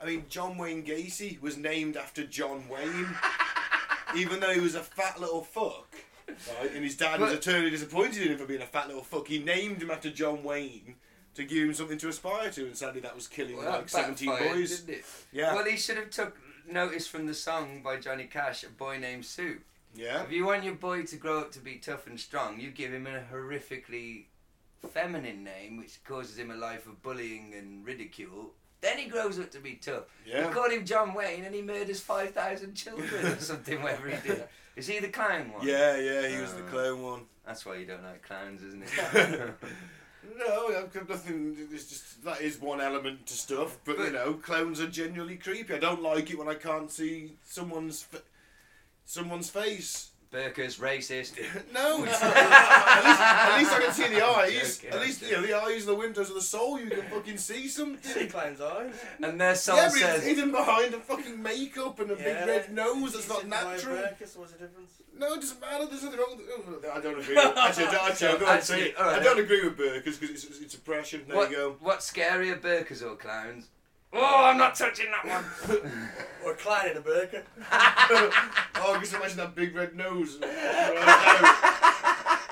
I mean, John Wayne Gacy was named after John Wayne, even though he was a fat little fuck. Right? And his dad was But- eternally disappointed in him for being a fat little fuck. He named him after John Wayne to give him something to aspire to, and sadly, that was killing Well, like that 17 backfired, boys. didn't it? Yeah. Well, he should have took notice from the song by Johnny Cash, "A Boy Named Sue." Yeah. If you want your boy to grow up to be tough and strong, you give him a horrifically feminine name, which causes him a life of bullying and ridicule. Then he grows up to be tough. You Yeah. call him John Wayne, and he murders five thousand children or something. Whatever he did, is he the clown one? Yeah, yeah, he was the Uh, clone one. That's why you don't like clowns, isn't it? No, I've got nothing. It's just that is one element to stuff, but, you But- know, clones are genuinely creepy. I don't like it when I can't see someone's fa- someone's face. Burka's racist. no, it's not. at, least, at least I can see the eyes. Okay, at least you know the eyes, the windows of the soul. You can fucking see something. See clown's eyes. And their song yeah, but it's says, hidden behind a fucking makeup and a Yeah. big red nose that's Is not it my natural. breakfast? What's the difference? No, it doesn't matter. There's nothing wrong. With, I don't agree. With, actually, I don't, actually, I'm not Actually, saying- alright. I don't agree with Burkers because it's, it's oppression. There what, you go. What's scarier, Burkas or clowns? Oh, I'm not touching that one. Or Klein in a burger. Oh, I can just imagine that big red nose. Right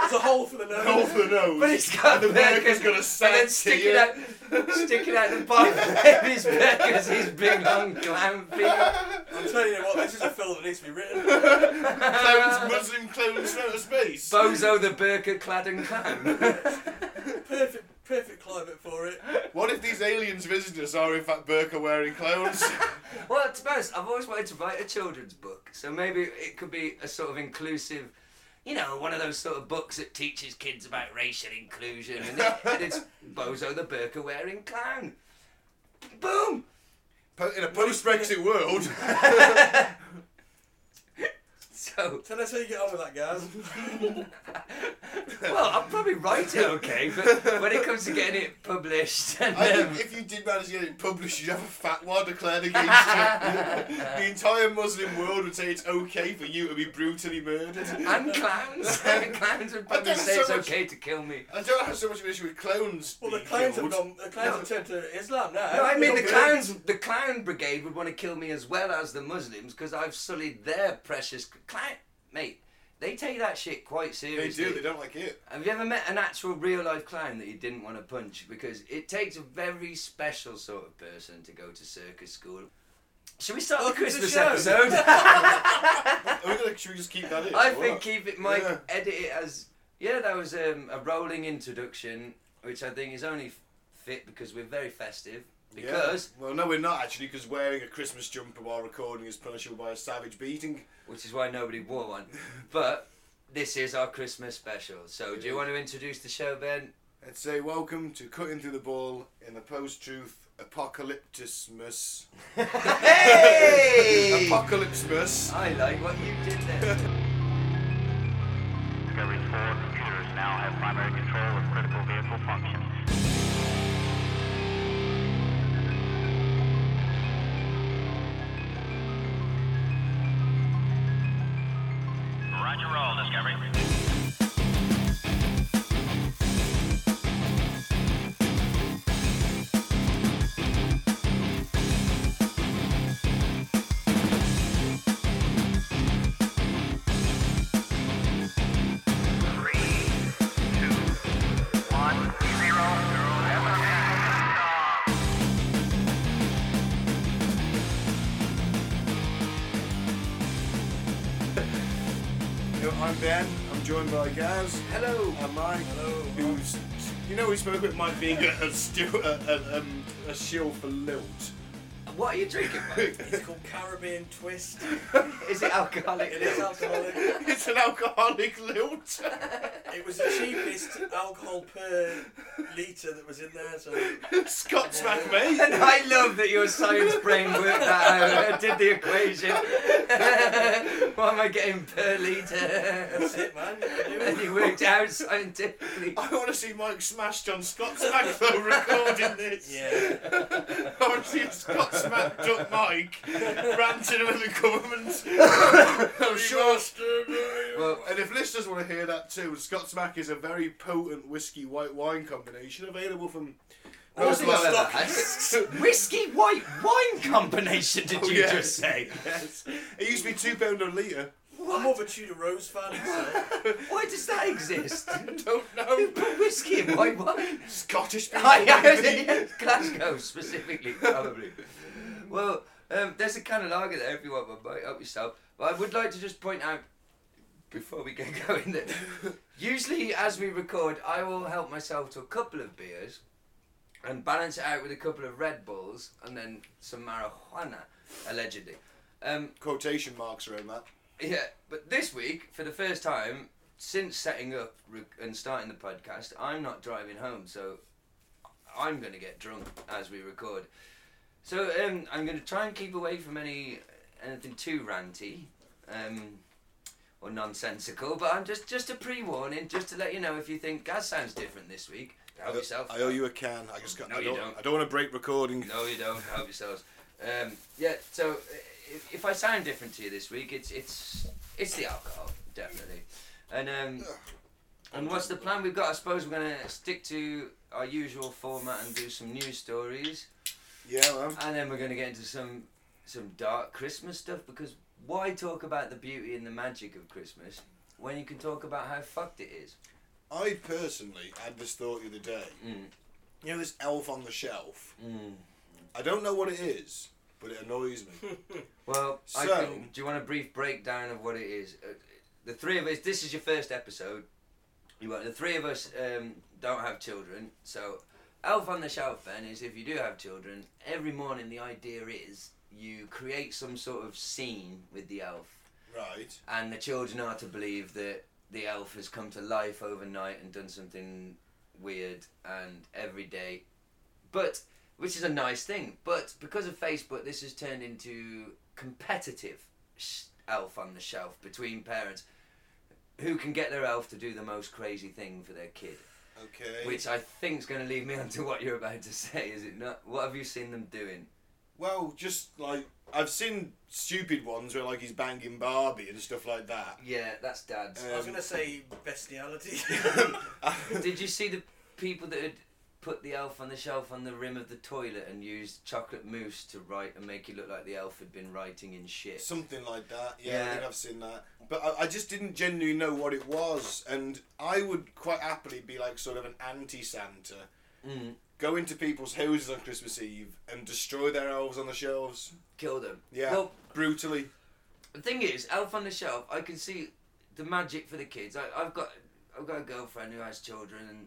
There's a hole for the now, nose. Over the nose. but it's got And the burger's Burkas- got a sack And then sticking here. out, sticking out the bottom of his Burkas, his big long clown finger. I'm telling you what, this is a film that needs to be written. Clones, Muslim clones from outer space. Bozo the Burka clad and clown. Perfect, perfect climate for it. what if these aliens visiting us are in fact burqa wearing clones? Well, to be honest, I've always wanted to write a children's book, so maybe it could be a sort of inclusive, you know, one of those sort of books that teaches kids about racial inclusion, and, it, and it's Bozo the burqa wearing clown. Boom! Po- in a post-Brexit world. So, Tell us how you get on with that, guys. well, I'll probably write it okay, but when it comes to getting it published, and, I um, think if you did manage to get it published, you'd have a fatwa declared against you. the entire Muslim world would say it's okay for you to be brutally murdered. and clowns, clowns would probably done say so it's much- okay to kill me. I don't have so much of an issue with clones. Well, the being clowns have killed. gone. The clowns No. have turned to Islam now. Um, No, I mean the They're clowns. The clown brigade would want to kill me as well as the Muslims because I've sullied their precious c- clown, mate. They take that shit quite They seriously. do, they don't like it. Have you ever met an actual real life clown that you didn't want to punch? Because it takes a very special sort of person to go to circus school. Should we start Welcome the to the Christmas show. episode? Are we gonna, should we just keep that in? I or think what? keep it, Mike. Yeah. Edit it as yeah. That was um, a rolling introduction, which I think is only f- fit because we're very festive. Yeah. Because Well, no, we're not actually, because wearing a Christmas jumper while recording is punishable by a savage beating. which is why nobody wore one. But this is our Christmas special. So, do you want to introduce the show, Ben? Let's say welcome to Cutting Through the Ball in the Post Truth Apocalyptismus. Hey! Apocalypsmus. I like what you did there. Discovery's four computers now have primary control of critical vehicle functions. Roger roll, Discovery. Yo, I'm Ben. I'm joined by Gaz. Hello. And Mike. Hello. Who's, you know, we spoke about Mike being a, a, still, a, a, um, a shill for lilt. What are you drinking? Mike? It's called Caribbean Twist. Is it alcoholic? It is alcoholic. it's an alcoholic lilt. It was the cheapest alcohol per litre that was in there, so Scott's back, mate. And I love that your science brain worked that out. I did the equation. what am I getting per litre? that's it, man. and you worked out scientifically. I want to see Mike smash John Scott smack though recording this. Yeah. I want to see a Scott smacked up Mike ranting about the government. I'm sure. Well, And if listeners want to hear that too, Scott's Mac is a very potent whiskey white wine combination available from Horse well well ever had. Whiskey white wine combination, did Oh, you yeah. just say? Yes. It used to be two pound a litre. I'm more of a Tudor Rose fan, so Why does that exist? Don't Who know. put whiskey in white wine? Scottish people. Oh, I maybe. yeah, Glasgow specifically, probably. well, um, there's a can of lager there if you want one, mate. Help yourself. But I would like to just point out before we get going that usually as we record, I will help myself to a couple of beers and balance it out with a couple of Red Bulls and then some marijuana, allegedly. Um, Quotation marks around that. yeah, but this week, for the first time since setting up re- and starting the podcast, I'm not driving home, so I'm going to get drunk as we record. So um, I'm going to try and keep away from any anything too ranty um, or nonsensical. But I'm just just a pre-warning, just to let you know if you think Gaz sounds different this week, help yourself. I owe you a can. I just got. No, I you don't, don't. I don't want to break recording. No, you don't. Help yourselves. Um, yeah. So uh, if, if I sound different to you this week, it's it's it's the alcohol, definitely. And um, and what's the plan we've got? I suppose we're gonna stick to our usual format and do some news stories, Yeah, man. and then we're gonna get into some some dark Christmas stuff because why talk about the beauty and the magic of Christmas when you can talk about how fucked it is? I personally had this thought the other day. Mm. You know this elf on the shelf. Mm. I don't know what it is, but it annoys me. Well, I So- can, do you want a brief breakdown of what it is? Uh, the three of us. This is your first episode. You are, the three of us um, don't have children, so Elf on the Shelf then is if you do have children, every morning the idea is you create some sort of scene with the elf, right. and the children are to believe that the elf has come to life overnight and done something weird and every day. But which is a nice thing. But because of Facebook, this has turned into competitive sh- elf on the shelf between parents who can get their elf to do the most crazy thing for their kid. Okay. Which I think's going to lead me on to what you're about to say, is it not? What have you seen them doing? Well, just like I've seen stupid ones where like he's banging Barbie and stuff like that. Yeah, that's dad's. Uh, I was going to say bestiality. Did you see the people that had put the elf on the shelf on the rim of the toilet and used chocolate mousse to write and make you look like the elf had been writing in shit? Something like that. Yeah, I Yeah. think I've seen that. But I, I just didn't genuinely know what it was, and I would quite happily be like sort of an anti-Santa. Mm. Go into people's houses on Christmas Eve and destroy their elves on the shelves. Kill them. Yeah, Well, brutally. the thing is, Elf on the Shelf, I can see the magic for the kids. I, I've got I've got a girlfriend who has children, and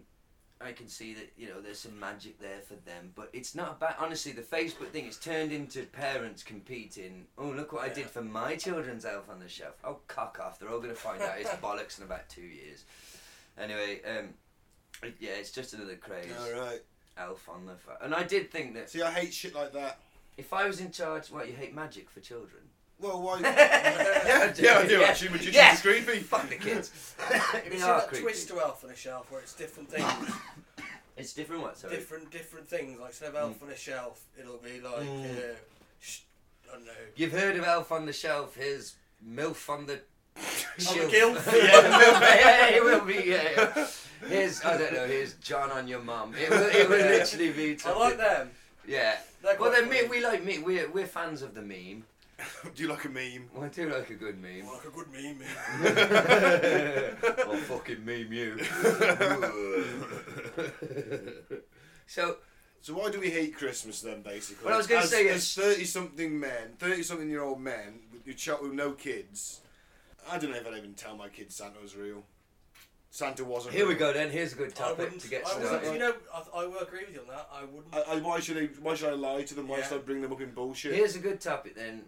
I can see that you know there's some magic there for them. But it's not about honestly the Facebook thing. It's turned into parents competing. Oh look what I did Yeah. for my children's Elf on the Shelf. Oh cock off! They're all gonna find out it's bollocks in about two years. Anyway, um, it- yeah, it's just another craze. All right. Elf on the fa- and I did think that See, I hate shit like that. if I was in charge, well, you hate magic for children. Well, why? I yeah, do, yeah, I do yeah. actually. Magicians Yeah. is creepy. Fuck the kids. Have you They seen are that creepy. twist to Elf on a Shelf where it's different things, It's different what, sorry? different different things? Like instead of Elf on a Shelf, it'll be like Mm. uh, sh- I don't know. You've heard of Elf on the Shelf, here's MILF on the Shelf. Gilf. yeah, yeah, it will be, yeah, yeah. Here's, I don't know, here's John on your mum. It will, it will Yeah. literally be I something- like them. Yeah. They're Well, quite then, me, funny. we like me. We're, we're fans of the meme. Do you like a meme? Well, I do like a good meme. Like a good meme. I'll fucking meme you. so, So why do we hate Christmas then, basically? Well, I was gonna As- say, as yes. thirty-something men, thirty-something-year-old men with your child with no kids. I don't know if I'd even tell my kids Santa was real. Santa wasn't. here we real. go then. Here's a good I topic wouldn't. to get I wouldn't you started. know, I, I will agree with you on that. I wouldn't. I, I, why should I? Why should I lie to them? Why Yeah. should I bring them up in bullshit? Here's a good topic then.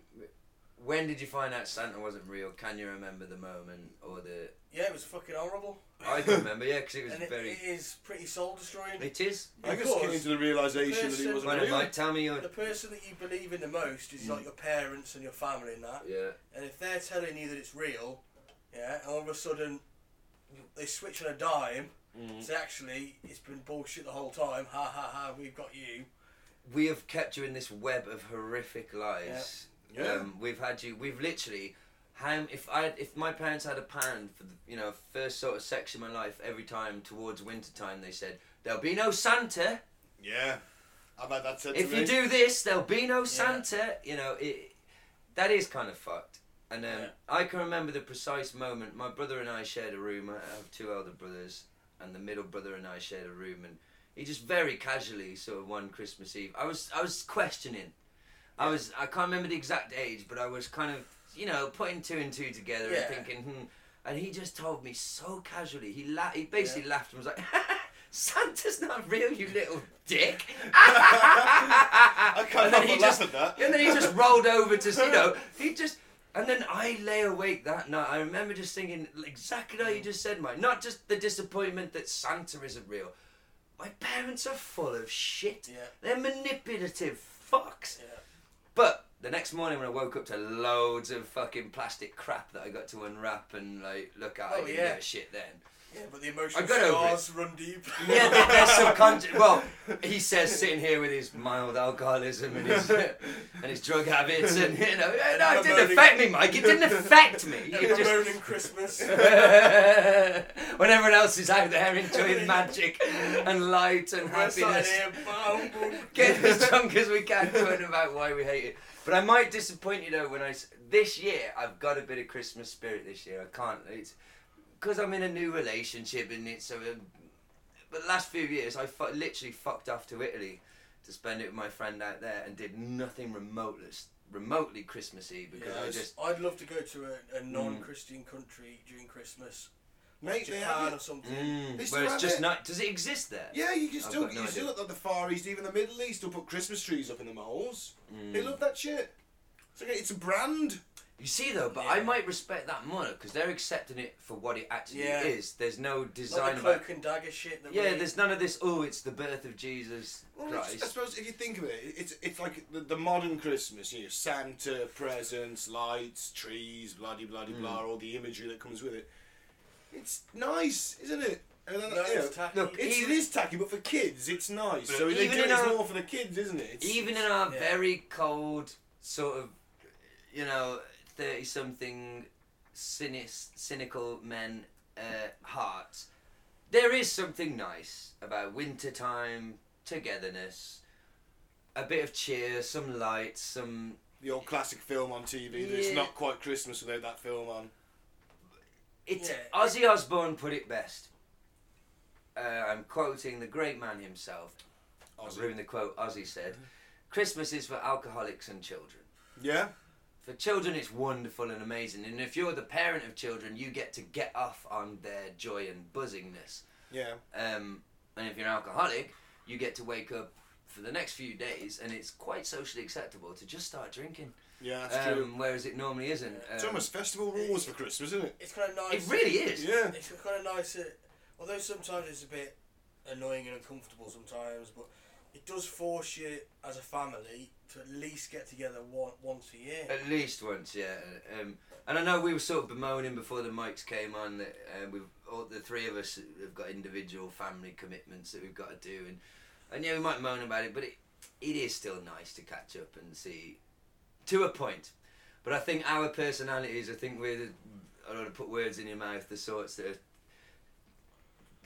When did you find out Santa wasn't real? Can you remember the moment or the? yeah, it was fucking horrible, I can remember, yeah, because it was and it, very. it is pretty soul destroying. It is. I just came to the realization that he Person- wasn't One real. of my tummy or the person that you believe in the most is Mm. like your parents and your family and that. yeah. And if they're telling you that it's real, yeah, and all of a sudden they switch on a dime, Mm. so actually it's been bullshit the whole time. Ha ha ha! We've got you. We have kept you in this web of horrific lies. Yeah. Um, we've had you. We've literally. How if I if my parents had a pound for the you know first sort of section of my life every time towards winter time they said there'll be no Santa Yeah. I've had that said if to you me. do this, there'll be no Santa. You know, it, that is kind of fucked. And um, Yeah. I can remember the precise moment. My brother and I shared a room. I have two elder brothers, and the middle brother and I shared a room. And he just very casually, sort of one Christmas Eve, I was I was questioning. I was I can't remember the exact age, but I was kind of you know putting two and two together Yeah. and thinking. Hmm, and he just told me so casually. He la- he basically laughed and was like, "Santa's not real, you little dick." I and can't then help he but just- laugh at that. And then he just rolled over to, you know, he just. And then I lay awake that night. I remember just thinking exactly how you Mm. just said, Mike. Not just the disappointment that Santa isn't real. My parents are full of shit. Yeah. They're manipulative fucks. Yeah. But the next morning when I woke up to loads of fucking plastic crap that I got to unwrap and like look at, I Oh, didn't yeah. give a shit then. Yeah, but the emotional I got over it. scars run deep. Yeah, they're, they're subconscious. Well, he says sitting here with his mild alcoholism and his and his drug habits, and you know, no, it didn't affect me, Mike. It didn't affect me. It just- Moaning Christmas. when everyone else is out there enjoying magic and light and We're sat happiness, here, bum, bum. getting as drunk as we can, talking about why we hate it. But I might disappoint you though when I s- this year I've got a bit of Christmas spirit this year. I can't. It's because I'm in a new relationship and it's a. But the last few years I fu- literally fucked off to Italy to spend it with my friend out there and did nothing remotely remotely Christmassy because I Yes. just Mm. I'd love to go to a, a non-Christian country during Christmas, Mate, they have Japan it. or something. mm, They still where it's have just it. not. Does it exist there? Yeah, you can I've still, got no you still idea. got the Far East, even the Middle East, will put Christmas trees up in the malls. They Mm. love that shit. It's, like, it's a brand. You see though, but Yeah. I might respect that more because they're accepting it for what it actually Yeah. is. There's no Like design the about cloak and dagger shit. That Yeah, we, there's none of this. Oh, it's the birth of Jesus Well, it's- I Christ. suppose if you think of it, it's it's like the, the modern Christmas. You know, Santa, presents, lights, trees, bloody bloody blah, Mm. all the imagery that comes with it. It's nice, isn't it? And then, No, you know, it's tacky. look, it's, it is tacky, but for kids, it's nice. So they even do in it, it's our- more for the kids, isn't it? It's, Even in our yeah. very cold, sort of, you know, thirty-something, cynic, cynical men uh, hearts, there is something nice about wintertime togetherness, a bit of cheer, some lights, some the old classic film on TV. that It's Yeah. not quite Christmas without that film on. It's Yeah. Ozzy Osbourne put it best. Uh, I'm quoting the great man himself. I've Ozzy. ruined the quote. Ozzy said, "Christmas is for alcoholics and children. Yeah. For children, it's wonderful and amazing. And if you're the parent of children, you get to get off on their joy and buzzingness. Yeah. Um, and if you're an alcoholic, you get to wake up." For the next few days, and it's quite socially acceptable to just start drinking, Yeah, that's true. um, whereas it normally isn't. It's Um, almost festival rules for Christmas, isn't it? it's kind of nice. it really is. Yeah. It's kind of nice. That, although sometimes it's a bit annoying and uncomfortable sometimes, but it does force you as a family to at least get together one, once a year. At least once, yeah. Um, and I know we were sort of bemoaning before the mics came on that uh, we've all the three of us have got individual family commitments that we've got to do, and and yeah, we might moan about it, but it it is still nice to catch up and see to a point. But I think our personalities, I think we're the, I don't want to put words in your mouth, the sorts that are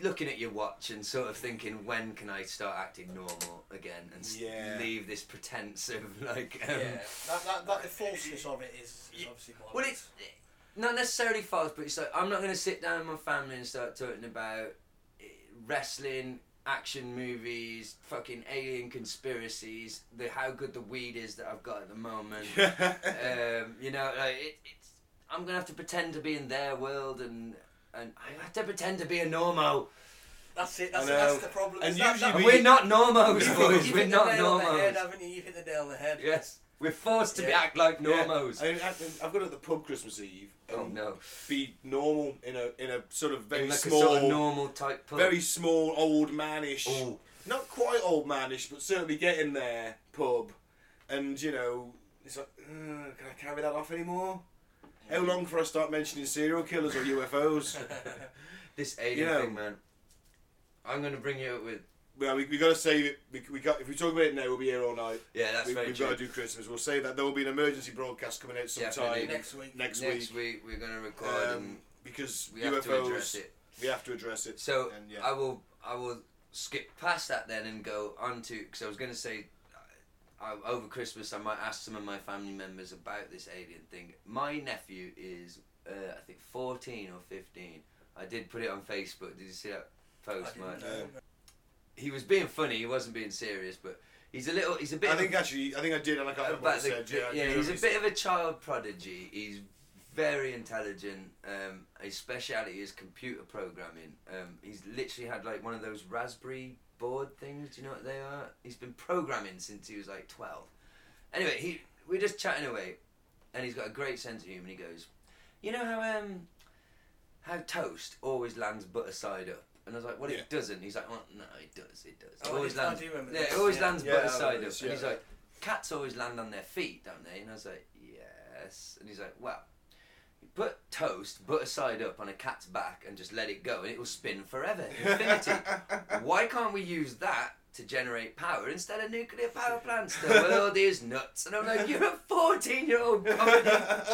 looking at your watch and sort of thinking, when can I start acting normal again and s- Yeah. leave this pretense of like. Um, yeah, that, that, that the falseness of it is, is Yeah. obviously. what well, it's not necessarily false, but it's like I'm not going to sit down with my family and start talking about eh, wrestling, action movies, fucking alien conspiracies, the how good the weed is that I've got at the moment. um, you know, like it, it's I'm gonna have to pretend to be in their world and. And I have to pretend to be a normo. That's it. That's, I know. that's the problem. And is that- usually that- And We- we're not normos, You've boys. You've We're hit the not nail on the head, normos. haven't you? You've hit the nail on the head. Yes, we're forced to be Yeah. act like Yeah. normos. I mean, I've I've gone to the pub Christmas Eve. Oh and no! Be normal in a in a sort of very In like small, a sort of normal Oh. type pub. very small old manish. Ooh. Not quite old manish, but certainly getting there pub, and you know it's like, "Uh, can I carry that off anymore? How long before I start mentioning serial killers or UFOs? This alien You know- thing, man. I'm gonna bring you up with. well, we we gotta save it. We, we got if we talk about it now, we'll be here all night. Yeah, that's we, very we've true. got to do Christmas. We'll save that. There will be an emergency broadcast coming out sometime Definitely. Next week. next, Next week. week we're gonna record um, and because we UFOs, have to address it. we have to address it. So and yeah, I will, I will skip past that then and go on to because I was going to say I, over Christmas I might ask some of my family members about this alien thing. My nephew is uh, I think fourteen or fifteen. I did put it on Facebook. Did you see that I post, didn't Mike? know. He was being funny. He wasn't being serious, but he's a little. He's a bit. I of a- think actually, I think I did, and I can't remember what I Uh, but the, said. Yeah, I yeah, do he's a remember bit of a child prodigy. He's very intelligent. Um, his speciality is computer programming. Um, he's literally had like one of those Raspberry board things. Do you know what they are? He's been programming since he was like twelve. Anyway, he we're just chatting away, and he's got a great sense of humour. and He goes, "You know how um, how toast always lands butter side up." And I was like, "Well, Yeah. it doesn't." He's like, "Well, no, it does. It does. Oh, I always did- I lands. do remember yeah, this, it always yeah. lands Yeah, I butter remember side up." this, And he's yeah. like cats always land on their feet, don't they? And I was like, yes. And he's like, well, you put toast, butter side up on a cat's back and just let it go, and it will spin forever, infinity. Why can't we use that to generate power instead of nuclear power plants? The world is nuts. And I'm like, you're a 14 year old comedy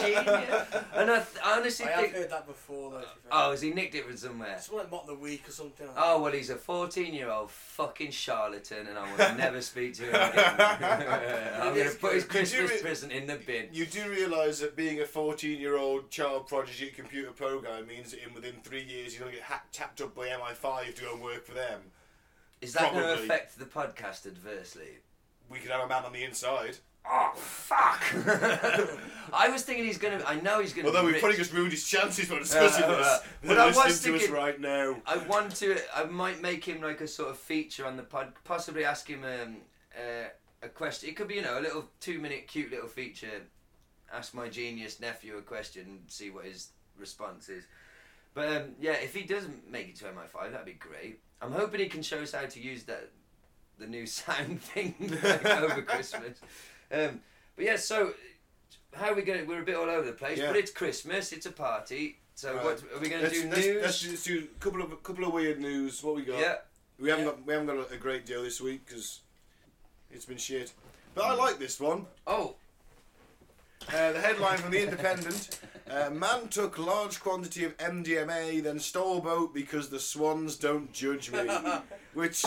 genius. And I, th- I honestly I have think, heard that before though. to be fair. oh, has he nicked it from somewhere? It's like Mock the Week or something. like Oh well, he's a fourteen-year-old fucking charlatan, and I will never speak to him again. I'm gonna put his Could you Christmas re- present in the bin. You do realise that being a 14 year old child prodigy computer programmer means that in within three years you're going to get ha- tapped up by MI5 to go and work for them. Is that going to Probably. affect the podcast adversely? We could have a man on the inside. Oh fuck! I was thinking he's going to. I know he's going to. Although be we've rich. probably just ruined his chances by discussing Uh, uh, this. uh, They're but I was listening to us thinking- right now. I want to. I might make him like a sort of feature on the pod. Possibly ask him um, uh, a question. It could be you know a little two-minute cute little feature. Ask my genius nephew a question and see what his response is. But um, yeah, if he doesn't make it to MI5, that'd be great. I'm hoping he can show us how to use that the new sound thing like, over Christmas. Um, but yeah, so how are we gonna? We're a bit all over the place, Yeah. but it's Christmas. It's a party. So Right. what are we Uh, gonna let's, do? let's, news. let's just do a couple of a couple of weird news. What we got? yeah. We haven't Yeah. got we haven't got a, a great deal this week because it's been shit. But I like this one. Oh. Uh, the headline from the Independent: uh, Man took large quantity of MDMA, then stole boat because the swans don't judge me. Which,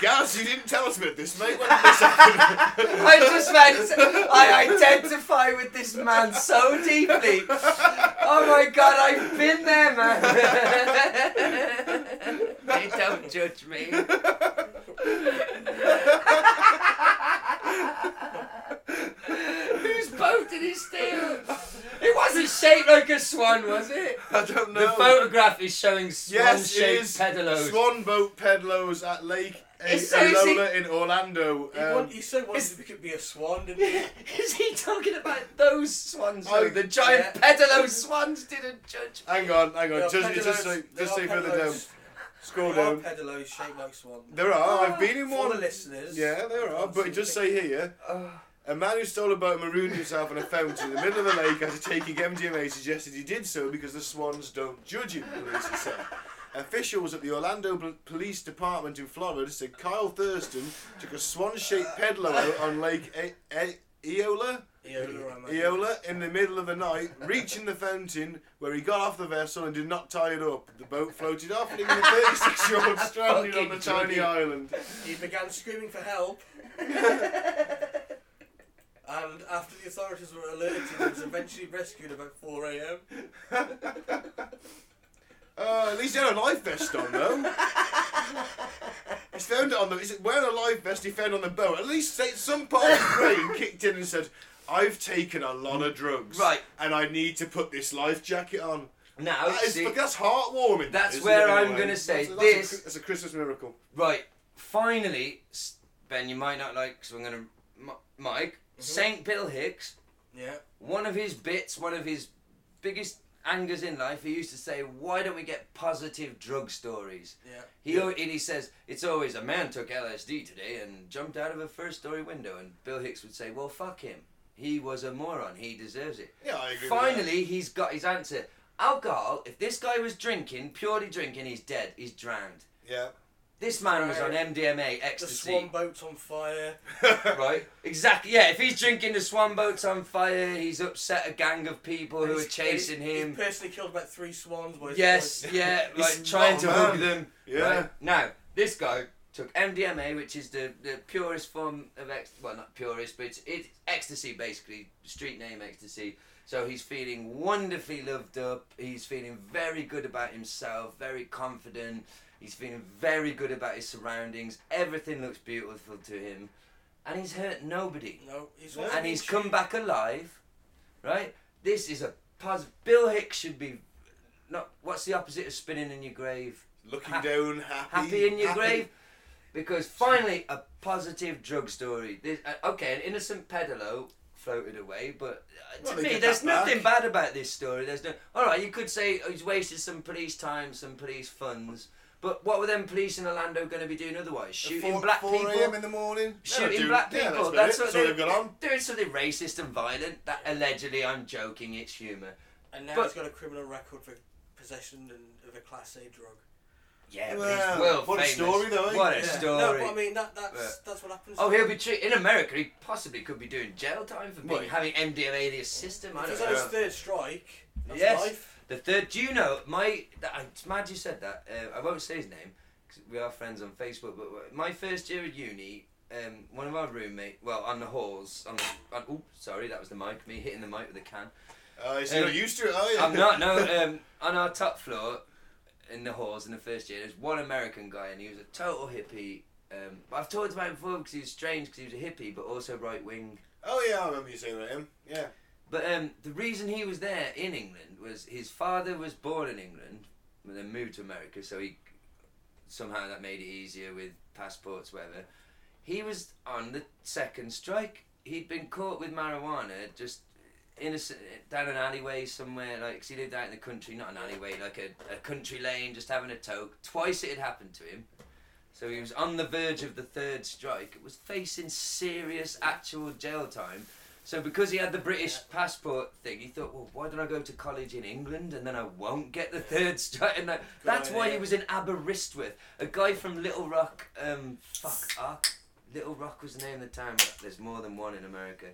Gaz, you didn't tell us about this, mate. When did this happen? I just meant I identify with this man so deeply. Oh my god, I've been there, man. they don't judge me. Whose boat did he steal? It wasn't shaped like a swan, was it? I don't know. The photograph is showing Yes, it swan-shaped is. pedalos. Swan boat pedalos at Lake A- It's so easy. Alola in Orlando. He, want, Um, he so wanted it's- to be- be a swan, didn't he? Is he talking about those swans? Oh, Oh, the giant pedalo swans didn't judge. hang on, hang on. There are Just, just, pedalos- say, there just are say further down. pedalos- Scroll There are down. pedalos shaped like swans. There are. I've been in For the one. listeners. Yeah, there are. But it does say here, a man who stole a boat and marooned himself in a fountain in the middle of the lake after taking MDMA suggested he did so because the swans don't judge him, police had said. Officials at the Orlando Pol- Police Department in Florida said Kyle Thurston took a swan-shaped pedalo out on Lake e- E- Eola, Eola, I imagine. Eola in the middle of the night, reaching the fountain where he got off the vessel and did not tie it up. The boat floated off, leaving the 36-year-old stranded on Fucking the tiny Johnny. island. He began screaming for help. and after the authorities were alerted, he was eventually rescued about 4 a.m. Uh, at least he had a life vest on, though. He's found it on the. He's wearing a life vest he found on the boat. At least say- some part of his brain kicked in and said, "I've taken a lot of drugs, Right. And I need to put this life jacket on." Now, That is, see, but that's heartwarming. That's isn't where it, in a I'm way? gonna say that's, that's this- A, that's a Christmas miracle. right, finally, s- Ben, you might not like because I'm gonna, M- Mike, Saint Bill Hicks, Yeah. one of his bits, one of his biggest angers in life. He used to say, "Why don't we get positive drug stories?" Yeah. He al- and he says it's always a man took LSD today and jumped out of a first-story window, and Bill Hicks would say, "Well, fuck him. He was a moron. He deserves it." Yeah, I agree. with Finally, he's got his answer. Alcohol, if this guy was drinking, purely drinking, he's dead. He's drowned. that. This man was on MDMA, The swan ecstasy. boat's on fire. Yeah. Right? Exactly. Yeah, if he's drinking the swan boat's on fire, he's upset a gang of people who are He's- chasing he- him. He personally killed about three swans. by his Yes, voice. yeah, He's like trying to not a hook man. them. Yeah. Right? Now, This guy took MDMA, which is the, the purest form of ex- well, not purest, but it's, it's ecstasy basically, street name ecstasy. So he's feeling wonderfully loved up. He's feeling very good about himself, very confident. He's feeling very good about his surroundings. Everything looks beautiful to him, and he's hurt nobody No, he's And also and he's been come cheap. back alive, right? This is a pos. Bill Hicks should be not. What's the opposite of spinning in your grave? Looking Ha- down, happy. Happy in your grave, because finally a positive drug story. This, uh, okay, an innocent peddalo floated away, but uh, Well, to they me get there's that back. nothing bad about this story. There's no. All right, you could say he's wasted some police time, some police funds. But what were them police in Orlando going to be doing otherwise? At Shooting 4, black 4 people? a.m. in the morning. They're shooting doing- black yeah, people. about that's it. what so they, they've got on. Doing something racist and violent. That allegedly, I'm joking. It's humour. And now but- he's got a criminal record for possession and of a class A drug. Yeah, but Well, it's world what a famous. story though, eh? What a Yeah. story. No, but I mean that that's that's what happens. oh, he'll be treated in America. He possibly could be doing jail time for being, Well, having MDMA in his system. I don't If he's know. on his third strike. That's Yes. life. The third, do you know, my, that- I- it's mad you said that. Uh, I won't say his name because we are friends on Facebook, but w- my first year at uni, um, one of our roommate, well, on the halls, on the, on, ooh, sorry, that was the mic, me hitting the mic with a can. Uh, so you're Um, not used to it, are you? I'm not. No, um, on our top floor, in the halls in the first year, there's one American guy, and he was a total hippie. Um, but I've talked about him before because he was strange, because he was a hippie, but also right wing. Oh yeah, I remember you saying about him. Yeah. But um, the reason he was there in England was his father was born in England, and then moved to America, so he somehow that made it easier with passports, whatever. He was on the second strike. He'd been caught with marijuana just innocent down an alleyway somewhere, like 'cause he lived out in the country, not an alleyway, like a, a country lane, just having a toke. Twice it had happened to him. So he was on the verge of the third strike, was facing serious actual jail time. So because he had the British passport thing, he thought, well, why don't I go to college in England and then I won't get the third strike? And that, that's why he idea. was in Aberystwyth. A guy from Little Rock, um, fuck, Ark, Little Rock was the name of the town, but there's more than one in America.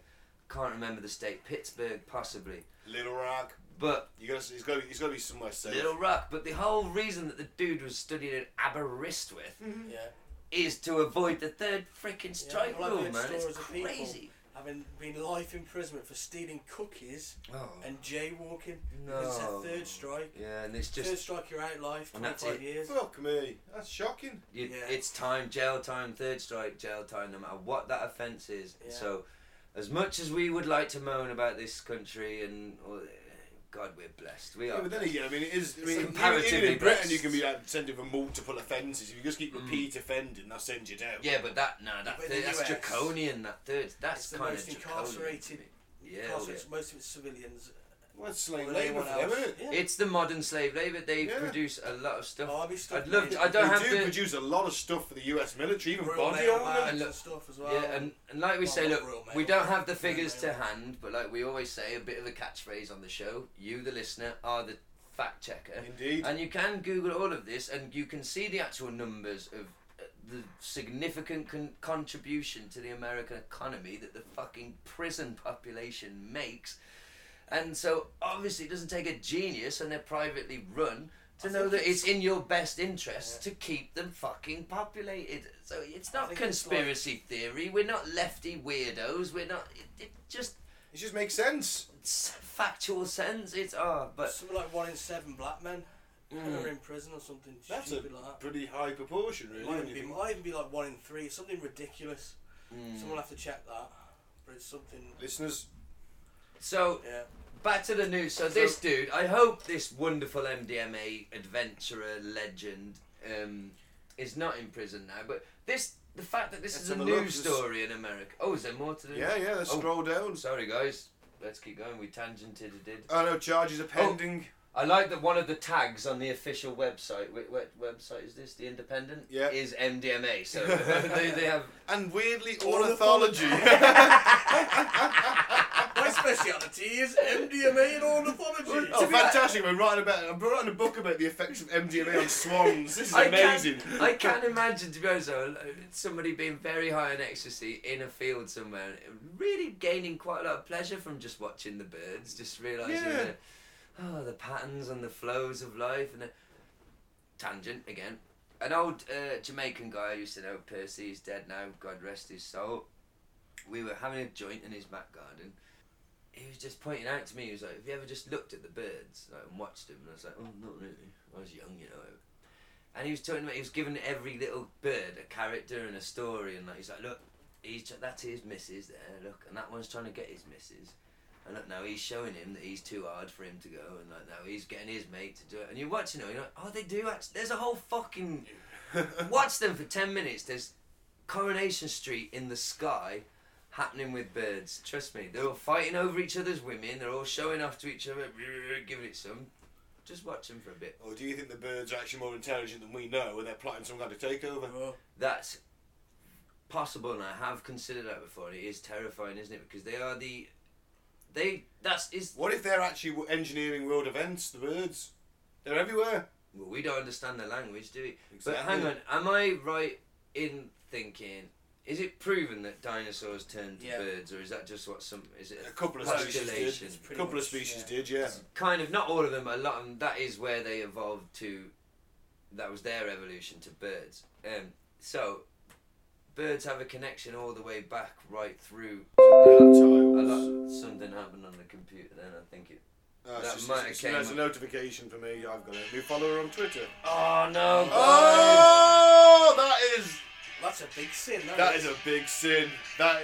Can't remember the state, Pittsburgh possibly. Little Rock. But You gotta. He's gotta. He's gotta be somewhere safe. Little Rock. But the whole reason that the dude was studying at Aberystwyth Yeah. is to avoid the third freaking strike well, I've rule, heard man. It's stories of people- crazy. Having been life imprisonment for stealing cookies Oh, and jaywalking. It's No. a third strike. yeah, and it's third just strike, you're out life. And that's 25 years. Fuck me. That's shocking. you, Yeah. it's time, jail time, third strike, jail time, no matter what that offence is. Yeah. So, as much as we would like to moan about this country and all, God, we're blessed. We Yeah, are. but then again, I mean, it is. I It's mean, even, comparatively even in Britain, blessed. you can be like sending for multiple offences. If you just keep repeat offending, they'll send you down. yeah, but that no, that But in third, the that's US, draconian. That third, that's it's the kind most of draconian. to incarcerated- me. Yeah, oh, yeah. Incarcerated, most of it's civilians. Well, it's like more than labour for anyone them, else. isn't it? Yeah. It's the modern slave labour. They Yeah. produce a lot of stuff. Barbie stuff. I'd love mate. to. I don't they have do to. produce a lot of stuff for the U.S. military, even Royal body Mail armour. vans And look- and stuff as well. yeah, and, and like we Well, say, not look, real mail, we don't but have the real figures to mail. hand, but like we always say, a bit of a catchphrase on the show. You, the listener, are the fact checker, Indeed. and you can Google all of this, and you can see the actual numbers of uh, the significant con- contribution to the American economy that the fucking prison population makes. And so, obviously, it doesn't take a genius, and they're privately run. To I know think that it's in your best interest to keep them fucking populated. So it's I not think it's conspiracy theory. We're not lefty weirdos. We're not. It, it just It just makes sense. it's factual sense. It's ah, but Something like one in seven black men Mm. are in prison or something That's a stupid like that. pretty high proportion, really. It might when even, you be, think- might even be like one in three, something ridiculous. Mm. Someone will have to check that. But it's something. Listeners, so Yeah. back to the news. So this dude, I hope this wonderful MDMA adventurer legend um, is not in prison now. But this, the fact that this Let's is a have a look. news This- story in America. Oh, is there more to this? yeah, yeah, let's Oh. scroll down. Sorry, guys. Let's keep going. We tangented it. Did. Oh no, charges are pending. I like that one of the tags on the official website. What, website is this? The Independent. Yeah. Is MDMA. So they, they have. And weirdly, Ornithology. ornithology. My speciality is MDMA and ornithology. oh, fantastic! We're writing about. I'm writing a book about the effects of MDMA on swans. This is amazing. Can, I can imagine, to be honest, though, somebody being very high on ecstasy in a field somewhere, and really gaining quite a lot of pleasure from just watching the birds, just realizing Yeah. the, oh, the patterns and the flows of life and the, tangent again. an old uh, Jamaican guy I used to know, Percy, he's dead now, God rest his soul. We were having a joint in his back garden. He was just pointing out to me, he was like, Have you ever just looked at the birds like, and watched them? And I was like, Oh, not really. I was young, you know. And he was talking about, he was giving every little bird a character and a story. And like, he's like, Look, he's tr- that's his missus there, look. And that one's trying to get his missus. And look, now he's showing him that he's too hard for him to go, and like now he's getting his mate to do it. And you're watching it, you're like, oh, they do actually. There's a whole fucking watch them for ten minutes. There's Coronation Street in the sky happening with birds. Trust me, they're all fighting over each other's women. They're all showing off to each other, giving it some. Just watch them for a bit. Or Oh, do you think the birds are actually more intelligent than we know and they're plotting some kind of takeover? Oh, That's possible, and I have considered that before. And it is terrifying, isn't it? Because they are the they. That's is What if they're actually w- engineering world events, the birds? They're everywhere. Well, we don't understand the language, do we? Exactly. But hang on, am I right in thinking? Is it proven that dinosaurs turned to Yeah. birds, or is that just what some? Is it A couple of species postulation? did. A pretty couple of much, species yeah. did, yeah. Kind of, not all of them, but a lot of them. That is where they evolved to. That was their evolution to birds. Um, so, birds have a connection all the way back, right through. A lot. Something happened on the computer. Then I think it. Oh, That it's just, might it's- have it's- came there's a up. notification for me. I've got a new follower on Twitter. Oh no! Oh, that is that's a big sin. That, that is a big sin. That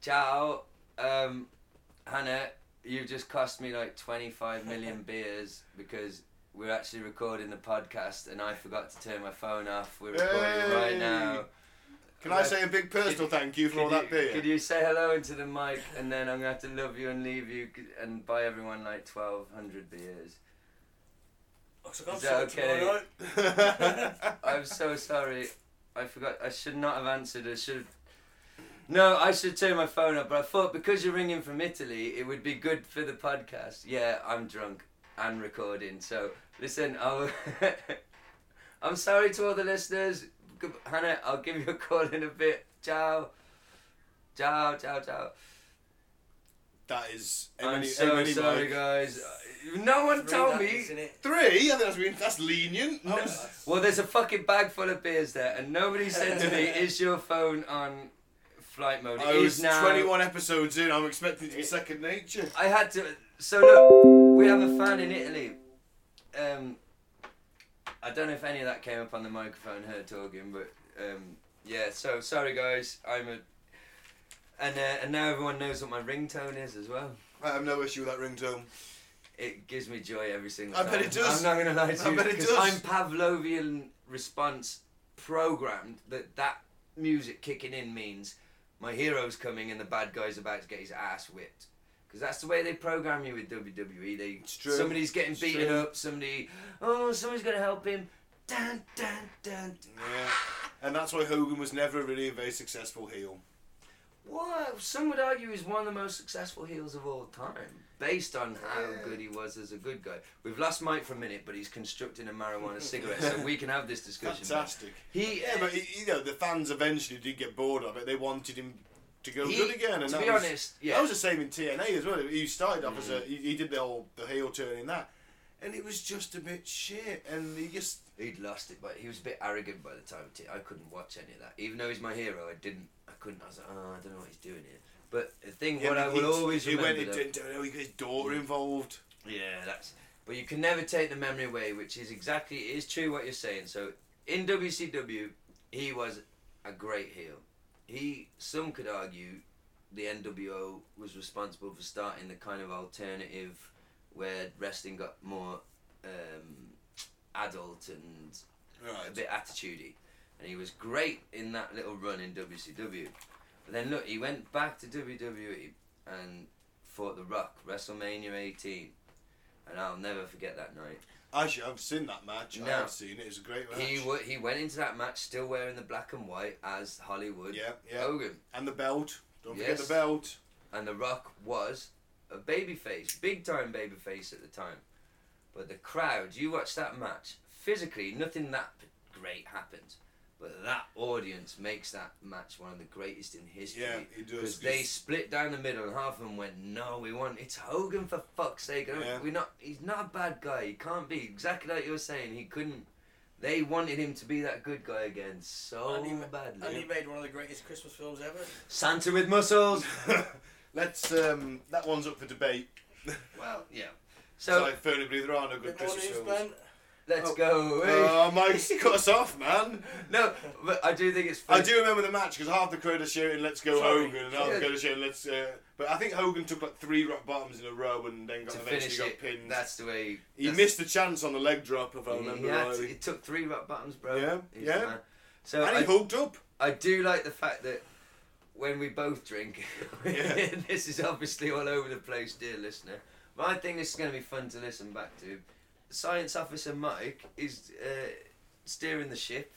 Ciao. Um, Hannah, you just cost me like 25 million beers because we're actually recording the podcast and I forgot to turn my phone off. We're recording Hey. right now. can I say a big personal thank you for all Could that you, beer? could you say hello into the mic and then I'm going to have to love you and leave you c- and buy everyone like 1,200 beers? Is that okay? I'm so sorry. I forgot. I should not have answered. I should. No, I should turn my phone up. But I thought because you're ringing from Italy, it would be good for the podcast. Yeah, I'm drunk and recording. So listen, I'll. I'm sorry to all the listeners. Good- Hannah, I'll give you a call in a bit. Ciao. Ciao, ciao, ciao. that is. I'm Emily- so Emily sorry, Mike. guys. No one told me. Three? I think that's, been, that's lenient. I was- Well, there's a fucking bag full of beers there, and nobody said to me, "Is your phone on flight mode?" I It was is now. 21 episodes in. I'm expecting it to be second nature. I had to. So look, we have a fan in Italy. Um, I don't know if any of that came up on the microphone, her talking, but um, yeah. So sorry, guys. I'm a. And uh, and now everyone knows what my ringtone is as well. I have no issue with that ringtone. It gives me joy every single I time. bet it does. I'm not gonna lie to I you. bet it 'cause does. I'm Pavlovian response programmed that that music kicking in means my hero's coming and the bad guy's about to get his ass whipped. Because that's the way they program you with WWE. They true. somebody's getting It's beaten true. up. Somebody, oh, somebody's gonna help him. Dun dun dun. Yeah. And that's why Hogan was never really a very successful heel. What some would argue is one of the most successful heels of all time, based on how good he was as a good guy. We've lost Mike for a minute, but he's constructing a marijuana cigarette, so we can have this discussion. Fantastic. He, Yeah, but you know the fans eventually did get bored of it. They wanted him to go He- good again. And to that be was, honest, yeah. Mm. that was the same in TNA as well. He started off as a he, he did the whole the heel turn in that, and it was just a bit shit. And he just he'd lost it, but he was a bit arrogant by the time. T- I couldn't watch any of that, even though he's my hero. I didn't. I couldn't. I was like, oh, I don't know what he's doing here. But the thing, what I he- will always he remember. went though- into oh, he got his daughter involved. Yeah, that's. But you can never take the memory away, which is exactly it is true what you're saying. So in WCW, he was a great heel. He some could argue the NWO was responsible for starting the kind of alternative where wrestling got more um, adult and a bit attitudey, and he was great in that little run in WCW. But then look, he went back to WWE and fought The Rock WrestleMania 18, and I'll never forget that night. Actually, I've seen that match. No. I have seen it. It was a great match. He w- he went into that match still wearing the black and white as Hollywood yeah, yeah. Hogan, And the belt. Don't forget Yes. the belt. and The Rock was a babyface, big time babyface at the time. But the crowd, you watch that match, physically nothing that p- great happened. But that audience makes that match one of the greatest in history. Yeah, it does, Because they 'cause- split down the middle, and half of them went, "No, we want it's Hogan for fuck's sake." I don't- Yeah. We're not. He's not a bad guy. He can't be exactly like you were saying. He couldn't. They wanted him to be that good guy again so and, he, ma- badly. and he made one of the greatest Christmas films ever. Santa with muscles. Let's. Um, that one's up for debate. well, yeah. So So I firmly believe there are no good Bit more Christmas news, films. Ben. let's Oh. go away. Oh, Mike's cut us off, man. no, but I do think it's. I Funny. do remember the match because half the crowd are shouting "Let's go Sorry. Hogan" and half Yeah. the crowd are shouting "Let's." Uh, but I think Hogan took like three rock bottoms in a row and then got to eventually finish got it. pinned. That's the way. he that's- missed the chance on the leg drop, if I He, remember he had to- rightly. it took three rock buttons, bro. Yeah, He's yeah. the man. So and he I, hooked up. I do like the fact that when we both drink, Yeah. this is obviously all over the place, dear listener. But I think this is going to be fun to listen back to. Science Officer Mike is uh, steering the ship.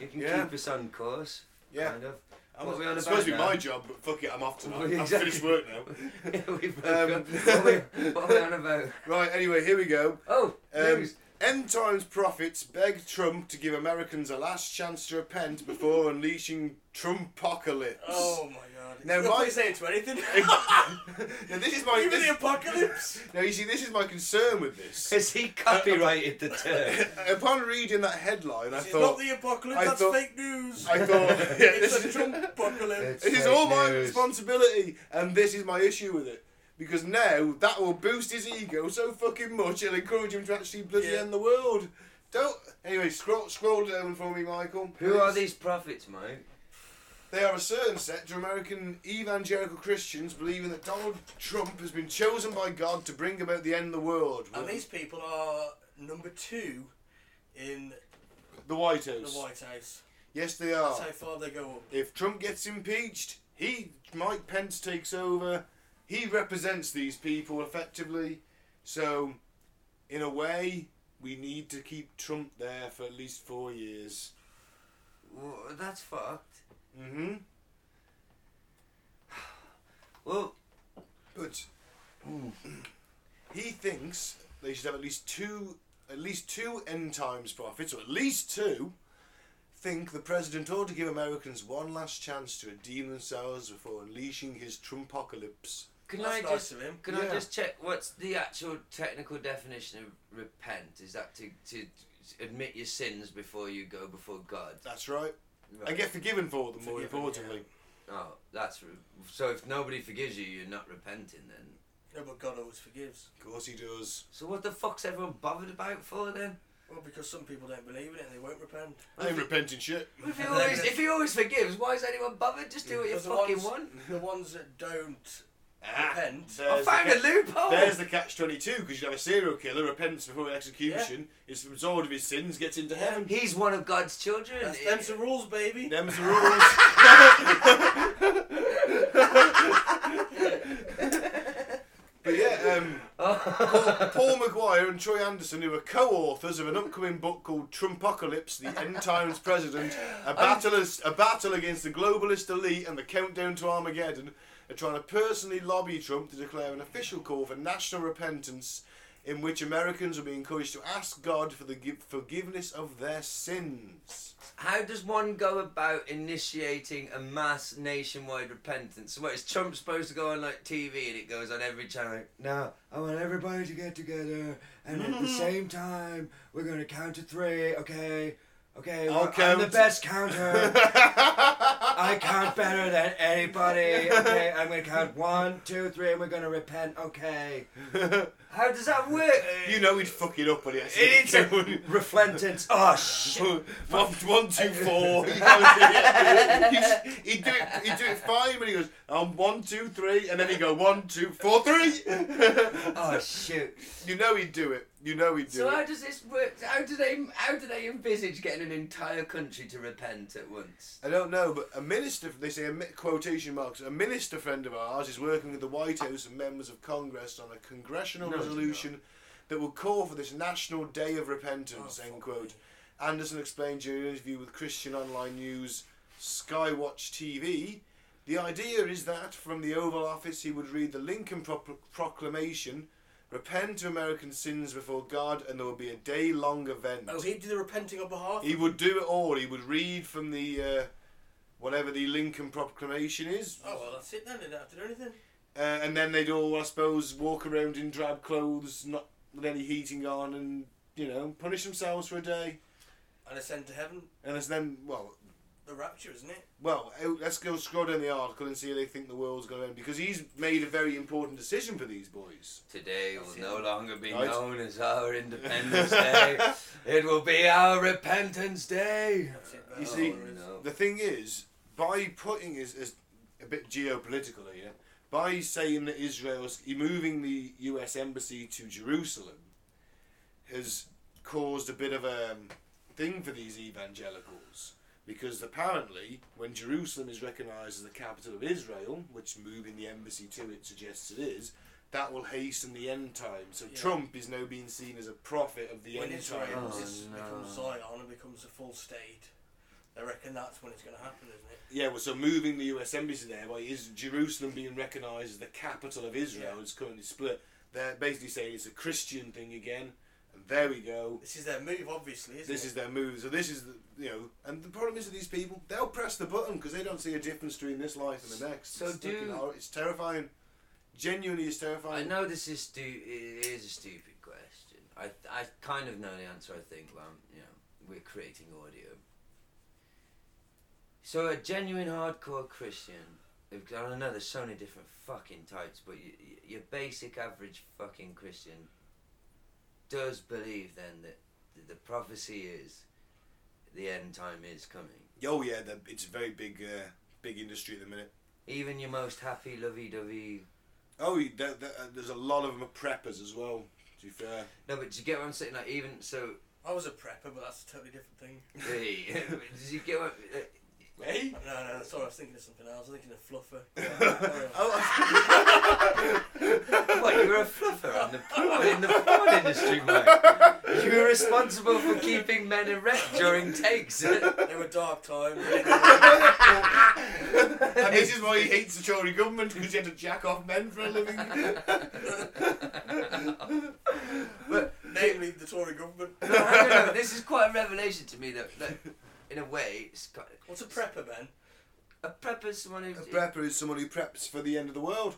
You can Yeah. keep us on course. Yeah. Kind of. I'm What are we on it's about supposed to be now? my job, but fuck it, I'm off tonight. Well, I've exactly. finished work now. we broke Um, up. What are we, what are we on about? Right, anyway, here we go. Oh, Um, news. End Times prophets beg Trump to give Americans a last chance to repent before unleashing Trumpocalypse. Oh my god. Now, Now, Not my- quite saying to anything. now this is my. Even the This, apocalypse. now you see, this is my concern with this. Has he copyrighted the term? Upon reading that headline, I It's not thought. the apocalypse. I that's thought- fake news. I thought. Yeah, it's this a is, Trump apocalypse. this is Fake all my news. responsibility, and this is my issue with it. Because now that will boost his ego so fucking much, it'll encourage him to actually bloody Yeah. end the world. Don't. Anyway, scroll scroll down for me, Michael. Who are please. these prophets, Mike? They are a certain sector of American evangelical Christians believing that Donald Trump has been chosen by God to bring about the end of the world. And these people are number two in the White the House. White House. yes, they That's are. how far they go up. If Trump gets impeached, he Mike Pence takes over. He represents these people effectively. So, in a way, we need to keep Trump there for at least four years. Well, that's fucked. Mm-hmm. Well, But he thinks they should have at least two, at least two end times prophets, or at least two. Think the president ought to give Americans one last chance to redeem themselves before unleashing his Trumpocalypse. Can That's I nice just of him. can I Yeah. just check what's the actual technical definition of repent? Is that to to admit your sins before you go before God? That's right. Right. And get forgiven for them, more Forgiven, importantly. Oh, that's re- so. If nobody forgives you, you're not repenting then. No, but God always forgives. Of course he does. So what the fuck's everyone bothered about for then? Well, because some people don't believe in it and they won't repent. I ain't repenting shit. If he always if he always forgives, why is anyone bothered? Just do what you Because the fucking ones- want. The ones that don't Ah, repent. I There's the found a catch- loophole. There's the catch twenty two because you have a serial killer repents before execution, is absolved of his sins, gets into Yeah. heaven. He's one of God's children. That's It- them's the rules, baby. Them's the rules. but yeah, um, Paul, Paul Maguire and Troy Anderson, who are co-authors of an upcoming book called Trumpocalypse: The End Times President, a battle, as- a battle against the globalist elite and the countdown to Armageddon, are trying to personally lobby Trump to declare an official call for national repentance. In which Americans will be encouraged to ask God for the gi- forgiveness of their sins. How does one go about initiating a mass nationwide repentance? So What is Trump supposed to go on like TV and it goes on every channel? Like, now I want everybody to get together and at the same time we're gonna count to three. Okay, okay. I'll well, I'm the count. best counter. I count better than anybody. Okay, I'm gonna count one, two, three, and we're gonna repent. Okay. How does that work? You know he'd fuck it up when he has It's to. a repentance. Oh shit. One, one, two, four. You know, he's- he'd do it. He'd do it fine when he goes. Um, one, two, three, and then he'd go one, two, four, three. Oh shoot. you know he'd do it. You know he'd do So how it. does this work? How do they how do they envisage getting an entire country to repent at once? I don't know, but a minister. They say a mi- quotation marks. A minister friend of ours is working with the White House and members of Congress on a congressional No, he's resolution that will call for this National Day of Repentance. Oh, end fuck quote. me. Anderson explained during an interview with Christian online news Skywatch TV. The idea is that from the Oval Office he would read the Lincoln Pro- Proclamation, repent of American sins before God, and there will be a day long event. Oh, he'd do the repenting on behalf. He would do it all. He would read from the uh, whatever the Lincoln Proclamation is, Oh well, that's it then. They don't have to do anything. uh, and then they'd all, I suppose, walk around in drab clothes, not with any heating on, and you know, punish themselves for a day. and ascend to heaven. And it's then, well, The rapture, isn't it? well, eh, let's go scroll down the article and see how they think the world's going to end because he's made a very important decision for these boys. Today will no longer be Right. known as our Independence Day. It will be our Repentance Day. That's it, You Oh, see, no. the thing is, by putting is as a bit geopolitical here, by saying that Israel's moving the U.S. embassy to Jerusalem has caused a bit of a um, thing for these evangelicals because apparently, when Jerusalem is recognised as the capital of Israel, which moving the embassy to it suggests it is. That will hasten the end time. So Yeah. Trump is now being seen as a prophet of the when end Israel times. Oh, is, no. becomes Zion and becomes a full state, I reckon that's when it's going to happen, isn't it? Yeah, well, so moving the U.S. embassy there, by is Jerusalem being recognised as the capital of Israel, Yeah. it's currently split. They're basically saying it's a Christian thing again, and there we go. This is their move, obviously, isn't This it? is their move. So this is, the, you know, and the problem is with these people, they'll press the button because they don't see a difference between this life and the next. So it's fucking do- hor- it's terrifying. Genuinely, it's I terrifying. know this is stu- it is a stupid question. I I kind of know the answer. I think, but I'm, you know, we're creating audio. So a genuine hardcore Christian. if- I don't know. There's so many different fucking types, but y y your basic average fucking Christian does believe then that th- the prophecy is the end time is coming. Oh yeah, the- it's a very big, uh, big industry at the minute. Even your most happy, lovey-dovey. Oh, you- there, there, uh, there's a lot of them are preppers as well. To be fair, No, but do you get what I'm saying? Like even so, I was a prepper, but that's a totally different thing. hey, do you get what? uh, hey. No, no, sorry, I was thinking of something else. I was thinking of fluffer. What, you were a fluffer on the porn, in the porn industry, mate? You were responsible for keeping men erect during takes. they were dark times. and this is why he hates the Tory government because he had to jack off men for a living. namely the Tory government. No, hang on, no, this is quite a revelation to me, though. That, in a way, it's quite, What's a prepper, Ben? a prepper's someone who... a prepper is someone who preps for the end of the world.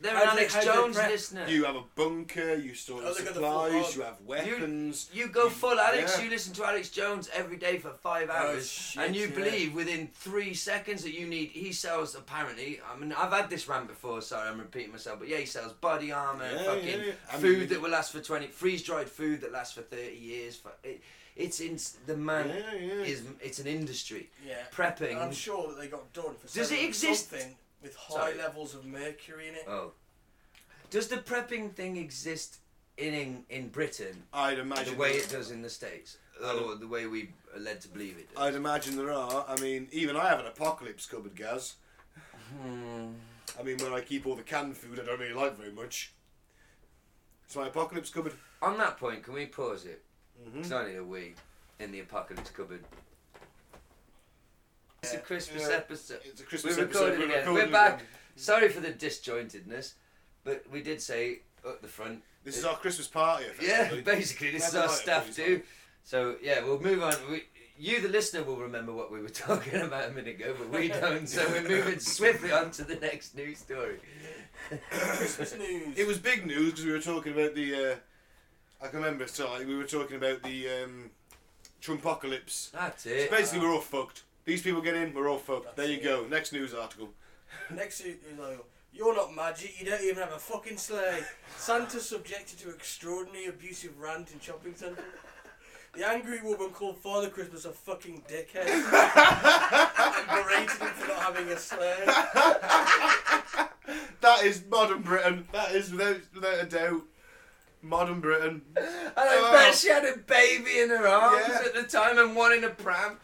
They're How an do they- Alex how do they Jones prep? listener. You, You have a bunker, you store Oh, your look at the full supplies, hog. you have weapons. go full Yeah. Alex, Oh, you listen to Alex Jones every day for five hours, shit, and you yeah. believe within three seconds that you need... He sells, apparently... I mean, I've had this rant before, sorry, I'm repeating myself, but yeah, he sells body armour, Yeah, fucking... yeah, yeah. I food mean- that will last for 20 freeze dried food that lasts for 30 years for it, it's in the man Yeah, yeah. is it's an industry Yeah. prepping And I'm sure that they got done for Does it selling exist? something with high Sorry. levels of mercury in it. oh does the prepping thing exist in in, in britain I'd imagine the way it does in the states or the way we are led to believe it does? I'd imagine there are. I mean, even I have an apocalypse cupboard, Gaz. Hmm. I mean, where I keep all the canned food I don't really like very much. It's my apocalypse cupboard. on that point can we pause it Mm-hmm. it's only a wee in the apocalypse cupboard it's a Christmas yeah. episode. It's a Christmas we're episode. recording we're again. recording We're back. again. Sorry for the disjointedness, but we did say at the front This is our Christmas party. Yeah, effectively. basically, this is Never our mind, staff please, do. So yeah, we'll move on. We, you, the listener, will remember what we were talking about a minute ago, but we don't. So we're moving swiftly on to the next news story. Christmas news. It was big news because we were talking about the. Uh, I can remember, sorry, we were talking about the um, Trumpocalypse. That's it. Basically, we're all fucked. These people get in, we're all fucked. That's There you it. go. Next news article. Next to you know, you're not magic, you don't even have a fucking sleigh. Santa subjected to extraordinary abusive rant in shopping centre. The angry woman called Father Christmas a fucking dickhead and berated him for not having a sleigh. That is modern Britain. That is, without, without a doubt, modern Britain. And I bet she had a baby in her arms Oh. Yeah. at the time, and one in a pram,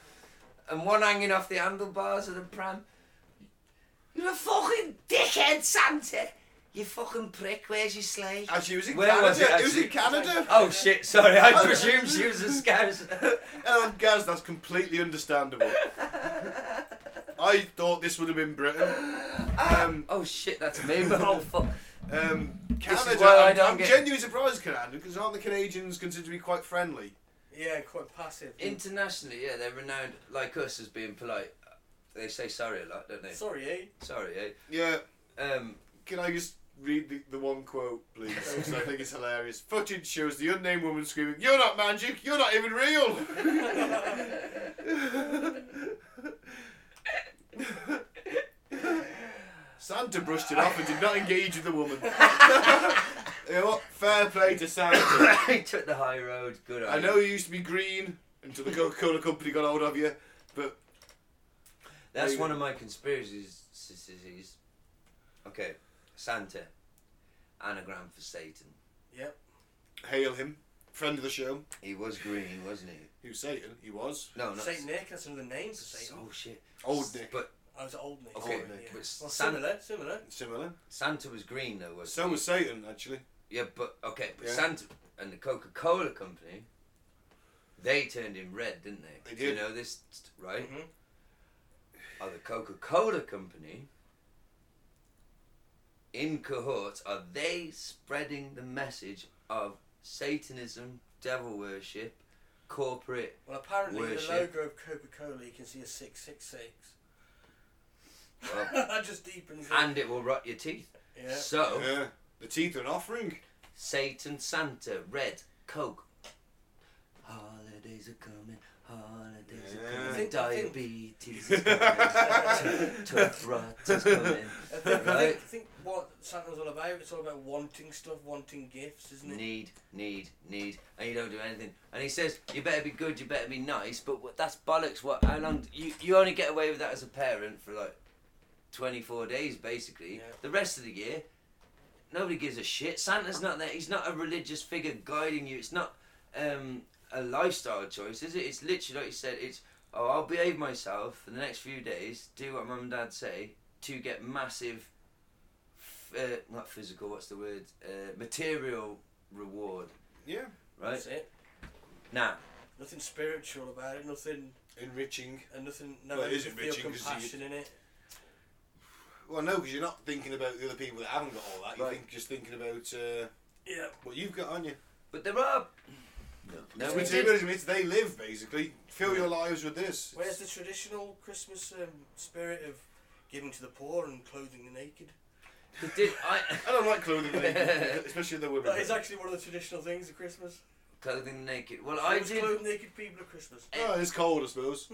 and one hanging off the handlebars of the pram. You're a fucking dickhead, Santa. You fucking prick. Where's your sleigh? And she was in Where Canada. was it, it was in actually? Canada. Oh shit! Sorry, I presume she was a scouse. Oh, Gaz, that's completely understandable. I thought this would have been Britain. Um, Oh shit, that's me. But oh fuck. um, This is Canada. why I I'm, don't I'm get- genuinely surprised, Canada, because aren't the Canadians considered to be quite friendly? Yeah, quite passive. Internationally, yeah, they're renowned like us as being polite. They say sorry a lot, don't they? Sorry, eh? Sorry, Yeah. eh? Um, Can I just read the, the one quote, please? Because I think it's hilarious. Footage shows the unnamed woman screaming, You're not magic, you're not even real! Santa brushed it off and did not engage with the woman. you know what? Fair play to Santa. he took the high road. Good. I on know you. you used to be green until the Coca Cola Company got hold of you, but That's you- one of my conspiracies. s- s- s- Okay, Santa, anagram for Satan. Yep. hail him. Friend of the show. He was green, wasn't he? He was Satan. He was. No, not Saint Nick, that's another name for Satan. Oh shit. Old Nick. But I was old Nick. Okay, sorry, Nick. yeah. but Well, San- similar, similar. Similar. Santa was green though, wasn't So he? was Satan, actually. Yeah, but okay, but Yeah. Santa and the Coca Cola Company, they turned him red, didn't they? They Do You did. Mm-hmm. know this, st- right? Mhm. Are the Coca Cola Company in cohorts? Are they spreading the message of Satanism, devil worship, corporate? Well, apparently in the Worship. logo of Coca-Cola, you can see a six six six. Well, That just deepens it. and it will rot your teeth. yeah. So Yeah. The teeth are an offering. Satan, Santa, red, Coke. Holidays are coming. Holidays are Yeah. coming. I think- I think- Diabetes is coming. Tough rot is coming. I think, I Right? think, I think what Santa's all about, it's all about wanting stuff, wanting gifts, isn't it? Need, need, need, and you don't do anything. And he says, "You better be good. You better be nice." But what, that's bollocks. What? How long? You you only get away with that as a parent for like twenty four days, basically. Yeah. The rest of the year, nobody gives a shit. Santa's not there. He's not a religious figure guiding you. It's not um, a lifestyle choice, is it? It's literally like you said. It's oh, I'll behave myself for the next few days, do what mum and dad say to get massive, f- uh, not physical. What's the word? Uh, material reward, Yeah. right? That's it. Now, Nothing spiritual about it, nothing, Enriching. and nothing, no Well, it is empathy or enriching 'cause you- compassion in it. Well, no, because you're not thinking about the other people that haven't got all that. You're Right. think, just thinking about uh, Yeah. what you've got on you. but there are. No, It's we did. materialism. It's they live, basically. Fill your lives with this. Where's the traditional Christmas um, spirit of giving to the poor and clothing the naked? we did I, I don't like clothing, especially the women. That is actually one of the traditional things at Christmas. clothing naked. Well, I Always did. clothe naked people at Christmas. Oh, it's cold, I suppose.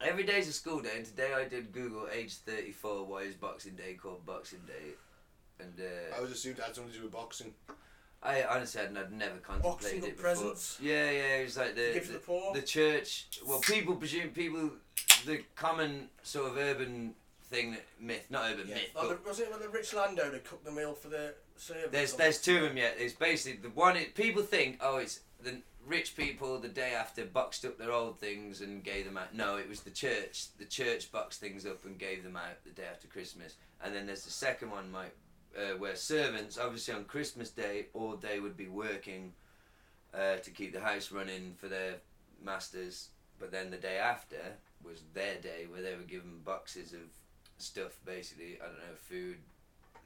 Every day's a school day, and today I did Google age 34, why is Boxing Day called Boxing Day? And uh, I Oh. was assumed it had something to do with boxing. I honestly hadn't, I'd never contemplated Boxing it up before. presents. Yeah, yeah, it was like the Give to the poor. the church. Well, people presume people the common sort of urban thing that myth, not urban myth. Like but the, was it when the rich landowner cooked the meal for the servants? there's or- there's two of them yet. It's basically the one it, people think oh it's the rich people the day after boxed up their old things and gave them out. No, it was the church. The church boxed things up and gave them out the day after Christmas. And then there's the second one, Mike, uh, where servants obviously on Christmas Day all day would be working uh, to keep the house running for their masters. But then the day after was their day where they were given boxes of stuff basically. I don't know food.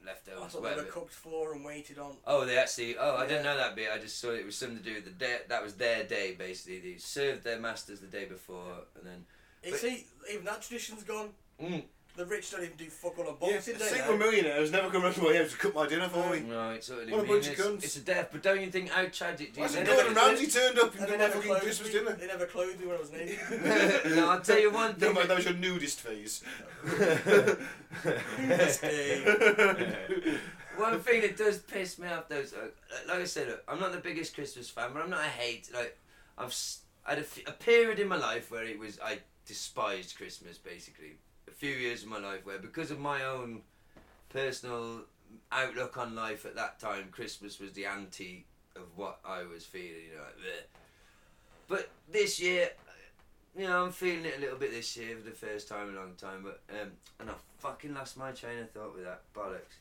I Leftovers, thought they were whatever. cooked for and waited on. Oh, they actually. Oh, I Yeah. didn't know that bit. I just saw it was something to do with the day. That was their day, basically. They served their masters the day before, and then. You But- see, even that tradition's gone. Mm. The rich don't even do fuck all on Yeah, Boxing Day. eh? single now. millionaire has never come round to my house to cook my dinner for me. No, it's totally What a mean. bunch of it's, cunts. it's a death, but don't you think how tragic? Do you Why hasn't think never- Gordon Ramsay turned up and And they done my never fucking clothed Christmas me. dinner? They never clothed me when I was naked. no, I'll tell you one No, thing. mate, that was your nudist phase. This day. One thing that does piss me off, though, is, uh, like I said, look, I'm not the biggest Christmas fan, but I'm not a hate. Like, I've s- I had a, f- a period in my life where it was I despised Christmas basically. A few years of my life where because of my own personal outlook on life at that time, Christmas was the anti of what I was feeling. You know, like, bleh. but this year. You know, I'm feeling it a little bit this year for the first time in a long time, but um, and I fucking lost my train of thought with that bollocks.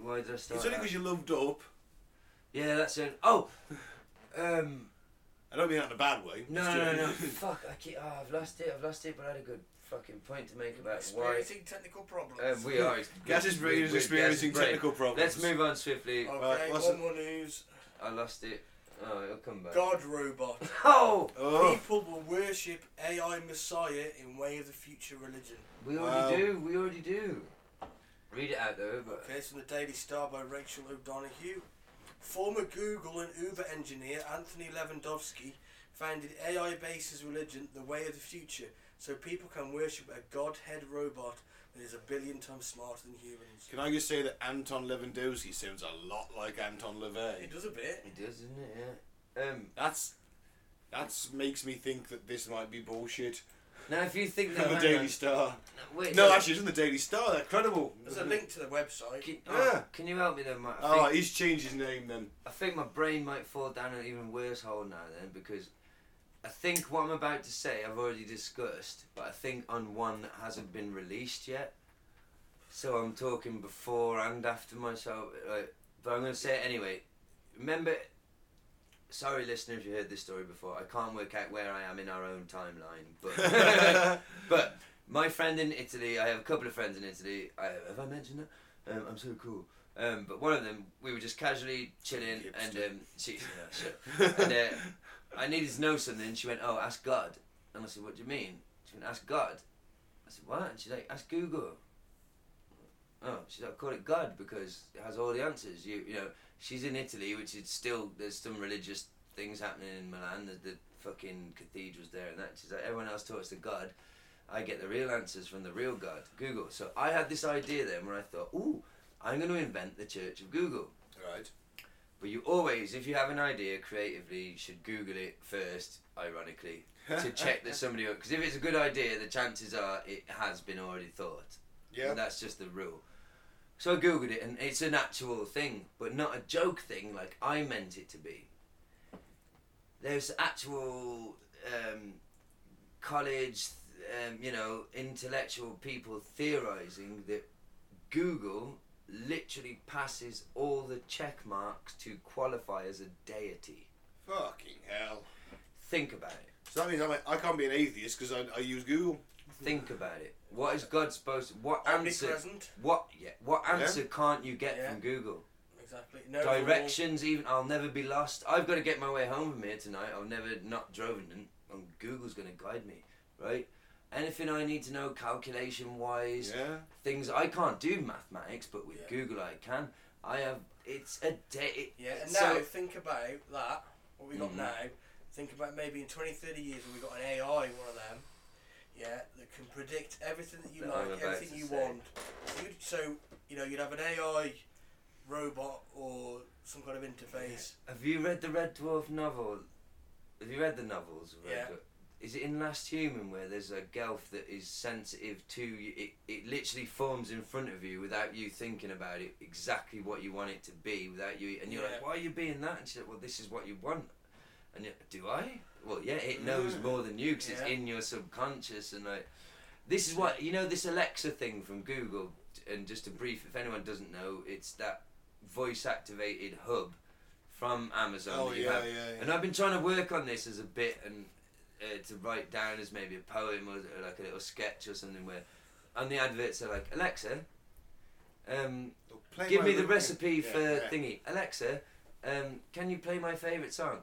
Why did I start? It's only that? because you loved up. Yeah, that's it. Oh, um, I don't mean that in a bad way. no, It's no, no, just- fuck! I keep, oh, I've lost it. I've lost it. But I had a good fucking point to make about why Experiencing technical problems. um, we are. Gaz's brain we're- is we're experiencing Gaz's brain. technical problems. Let's move on swiftly. Okay, Right, what's one it- more news. I lost it. Oh, it'll come back. God robot. Oh, Oh, People will worship AI Messiah in way of the future religion. we already Wow. do. We already do. Read it out though. But Okay, it's from the Daily Star by Rachel O'Donoghue. Former Google and Uber engineer Anthony Lewandowski founded AI bases religion the way of the future so people can worship a godhead robot that is a billion times smarter than humans. Can I just say that Anton Lewandowski sounds a lot like Anton It LaVey? does a bit. it does, doesn't it? Yeah. Um, That's that's makes me think that this might be bullshit. now, if you think that From the hang Daily on. Star. No, wait, No, actually, it's from the Daily Star. They're credible. There's a link to the website. Can, oh, Yeah. can you help me though, Matt? I, Oh, think, he's changed his name then. I think my brain might fall down an even worse hole now then because I think what I'm about to say I've already discussed, but I think on one that hasn't been released yet. So I'm talking before and after myself, like, but I'm going to say it anyway. Remember, sorry listener if you heard this story before. I can't work out where I am in our own timeline, but. But my friend in Italy, I have a couple of friends in Italy. I, have I mentioned that? Um, I'm so cool. Um, but one of them, we were just casually chilling, and Hipster. um, she, yeah, shut. and uh, I needed to know something. She went, "Oh, ask God." And I said, "What do you mean?" She went, "Ask God." I said, "What?" And she's like, "Ask Google." Oh, she's like, "Call it God because it has all the answers." You, you know, she's in Italy, which is still there's some religious things happening in Milan. There's the fucking cathedrals there and that. She's like, everyone else talks to God. I get the real answers from the real God, Google. So I had this idea then where I thought, ooh, I'm going to invent the Church of Google. Right. But you always, if you have an idea creatively, you should Google it first, ironically, to check that somebody. Because if it's a good idea, the chances are it has been already thought. Yeah. And that's just the rule. So I googled it, and it's an actual thing, but not a joke thing like I meant it to be. There's actual um, college, um, you know, intellectual people theorizing that Google literally passes all the check marks to qualify as a deity. Fucking hell. Think about it. So that means I'm like, I can't be an atheist because I, I use Google. Think about it. What is God supposed to? What answer? Omnipresent. What yeah? What Yeah. answer can't you get Yeah. from Google? Exactly. No Directions, even I'll never be lost. I've got to get my way home from here tonight. I've never not driven, and, and Google's going to guide me, right? Anything I need to know, calculation wise, Yeah. things I can't do mathematics, but with Yeah. Google I can. I have. It's a day. It, Yeah, and so- now think about that, what we got Mhm. now. Think about maybe in 20, 30 years when we got an AI, one of them, yeah, that can predict everything that you That I'm like, about everything to you say. want. So, you'd, so, you know, you'd have an AI robot or some kind of interface. Have you read the Red Dwarf novel? Have you read the novels? of Red Yeah. Dwarf? Is it in Last Human where there's a gelf that is sensitive to you? It, it literally forms in front of you without you thinking about it, exactly what you want it to be, without you. And you're Yeah. like, why are you being that? And she's like, well, this is what you want. And you do I? Well, yeah, it knows more than you because Mm. Yeah. it's in your subconscious. And like, this is what, you know, this Alexa thing from Google. And just to brief, if anyone doesn't know, it's that voice activated hub from Amazon. Oh, that you yeah, have. yeah, yeah. And I've been trying to work on this as a bit and uh, to write down as maybe a poem or, or like a little sketch or something where on the adverts are like, Alexa, um, Play give my me the rhythm. recipe Yeah, for yeah. thingy. Alexa, um, can you play my favourite song?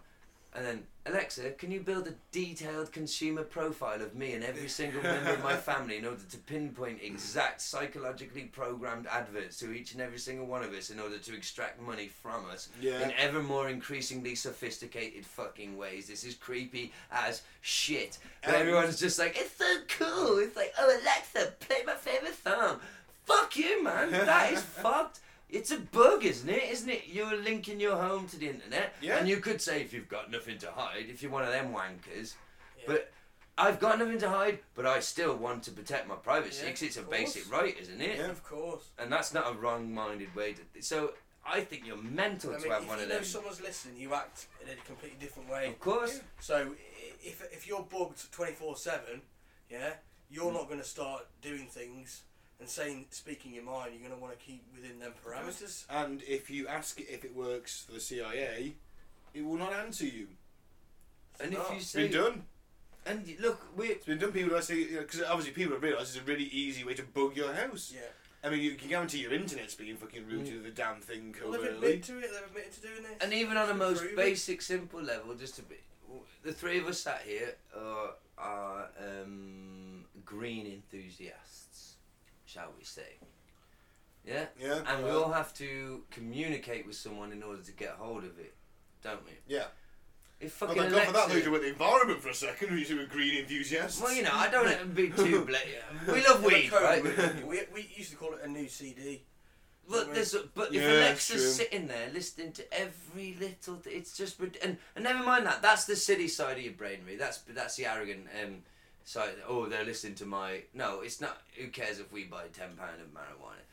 And then, Alexa, can you build a detailed consumer profile of me and every single member of my family in order to pinpoint exact psychologically programmed adverts to each and every single one of us in order to extract money from us Yeah. in ever more increasingly sophisticated fucking ways? This is creepy as shit. But Um, everyone's just like, it's so cool. It's like, oh, Alexa, play my favourite song. Fuck you, man. That is fucked. It's a bug, isn't it? Isn't it? You're linking your home to the internet. Yeah. And you could say if you've got nothing to hide, if you're one of them wankers. Yeah. But I've got nothing to hide, but I still want to protect my privacy Yeah, 'cause it's a of course. basic right, isn't it? Yeah. Of course. And that's not a wrong minded way to. Th- so I think you're mental I to mean, have if one you of know them. someone's listening, you act in a completely different way. Of course. So i- if, if you're bugged 24-7, yeah, Mm. you're not going to start doing things and saying, speaking your mind. You're going to want to keep within them parameters. And if you ask it if it works for the CIA, it will not answer you. And if Oh, you it's It's say. been done. And y- look, we. It's been done. People are saying because obviously people have realised it's a really easy way to bug your house. Yeah. I mean, you can guarantee your internet's being fucking routed to the damn thing Well, they've covertly. admitted to it. They've admitted to doing this. And even on a It's most proven. basic, simple level, just to be. w- The three of us sat here are, are um, green enthusiasts, shall we say. Yeah? Yeah. Uh, And we all have to communicate with someone in order to get hold of it, don't we? Yeah. If Well, fucking thank God for that, Alexa- Luca, with the environment for a second, who's a green enthusiast. Well, you know, I don't want to be too bla- We love weed, Code, right? we, we used to call it a new CD. But there's, but if Yeah, it's Alexa's true. sitting there listening to every little, th- it's just rid- and and never mind that. That's the silly side of your brain, really. That's that's the arrogant um side. Oh, they're listening to my. No, it's not. Who cares if we buy ten pound of marijuana?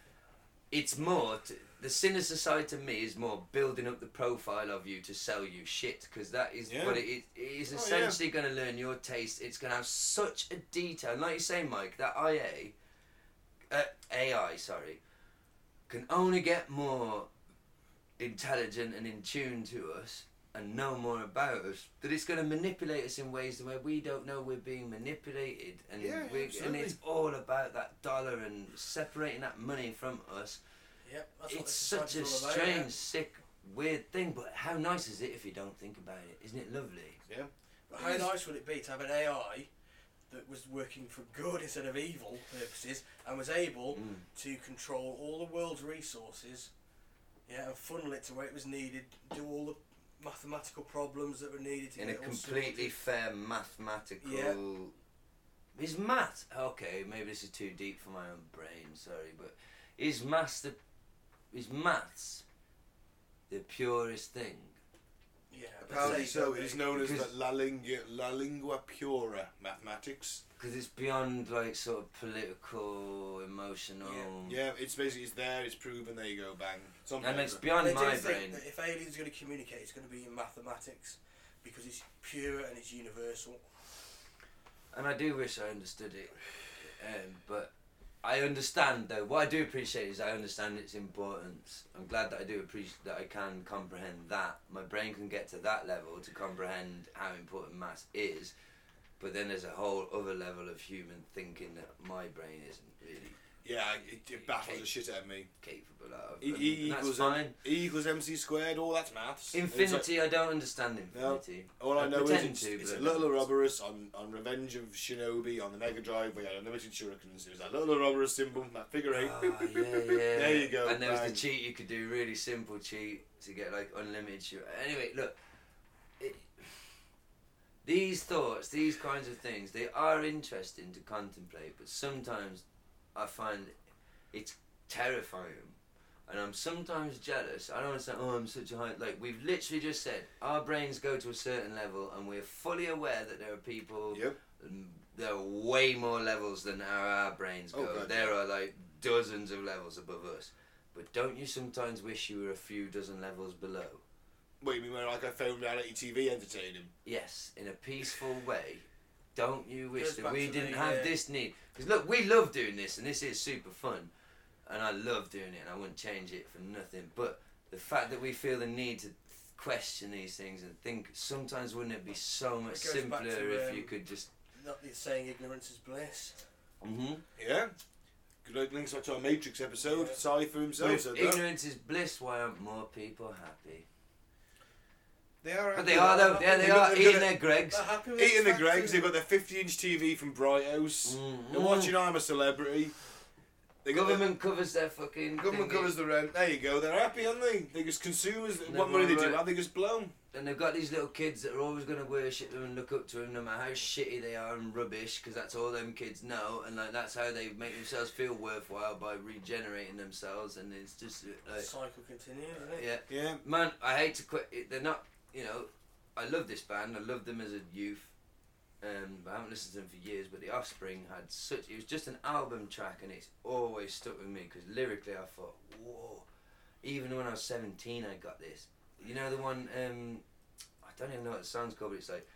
It's more t the sinister side to me is more building up the profile of you to sell you shit because that is Yeah. what it is. It is Oh, yeah. essentially going to learn your taste. It's going to have such a detail. And like you say, Mike, that IA, uh, AI, sorry, can only get more intelligent and in tune to us and know more about us that it's going to manipulate us in ways where we don't know we're being manipulated and Yeah, we and absolutely. it's all about that dollar and separating that money from us Yep, that's what it's this such a society's all about, strange yeah. sick weird thing but how nice is it if you don't think about it isn't it lovely Yeah. But how nice would it be to have an AI that was working for good instead of evil purposes and was able to control all the world's resources, yeah, and funnel it to where it was needed, do all the mathematical problems that were needed to in a get it all completely fair mathematical is math okay maybe this is too deep for my own brain sorry but is maths the is maths the purest thing sorted. yeah, I'd Apparently say so. that It is really- known as the Because- La Lingua, La Lingua Pura mathematics. because it's beyond like sort of political emotional Yeah, it's basically it's there, it's proven. There you go, bang. It's on and paper. it's beyond They do my think brain that if aliens are going to communicate, it's going to be in mathematics because it's pure and it's universal. and I do wish I understood it, um, but I understand though. What I do appreciate is I understand its importance. I'm glad that I do appreciate that I can comprehend that. My brain can get to that level to comprehend how important mass is, but then there's a whole other level of human thinking that my brain isn't really yeah, it, it baffles the shit out of me. capable of. E, and e that's equals fine. E equals MC squared. All that's maths. And it's like- Infinity, I don't understand infinity. All I, know is pretend it's, to, it's but a I don't. little Ouroboros on, on Revenge of Shinobi on the Mega Drive where you had unlimited shurikens. It was that little Ouroboros symbol, that figure eight. Ah, Boop, boop, yeah, boop, boop, boop. yeah. There you go. And there was the bang. cheat you could do, really simple cheat to get like unlimited shoot. Anyway, look, it, these thoughts, these kinds of things, they are interesting to contemplate, but sometimes I find it's terrifying. And I'm sometimes jealous. I don't understand. Oh, I'm such a high. Like we've literally just said, our brains go to a certain level, and we're fully aware that there are people Yep. and there are way more levels than our, our brains Oh, go. God, there are like dozens of levels above us. But don't you sometimes wish you were a few dozen levels below? What you mean when like I found reality TV entertaining? Yes, in a peaceful way. Don't you wish Goes that back we to didn't the, have uh, this need? Because look, we love doing this, and this is super fun, and I love doing it, and I wouldn't change it for nothing. But the fact that we feel the need to question these things and think sometimes wouldn't it be so much goes back simpler to, if um, you could just Not the saying ignorance is bliss. mm-hmm. Yeah. Good like links back to our Matrix episode. Yeah. Sorry for But himself. if said that. ignorance is bliss, why aren't more people happy? They are. But they are though. Yeah, they They've got- are they've eating got their Gregs. That happy with Eating the fact Gregs, is- they've got their 50 inch TV from Bright House. Mm, They're mm. watching I'm a Celebrity. They got their- Government covers their fucking. Government thingy. covers the rent. There you go. They're happy, aren't they? They just consumers. Never what money they do mind. have, they just blown. And they've got these little kids that are always going to worship them and look up to them, no matter how shitty they are and rubbish, because that's all them kids know, and like that's how they make themselves feel worthwhile by regenerating themselves, and it's just The like, cycle continues, isn't it? yeah. Yeah. Man, I hate to quit. it- They're not, you know, I love this band. I loved them as a youth. Um, I haven't listened to them for years, but The Offspring had such. It was just an album track, and it's always stuck with me because lyrically, I thought, whoa. Even when I was 17, I got this. You know the one, um, I don't even know what the song's called, but it's like,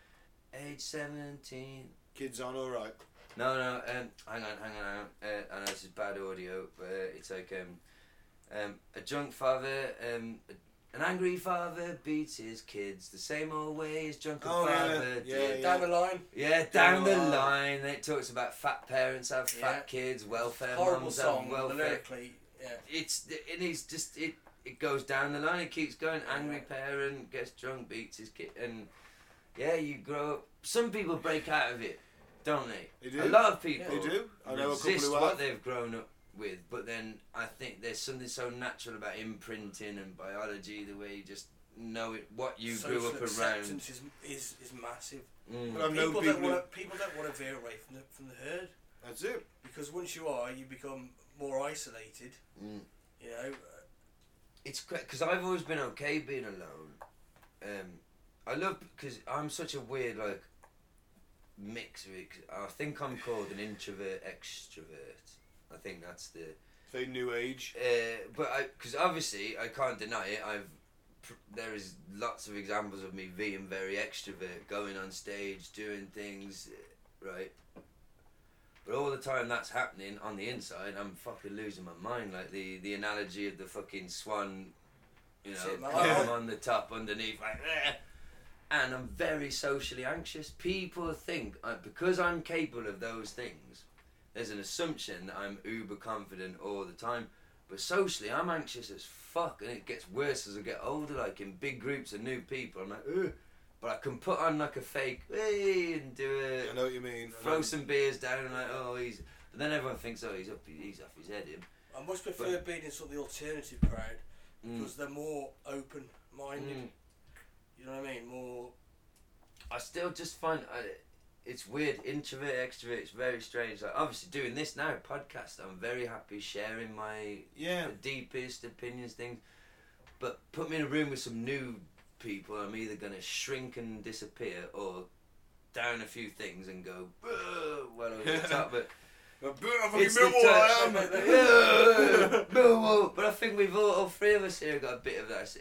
age 17. Kids on alright. No, no, um, hang on, hang on, hang on. Uh, I know this is bad audio, but uh, it's like um, um, a drunk father, um, an angry father beats his kids the same old way as drunk Oh, yeah, father yeah, did. Down the line, Yeah, down the Oh. line, it talks about fat parents have Yeah. fat kids, welfare horrible mums song, have welfare. lyrically, yeah. It's it is just it. It goes down the line. It keeps going. Angry parent gets drunk, beats his kid, and yeah, you grow up. Some people break out of it, don't they? They do. A lot of people. They do. I know a couple resist who what have. they've grown up with, but then I think there's something so natural about imprinting and biology, the way you just know it, what you Social grew up around. Mm, acceptance is, is, is massive. But I've known People that, people. want who- to, people that want to veer away from the, from the herd. That's it. Because once you are, you become more isolated. Mm. You know, It's because I've always been okay being alone. Um, I love because I'm such a weird like mix. Of it, 'cause I think I'm called an introvert extrovert. I think that's the Say new age. Uh, but I, because obviously I can't deny it. I've pr- there is lots of examples of me being very extrovert, going on stage, doing things, uh, right. But all the time that's happening on the inside, I'm fucking losing my mind. Like the the analogy of the fucking swan, you know, Sitting I'm alive. on the top underneath, like. "Ugh." And I'm very socially anxious. People think uh, because I'm capable of those things, there's an assumption that I'm uber confident all the time. But socially, I'm anxious as fuck, and it gets worse as I get older. Like in big groups of new people, I'm like, Ugh. but I can put on like a fake hey, and do I it, know what you mean. throw some beers down, and like, oh, he's. But then everyone thinks, oh, he's up, he's off his head. Him. I much prefer being in sort of the alternative crowd because they're more open-minded. Mm. You know what I mean? More. I still just find I, it's weird. Introvert, extrovert, it's very strange. Like obviously doing this now, podcast, I'm very happy sharing my Yeah. the deepest opinions, things. But put me in a room with some new people, I'm either going to shrink and disappear or down a few things and go "Ugh," well over the top. But I fucking it's the know what I am. touch. Yeah, Millwall. But I think we've all, all three of us here have got a bit of that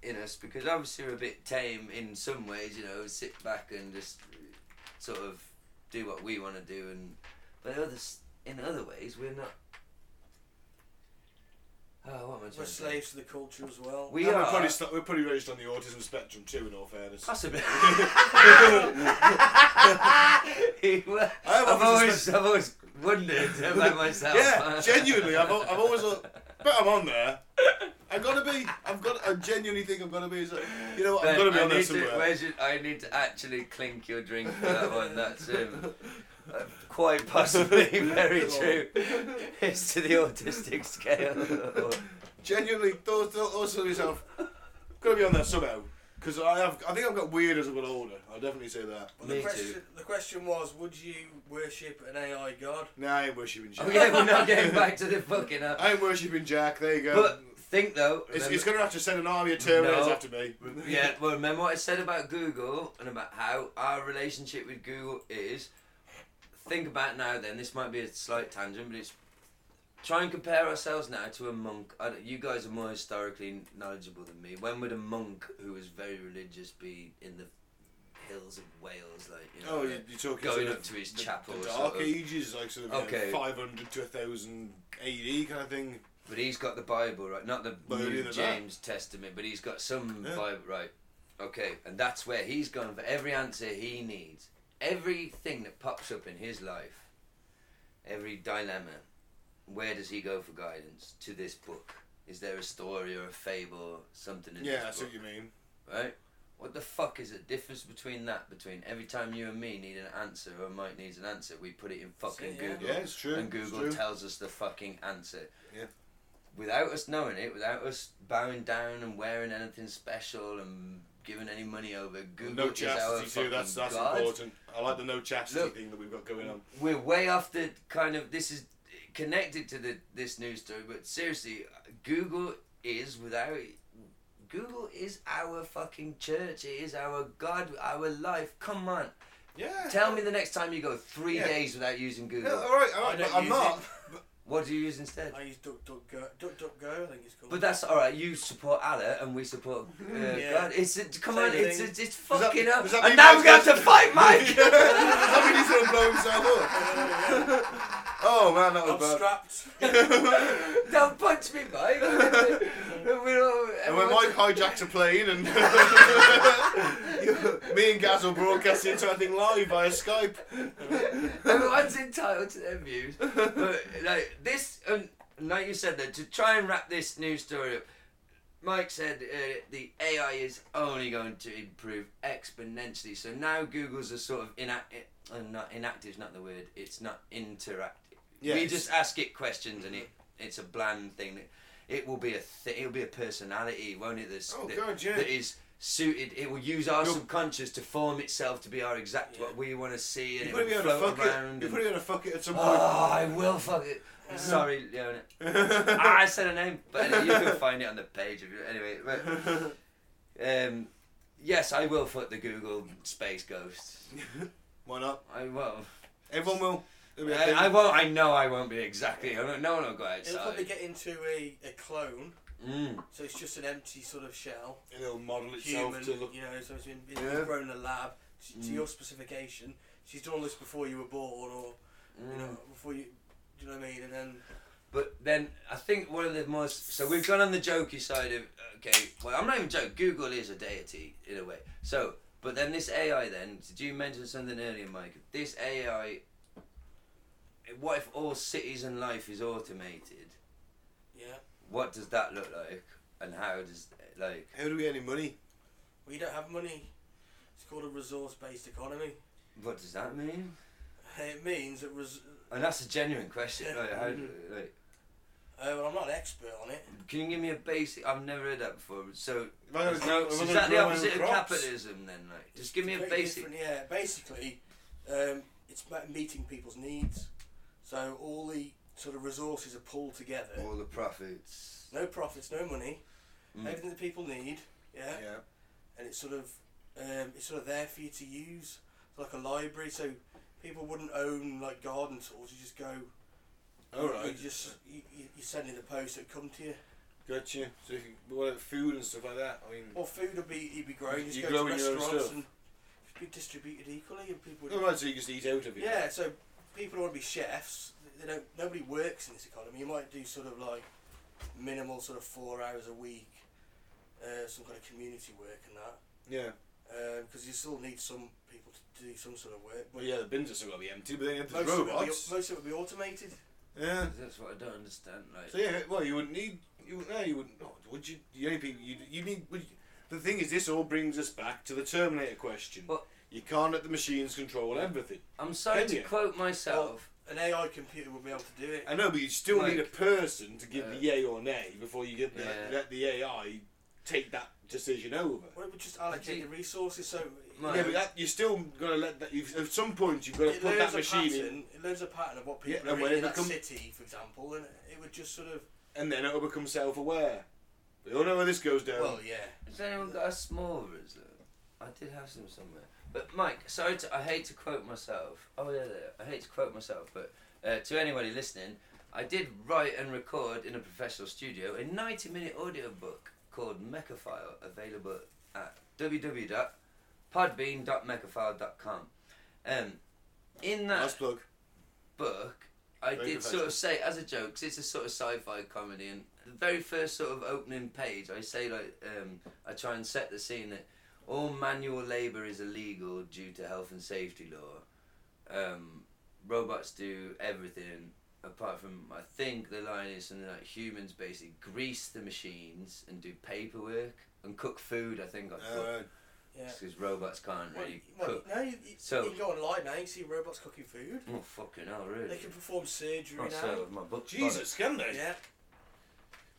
in us because obviously we're a bit tame in some ways. You know, sit back and just sort of do what we want to do, and but others in other ways we're not. Oh, what am I trying We're to say? slaves to the culture as well. We And are We're probably, st- we're probably raised on the autism spectrum too, in all fairness. possibly. Well, I have I've autism always, spectrum. I've always wondered about myself. Yeah, genuinely, I've, al- I've always thought, bet I'm on there. I've got to be. I've got. I genuinely think I've got to be. So, you know what? I've got Ben, to be I on there need to- somewhere. where's your- I need to actually clink your drink for that one. That's um, uh, quite possibly very true. It's to the autistic scale. Genuinely, thought, thought also to myself, got to be on there somehow. Because I have. I think I've got weird as I got older. I'll definitely say that. Well, the Me question, too. the question was, would you worship an AI god? Nah, I ain't worshipping Jack. oh yeah, we're not getting back to the fucking. Uh, I ain't worshipping Jack. There you go. but think though. Um, it's, remember- it's going to have to send an army of Terminators No. after me. yeah, well, remember what I said about Google and about how our relationship with Google is. Think about now, then. This might be a slight tangent, but it's try and compare ourselves now to a monk. I don't, you guys are more historically knowledgeable than me. When would a monk who was very religious be in the hills of Wales, like you know? Oh, you- you're talking Going sort of up to his the, chapel The or Dark something. Ages, like sort of you know, Okay. 500 to 1000 AD kind of thing. But he's got the Bible, right? Not the Well, New either that. James Testament, but he's got some Yeah. Bible, right? Okay, and that's where he's gone for every answer he needs. Everything that pops up in his life, every dilemma, where does he go for guidance? To this book. Is there a story or a fable, something in Yeah, I this see book? what you mean. right? What the fuck is the difference between that? Between every time you and me need an answer or Mike needs an answer, we put it in fucking yeah. Google. Yeah, it's true, And it's Google true. tells us the fucking answer. Yeah. Without us knowing it, without us bowing down and wearing anything special and giving any money over, Google No is our chastity fucking too. That's that's god. important. I like the no chastity Look. thing that we've got going on. We're way off the kind of this is connected to the this news story, but seriously, Google is without Google is our fucking church. It is our God, our life. Come on, Yeah. tell me the next time you go three Yeah. days without using Google. Yeah, all right, all I right, don't but I'm use not. it. What do you use instead? I use duck duck go, duck duck go. I think it's called. But that's all right. You support Allah, and we support uh, Mm, Yeah. God. It's a, come Same on. It's thing. it's, it's that- fucking up. does that And mean now Mike's we have to gonna- fight Mike. Does that mean he's gonna blow himself up? Oh man, that I'm was bad. strapped. Don't punch me, Mike. We're all, And when Mike everyone's- hijacks a plane, and me and Gaz will broadcast the entire thing live via Skype. Everyone's entitled to their views. But like this, and like you said, then to try and wrap this news story up, Mike said uh, the AI is only going to improve exponentially. So now Google's a sort of inactive, uh, not inactive, is not the word. It's not interactive. Yeah, we it's- just ask it questions and it it's a bland thing. It will be a th- it'll be a personality, won't it? That's, Oh, that, God, yeah. that is suited. It will use our You'll- subconscious to form itself to be our exact what we want to see, and You're it will putting me on a float fuck it. around. You're and- putting me on a fuck it at some point. Oh, I will fuck it. Sorry, Leona. Ah, I said her name, but anyway, you can find it on the page. If you, anyway, but um, yes, I will fuck the Google space ghost. Why not? I will. Everyone will. It'll be a I, thing. I won't. I know I won't be exactly. I don't, no one will go It'll probably outside. get into a, a clone, Mm. so it's just an empty sort of shell, And it'll model itself human. to look. You know, so it's been, it's Yeah. been grown in a lab to, to your specification. She's done all this before you were born, or you mm. know, before you. Do you know what I mean? And then But then I think one of the most so we've gone on the jokey side of okay. Well, I'm not even joking. Google is a deity in a way. So, but then this AI. Then did you mention something earlier, Mike? This AI. What if all cities and life is automated? yeah, What does that look like, and how does like? How do we get any money? we don't have money. It's called a resource-based economy. What does that mean? It means that res- And that's a genuine question. Like, how, do- like, uh, well, I'm not an expert on it. can you give me a basic? I've never heard that before. So Am I gonna It's grow- am no, I is gonna that the grow my own opposite of crops? capitalism then? Like, just give me a Completely basic. different, Yeah, basically, um, it's about meeting people's needs. So all the sort of resources are pulled together. All the profits. No profits, no money. Everything that people need. Yeah. Mm. Yeah. And it's sort of um, it's sort of there for you to use, It's like a library. So people wouldn't own like garden tools. You just go. All right. You just you, you you send in the post that come to you. Gotcha. So you can, what about food and stuff like that? I mean, Oh. Or food would be you'd be grown. You just You go grow to in your own restaurants stuff. and be distributed equally, and people. all right. So you can just eat out of it. Yeah, so people who want to be chefs, they don't. Nobody works in this economy. You might do sort of like minimal sort of four hours a week, uh, some kind of community work and that, Yeah. because you still need some people to do some sort of work. But Well, yeah. The bins are still gotta be empty, but then there's most of, it will be, robots. most of it will be automated. Yeah. That's what I don't understand. Like, So yeah, well, you wouldn't need you. wouldn't- No, you wouldn't. No, would you? The only people you you need. Would you- the thing is, this all brings us back to the Terminator question. Well- you can't let the machines control everything. I'm sorry Can to you? Oh. quote myself. An AI computer will be able to do it. I know, but you still need a Like- person to give the Yeah. yay or nay before you get the, Yeah. let the AI take that decision over. Well, it would just allocate the resources. So Right. Yeah, but that, you're still gonna let that. You've, at some point, you've got to it put that learns a machine pattern. in, It learns a pattern of what Yeah, people and are when in it that become- city, for example, and it would just sort of. and then it'll become self-aware. We all know where this goes down. Well, yeah. Has anyone got a small reserve? I did have some somewhere. But Mike, sorry, to, I hate to quote myself. Oh yeah, there. I hate to quote myself, but uh, to anybody listening, I did write and record in a professional studio a 90-minute audiobook called Mechafile, available at www.podbean.mechafile.com. Um, in that Nice plug. book, I Very did sort of say as a joke, 'cause it's a sort of sci-fi comedy, and the very first sort of opening page, I say like um, I try and set the scene that all manual labour is illegal due to health and safety law. Um, robots do everything apart from I think the line is something like humans basically grease the machines and do paperwork and cook food. I think I Uh, Yeah. because robots can't Well, really well, cook. No, you, you, So- you can go online now, you see robots cooking food. Oh fucking hell, really? They can perform surgery Oh, now. so my book. Jesus, can they? Yeah.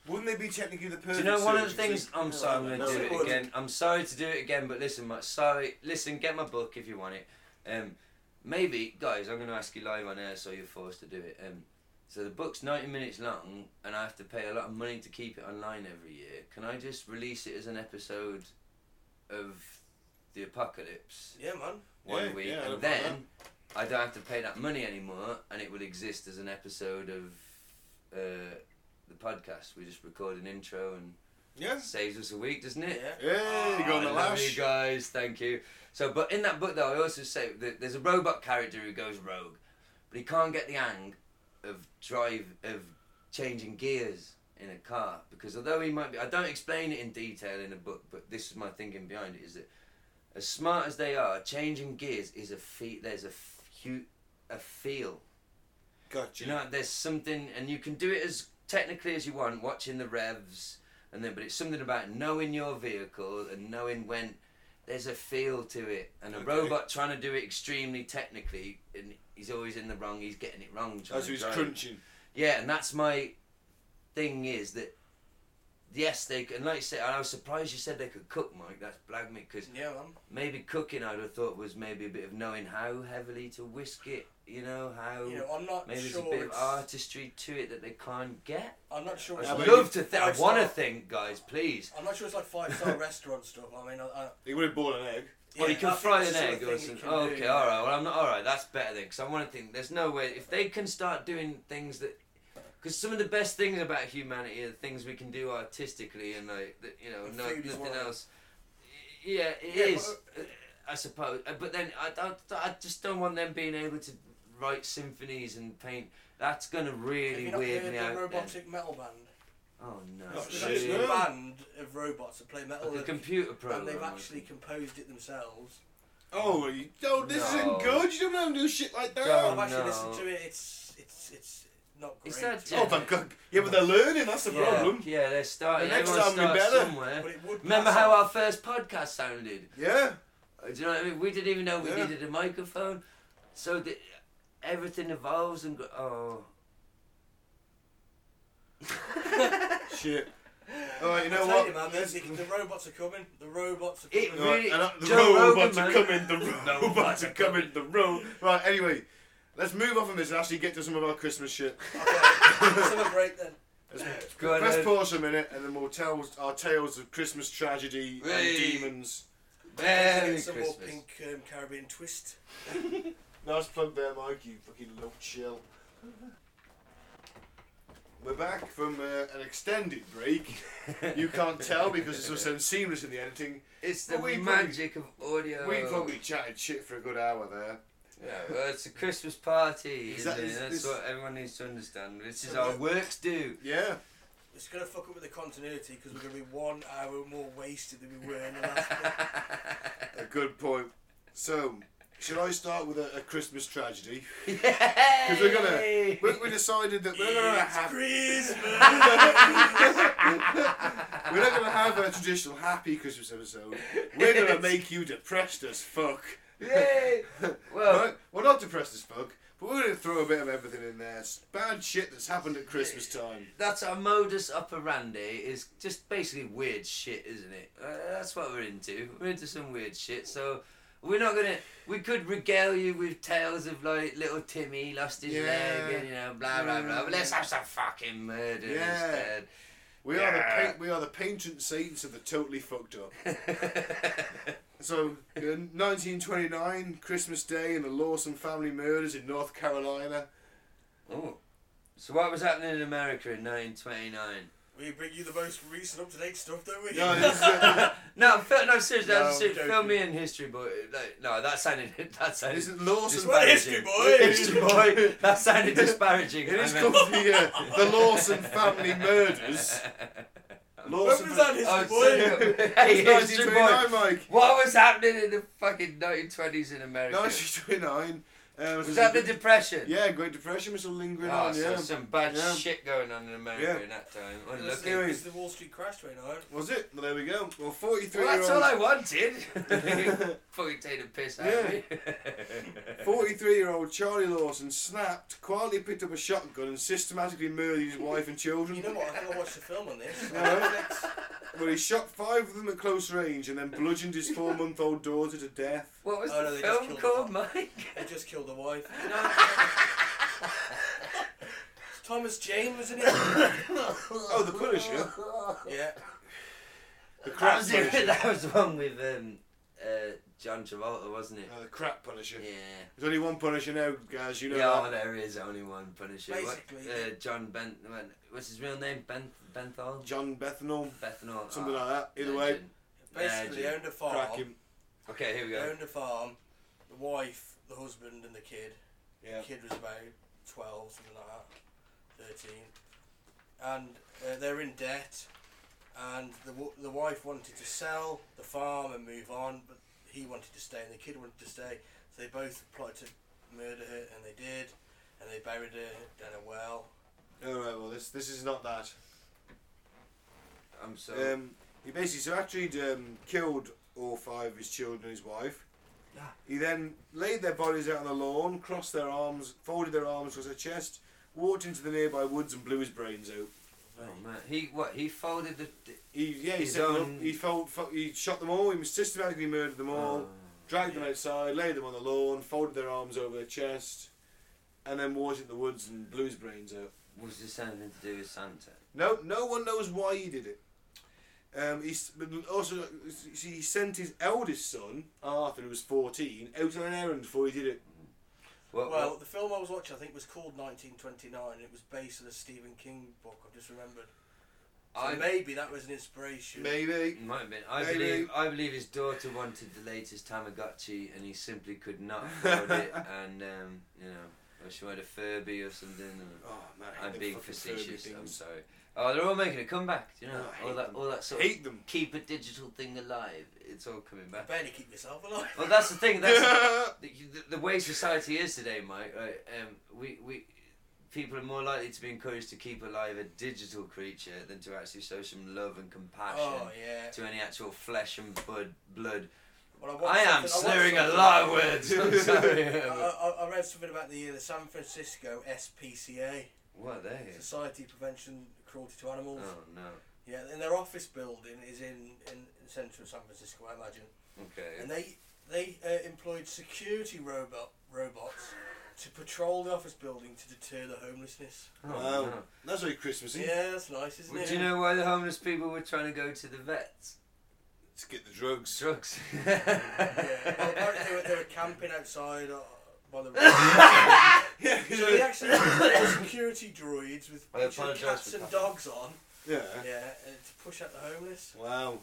Wouldn't they be technically the Do perfect? you know one of the surgeons? things? I'm No, sorry, I'm no, going to no, do it it wouldn't. again. I'm sorry to do it again, but listen, mate. Sorry, listen. Get my book if you want it. Um, maybe, guys, I'm going to ask you live on air, so you're forced to do it. Um, so the book's 90 minutes long, and I have to pay a lot of money to keep it online every year. Can I just release it as an episode of the apocalypse Yeah, man. one Yeah, week, yeah, I and don't mind then I don't have to pay that money anymore, and it will exist as an episode of uh, the podcast. We just record an intro and. Yeah. Saves us a week, doesn't it? Yeah. Hey, you Oh, got I on the love lash. you guys. Thank you. So, but in that book though, I also say that there's a robot character who goes rogue, but he can't get the hang of drive of changing gears in a car because although he might be, I don't explain it in detail in the book, but this is my thinking behind it: is that as smart as they are, changing gears is a feat. There's a few, a feel Gotcha. you know, there's something, and you can do it as technically as you want, watching the revs, and then, but it's something about knowing your vehicle and knowing when there's a feel to it. And a Okay. robot trying to do it extremely technically, and he's always in the wrong, he's getting it wrong. trying That's to who's drive. crunching. Yeah, and that's my thing is that yes, they c- and like you said, and I was surprised you said they could cook, Mike. That's blagged me because Yeah, man. maybe cooking I'd have thought was maybe a bit of knowing how heavily to whisk it. You know how. You know, I'm not Maybe there's sure. a bit of it's- artistry to it that they can't get. I'm not sure. I'd Yeah, but it's you- love to think. I Five want to star. think, guys, please. I'm not sure it's like five star restaurant stuff. I mean, I, I, They would have boiled an egg. Well, you yeah, can I think fry it's an the sort of egg or thing you something. can okay, do. all right. Well, I'm not. All right, that's better then. Because I want to think. There's no way if they can start doing things that. Because some of the best things about humanity are the things we can do artistically and like that, you know And no, food is nothing one of them. else. Yeah, it Yeah, uh, is. uh, I suppose, Uh, but then I, I, I just don't want them being able to write symphonies and paint. That's gonna Have really you not weird heard me the out. then. robotic metal band? Oh no! Oh, It's shit. actually a Yeah. band of robots that play metal. Like a and- computer program. and they've actually composed it themselves. Oh, you don't, this No. isn't good. You don't know how to do shit like that. Don't. I've actually Oh, no. listened to it. It's it's it's not great. Is that Oh, but- thank God. Yeah, but they're learning. That's the yeah, problem. Yeah, they're starting. The next time everyone we starts better. somewhere. But it would Remember pass how on. our first podcast sounded? Yeah. Uh, Do you know what I mean? We didn't even know we Yeah. needed a microphone. So that everything evolves and gr- oh. Shit. All right, you know I tell what? you, man, Let's- the, the robots are coming. The robots are It coming. All right, Really- and, uh, the Joe robots Rogan, are man. coming. The No, robots are but- coming. The ro. Right. Anyway, let's move on from this and actually get to some of our Christmas shit. Okay, let's have a break then. Let's Go on, let's then. pause a minute and then we'll tell our tales of Christmas tragedy Hey. and demons. Let's Merry get some more Christmas. pink um, Caribbean twist. Nice plug there, Mike. You fucking love chill. We're back from uh, an extended break. you can't tell because it's all so seamless in the editing. It's the Well, we probably- magic of audio. We probably chatted shit for a good hour there. Yeah, well, it's a Christmas party. Is Isn't that- it? is That's this- what everyone needs to understand. This is So our what- works do. Yeah. It's gonna fuck up with the continuity because we're gonna be one hour more wasted than we were in the last. one. A good point. So, should I start with a, a Christmas tragedy? Because Because we're gonna, we, we decided that we're not gonna it's have, Christmas. we're not gonna have a traditional happy Christmas episode. We're gonna make you depressed as fuck. Yay! Well, Right? Well, not depressed as fuck, but we're gonna throw a bit of everything in there. S- Bad shit that's happened at Christmas time. that's our modus operandi. Is just basically weird shit, isn't it? Uh, that's what we're into. We're into some weird shit. So we're not gonna. We could regale you with tales of like little Timmy lost his Yeah. Mm. leg and you know blah blah blah. But let's have some fucking murder Yeah. instead. We are the Yeah. paint, we are the patron saints of the totally fucked up. So, in 1929, Christmas Day, and the Lawson family murders in North Carolina. oh. So what was happening in America in 1929? we bring you the most recent up to date stuff, don't we? No, this is uh, No, fil- no, seriously, No, that's I'm ser- joking. film me in history, boy. Like, no, that sounded that sounded. this is Lawson. Just Well, Right. history boy. History boy, that sounded disparaging. It is I meant- called the, uh, the Lawson family murders. When Lawson was that Oh, history boy? sorry. hey, It was history boy. 1929, Mike. What was happening in the fucking 1920s in America? 1929. Uh, was that the depression? Yeah, Great Depression was still lingering Oh, on. so Yeah. some bad Yeah. shit going on in America Yeah. in that time. It's Unlucky. the, Anyway. it's the Wall Street crash right now. Was it? Well, there we go. Well, 43 Well, that's year all old. I wanted. Fucking take the piss out of me. 43 year old Charlie Lawson snapped, quietly picked up a shotgun, and systematically murdered his wife and children. You know what? I think I watched the film on this. No. Well, he shot five of them at close range and then bludgeoned his four month old daughter to death. What was Oh, no, the they just film killed called, him. Mike? They just killed the wife. No. It's Thomas Jane was in it. Oh, the Punisher? yeah. The That crap was, the, Punisher. that was the one with um, uh, John Travolta, wasn't it? No, Uh, the crap Punisher. Yeah. There's only one Punisher now, guys. You know yeah, that. there is only one Punisher. Basically, what, uh, John Ben, what- what's his real name? Ben Benthal, John Bethnal, Bethnal, something Ah, like that. Either way, legend. Oh. Basically, they Legend. owned a farm. crack him. Okay, here we They go. owned a farm. The wife, the husband, and the kid. Yeah. The kid was about 12, something like that, 13. And uh, they're in debt. And the, w- the wife wanted to sell the farm and move on, but he wanted to stay and the kid wanted to stay. So they both plotted to murder her, and they did. And they buried her down a well. All right. Well, this this is not that. I'm sorry. Um, he basically so after he'd um, killed all five of his children and his wife, Yeah. he then laid their bodies out on the lawn, crossed their arms, folded their arms across their chest, walked into the nearby woods and blew his brains out. Oh man, he what? He folded the. He yeah, he His set them own- up, he felt, he shot them all. He systematically murdered them Ah, all, dragged them outside, laid them on the lawn, folded their arms over their chest, and then walked into the woods and blew his brains out. was this something to do with Santa? No, no one knows why he did it. Um, he s- but also see, he sent his eldest son Arthur, who was fourteen, out on an errand before he did it. What, Well, what- the film I was watching, I think, was called 1929, and it was based on a Stephen King book. I've just remembered. So I maybe that was an inspiration. Maybe it might have been. I Maybe. believe I believe his daughter wanted the latest Tamagotchi, and he simply could not afford it. And um, you know, or she wanted a Furby or something. And Oh man, I hate I'm them being fucking Furby facetious. I'm things. sorry. Oh, they're all making a comeback. You know, Oh, I hate all that, them. all that sort Hate of them. keep a digital thing alive. It's all coming I back. barely keep myself alive. Well, that's the thing. That's the, the, the way society is today, Mike. Right, um, we we people are more likely to be encouraged to keep alive a digital creature than to actually show some love and compassion Oh yeah. to any actual flesh and blood. Blood. Well, watched I am something- I slurring watched a something- Uh, lot of words. I'm sorry. I, I, I read something about the uh, the San Francisco SPCA, what are they? Society Prevention Cruelty to Animals. Oh no. Yeah, and their office building is in in, in central San Francisco, I imagine. And Okay. they they uh, employed security robot robots to patrol the office building to deter the homelessness. Oh, Wow, no. that's very Christmassy. Yeah, that's nice, isn't Well, it? do you know why the homeless people were trying to go to the vets? Let's get the drugs. Drugs. Yeah. Well, apparently they were, they were camping outside uh, by the. Yeah, So they actually had security droids with I picture apologise cats for and that. dogs on. yeah. Yeah, uh, to push out the homeless. Wow.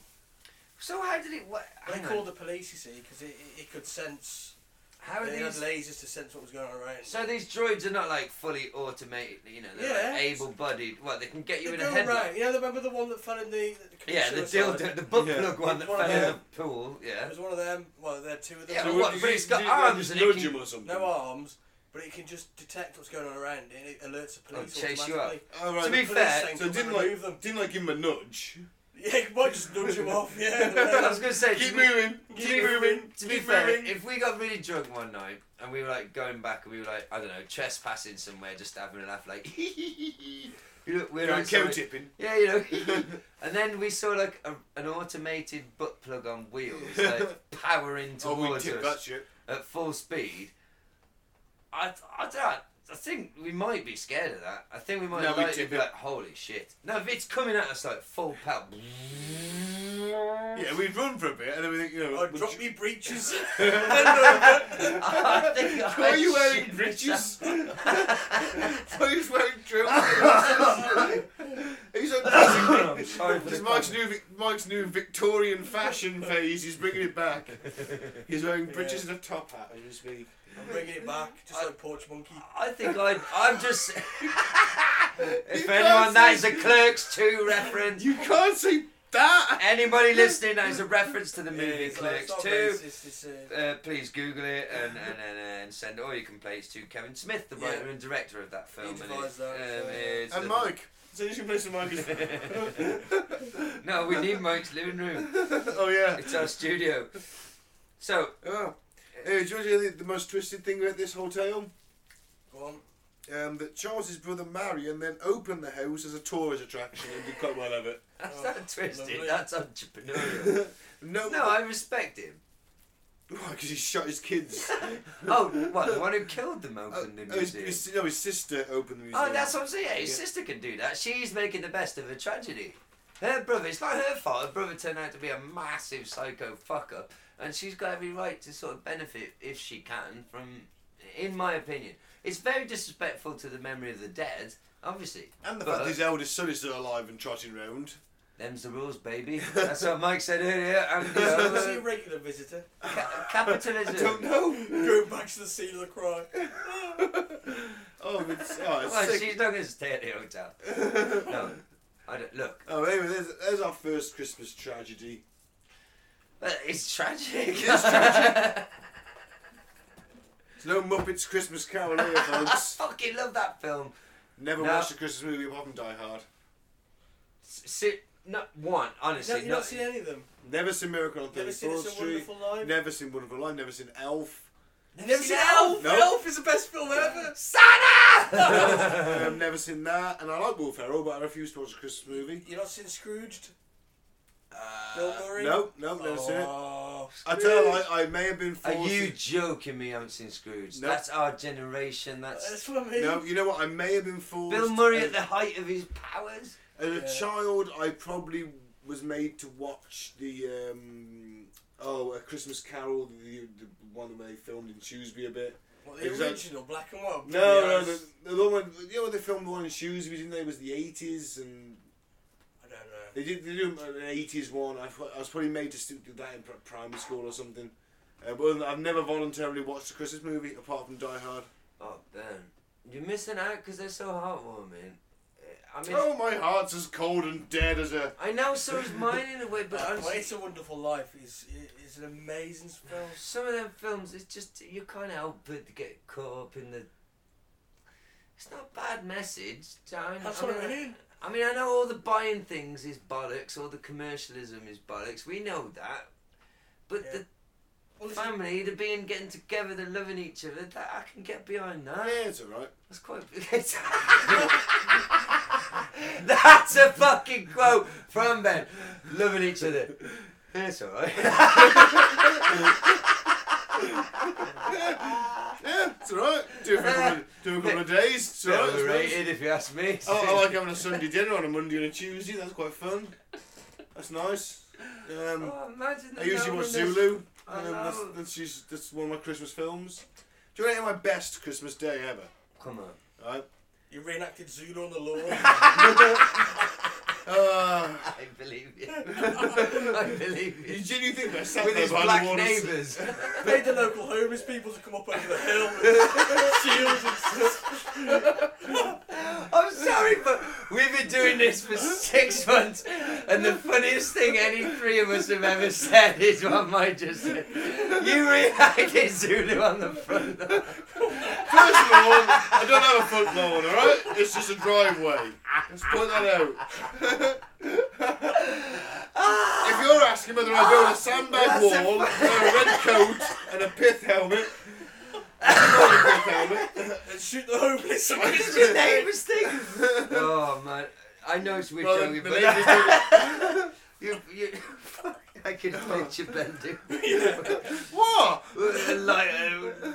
so how did it? What? They hang on. called the police, you see, because it, it, it could sense. How are they had these? lasers to sense what was going on around. So these droids are not like fully automated, you know, they're like Yeah. able-bodied. What, they can get you they in a go headlock? around. You know, remember the one that fell in the. that Yeah, committed the suicide? dildo, the butt Yeah. plug one that One of fell in the them. pool, It yeah. was one of them. Well, there are two of them. Yeah, So but what- you but just- it's got you just arms and it nudge can- him or something. No arms, but it can just detect what's going on around it. and It alerts the police. chase you up. automatically. Oh, right. To be The fair, police then so come didn't and like remove them. didn't like give him a nudge. Yeah, you might just nudge them off. Yeah. I was going to say, Keep to be, moving. to Keep be- moving. to be keep fair, moving. if we got really drunk one night and we were like going back and we were like, I don't know, trespassing somewhere, just having a laugh, like, you know, we're Going like, sorry- cow tipping. Yeah, you know. and then we saw like a, an automated butt plug on wheels like, powering Oh, we towards tipped that us. shit. at full speed, I, I, don't know, I think we might be scared of that. I think we might No, we like, did be it. like, holy shit. No, if it's coming at us like full pelt. Yeah, we'd run for a bit and then we think, you know. Oh, we'll drop ju- me breeches. I think Why I are you shit wearing myself. breeches? Why are you wearing trousers? He's on I'm sorry for This the is Mike's new, Vic- Mike's new Victorian fashion phase. He's bringing it back. He's wearing breeches and a top hat as we speak. I'm bringing it back, just like Porch Monkey. I think I, I'm just. if You anyone, can't that is say- a Clerks 2 reference. You can't say that. Anybody listening, that is a reference to the movie It's like, Clerks it's not 2. racist, it's, uh, Uh, please Google it and, and, uh, and, and send all your complaints to Kevin Smith, the Yeah. writer and director of that film. and devised it's, that, so, yeah. it's And the- Mike. So you should play some Mike. No, we need Mike's living room. oh yeah. It's our studio. So, Oh. Hey, George, you know the, the most twisted thing about this whole tale? Go on. Um, that Charles's brother Marion then opened the house as a tourist attraction and did quite well of it. that's Oh, not twisted, lovely. that's entrepreneurial. No, no, I respect him. because he shot his kids. Oh, what, the one who killed them Uh, opened the oh, his, museum? his, no, his sister opened the museum. Oh, that's what I'm saying. His Yeah. sister can do that. She's making the best of a tragedy. Her brother, it's not her fault. Her brother turned out to be a massive psycho fuck up, and she's got every right to sort of benefit if she can from, in my opinion. It's very disrespectful to the memory of the dead, obviously. And the but fact that his eldest son is still alive and trotting round. Them's the rules, baby. That's what Mike said earlier. And, you know, uh, Is he a regular visitor? ca- capitalism. I don't know. Going back to the scene of the crime. Oh, it's, oh, it's Well, sick. she's not going to stay at the hotel. No. I don't, look, Oh, anyway, there's, there's our first Christmas tragedy. uh, it's tragic. There's no Muppets Christmas Carol here, folks. fucking love that film. Never No. watched a Christmas movie apart from Die Hard. sit not one honestly No, you've not, not seen any of them. Never seen Miracle on Never seen 34th It's a Street. Wonderful Life. Never seen Wonderful Life. Never seen Elf. Never seen Elf? No. Elf is the best film ever. I've Um, never seen that, and I like Will Ferrell, but I refuse to watch a Christmas movie. You not seen Scrooged? Bill Murray. No, no, never seen it. Oh, I tell you, I, I may have been Are forced. you joking me? I haven't seen Scrooge. No. That's our generation. That's that's what I mean. To, no, you know what? I may have been forced. Bill Murray as, at the height of his powers. as a Yeah. child, I probably was made to watch the um, oh, a Christmas Carol, the, the one where they filmed in Shrewsbury a bit. What, the Exact- original black and white. No, bloody no, eyes. the, the one when, you know when they filmed the one in Shrewsbury, didn't they? It was the eighties, and I don't know. they did they do an eighties one. I, I was probably made to stick to that in pri- primary school or something. Uh, but other than that, I've never voluntarily watched a Christmas movie apart from Die Hard. Oh, Ben. You're missing out because they're so heartwarming. I mean, Oh, my heart's as cold and dead as a. I know so is mine in a way, but I'm Well, s- it's a Wonderful Life is is an amazing film. some of them films, it's just, you can't help but get caught up in the. It's not a bad message. Down. That's I what mean, I mean. I mean, I know all the buying things is bollocks, all the commercialism is bollocks. We know that. But Yeah. Well, the it's- family, the being getting together, the loving each other, that I can get behind that. Yeah, it's alright. That's quite. That's a fucking quote from Ben. Loving each other. That's alright. Yeah, it's alright. Do it for a couple of, do it for a couple of days. It's alright. I suppose. Oh, Overrated, if you ask me. I, I like having a Sunday dinner on a Monday and a Tuesday. That's quite fun. That's nice. Um, Oh, imagine I the usually watch loneliness. Zulu. I Um, know. that's, that's, us- that's one of my Christmas films. Do you want to hear my best Christmas day ever? Come on. Right. You reenacted Zulu on the lawn. Uh, I believe you. I believe do you. you think they're sat With there his behind the black water- neighbours. Made the local homeless people to come up over the hill with shields and stuff. I'm sorry, but we've been doing this for six months, and the funniest thing any three of us have ever said is what Mike just said. You reacted Zulu on the front lawn. First of all, I don't have a front lawn, alright? It's just a driveway. Let's point that out. if you're asking whether I build a sandbag That's a wall, wear a red coat, and a pith helmet, not a pith helmet. And shoot the homeless. Why did It's your neighbour's thing. Oh man, I know it's weird, Well, well, the, the but ladies do- you, you, I can picture Ben doing What? like, uh,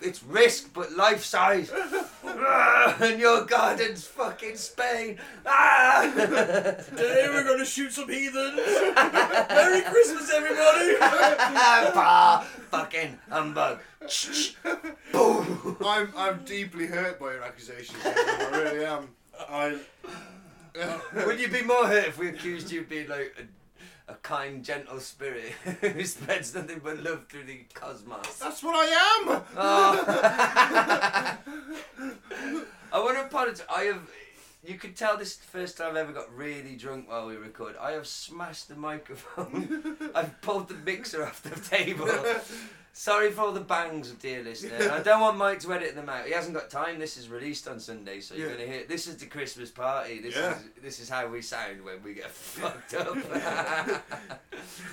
it's risk, but life size. and your garden's fucking Spain. Ah! Today we're going to shoot some heathens. Merry Christmas, everybody. bah, fucking humbug. Boom. I'm I'm deeply hurt by your accusations. I really am. I. Would you be more hurt if we accused you of being like a, a kind, gentle spirit who spreads nothing but love through the cosmos? That's what I am. Oh. I want to apologize. I have. You could tell this is the first time I ever got really drunk while we record. I have smashed the microphone. I've pulled the mixer off the table. Sorry for all the bangs, dear listener. And I don't want Mike to edit them out. He hasn't got time. This is released on Sunday, so you're Yeah. gonna hear. This is the Christmas party. This Yeah. is this is how we sound when we get fucked up.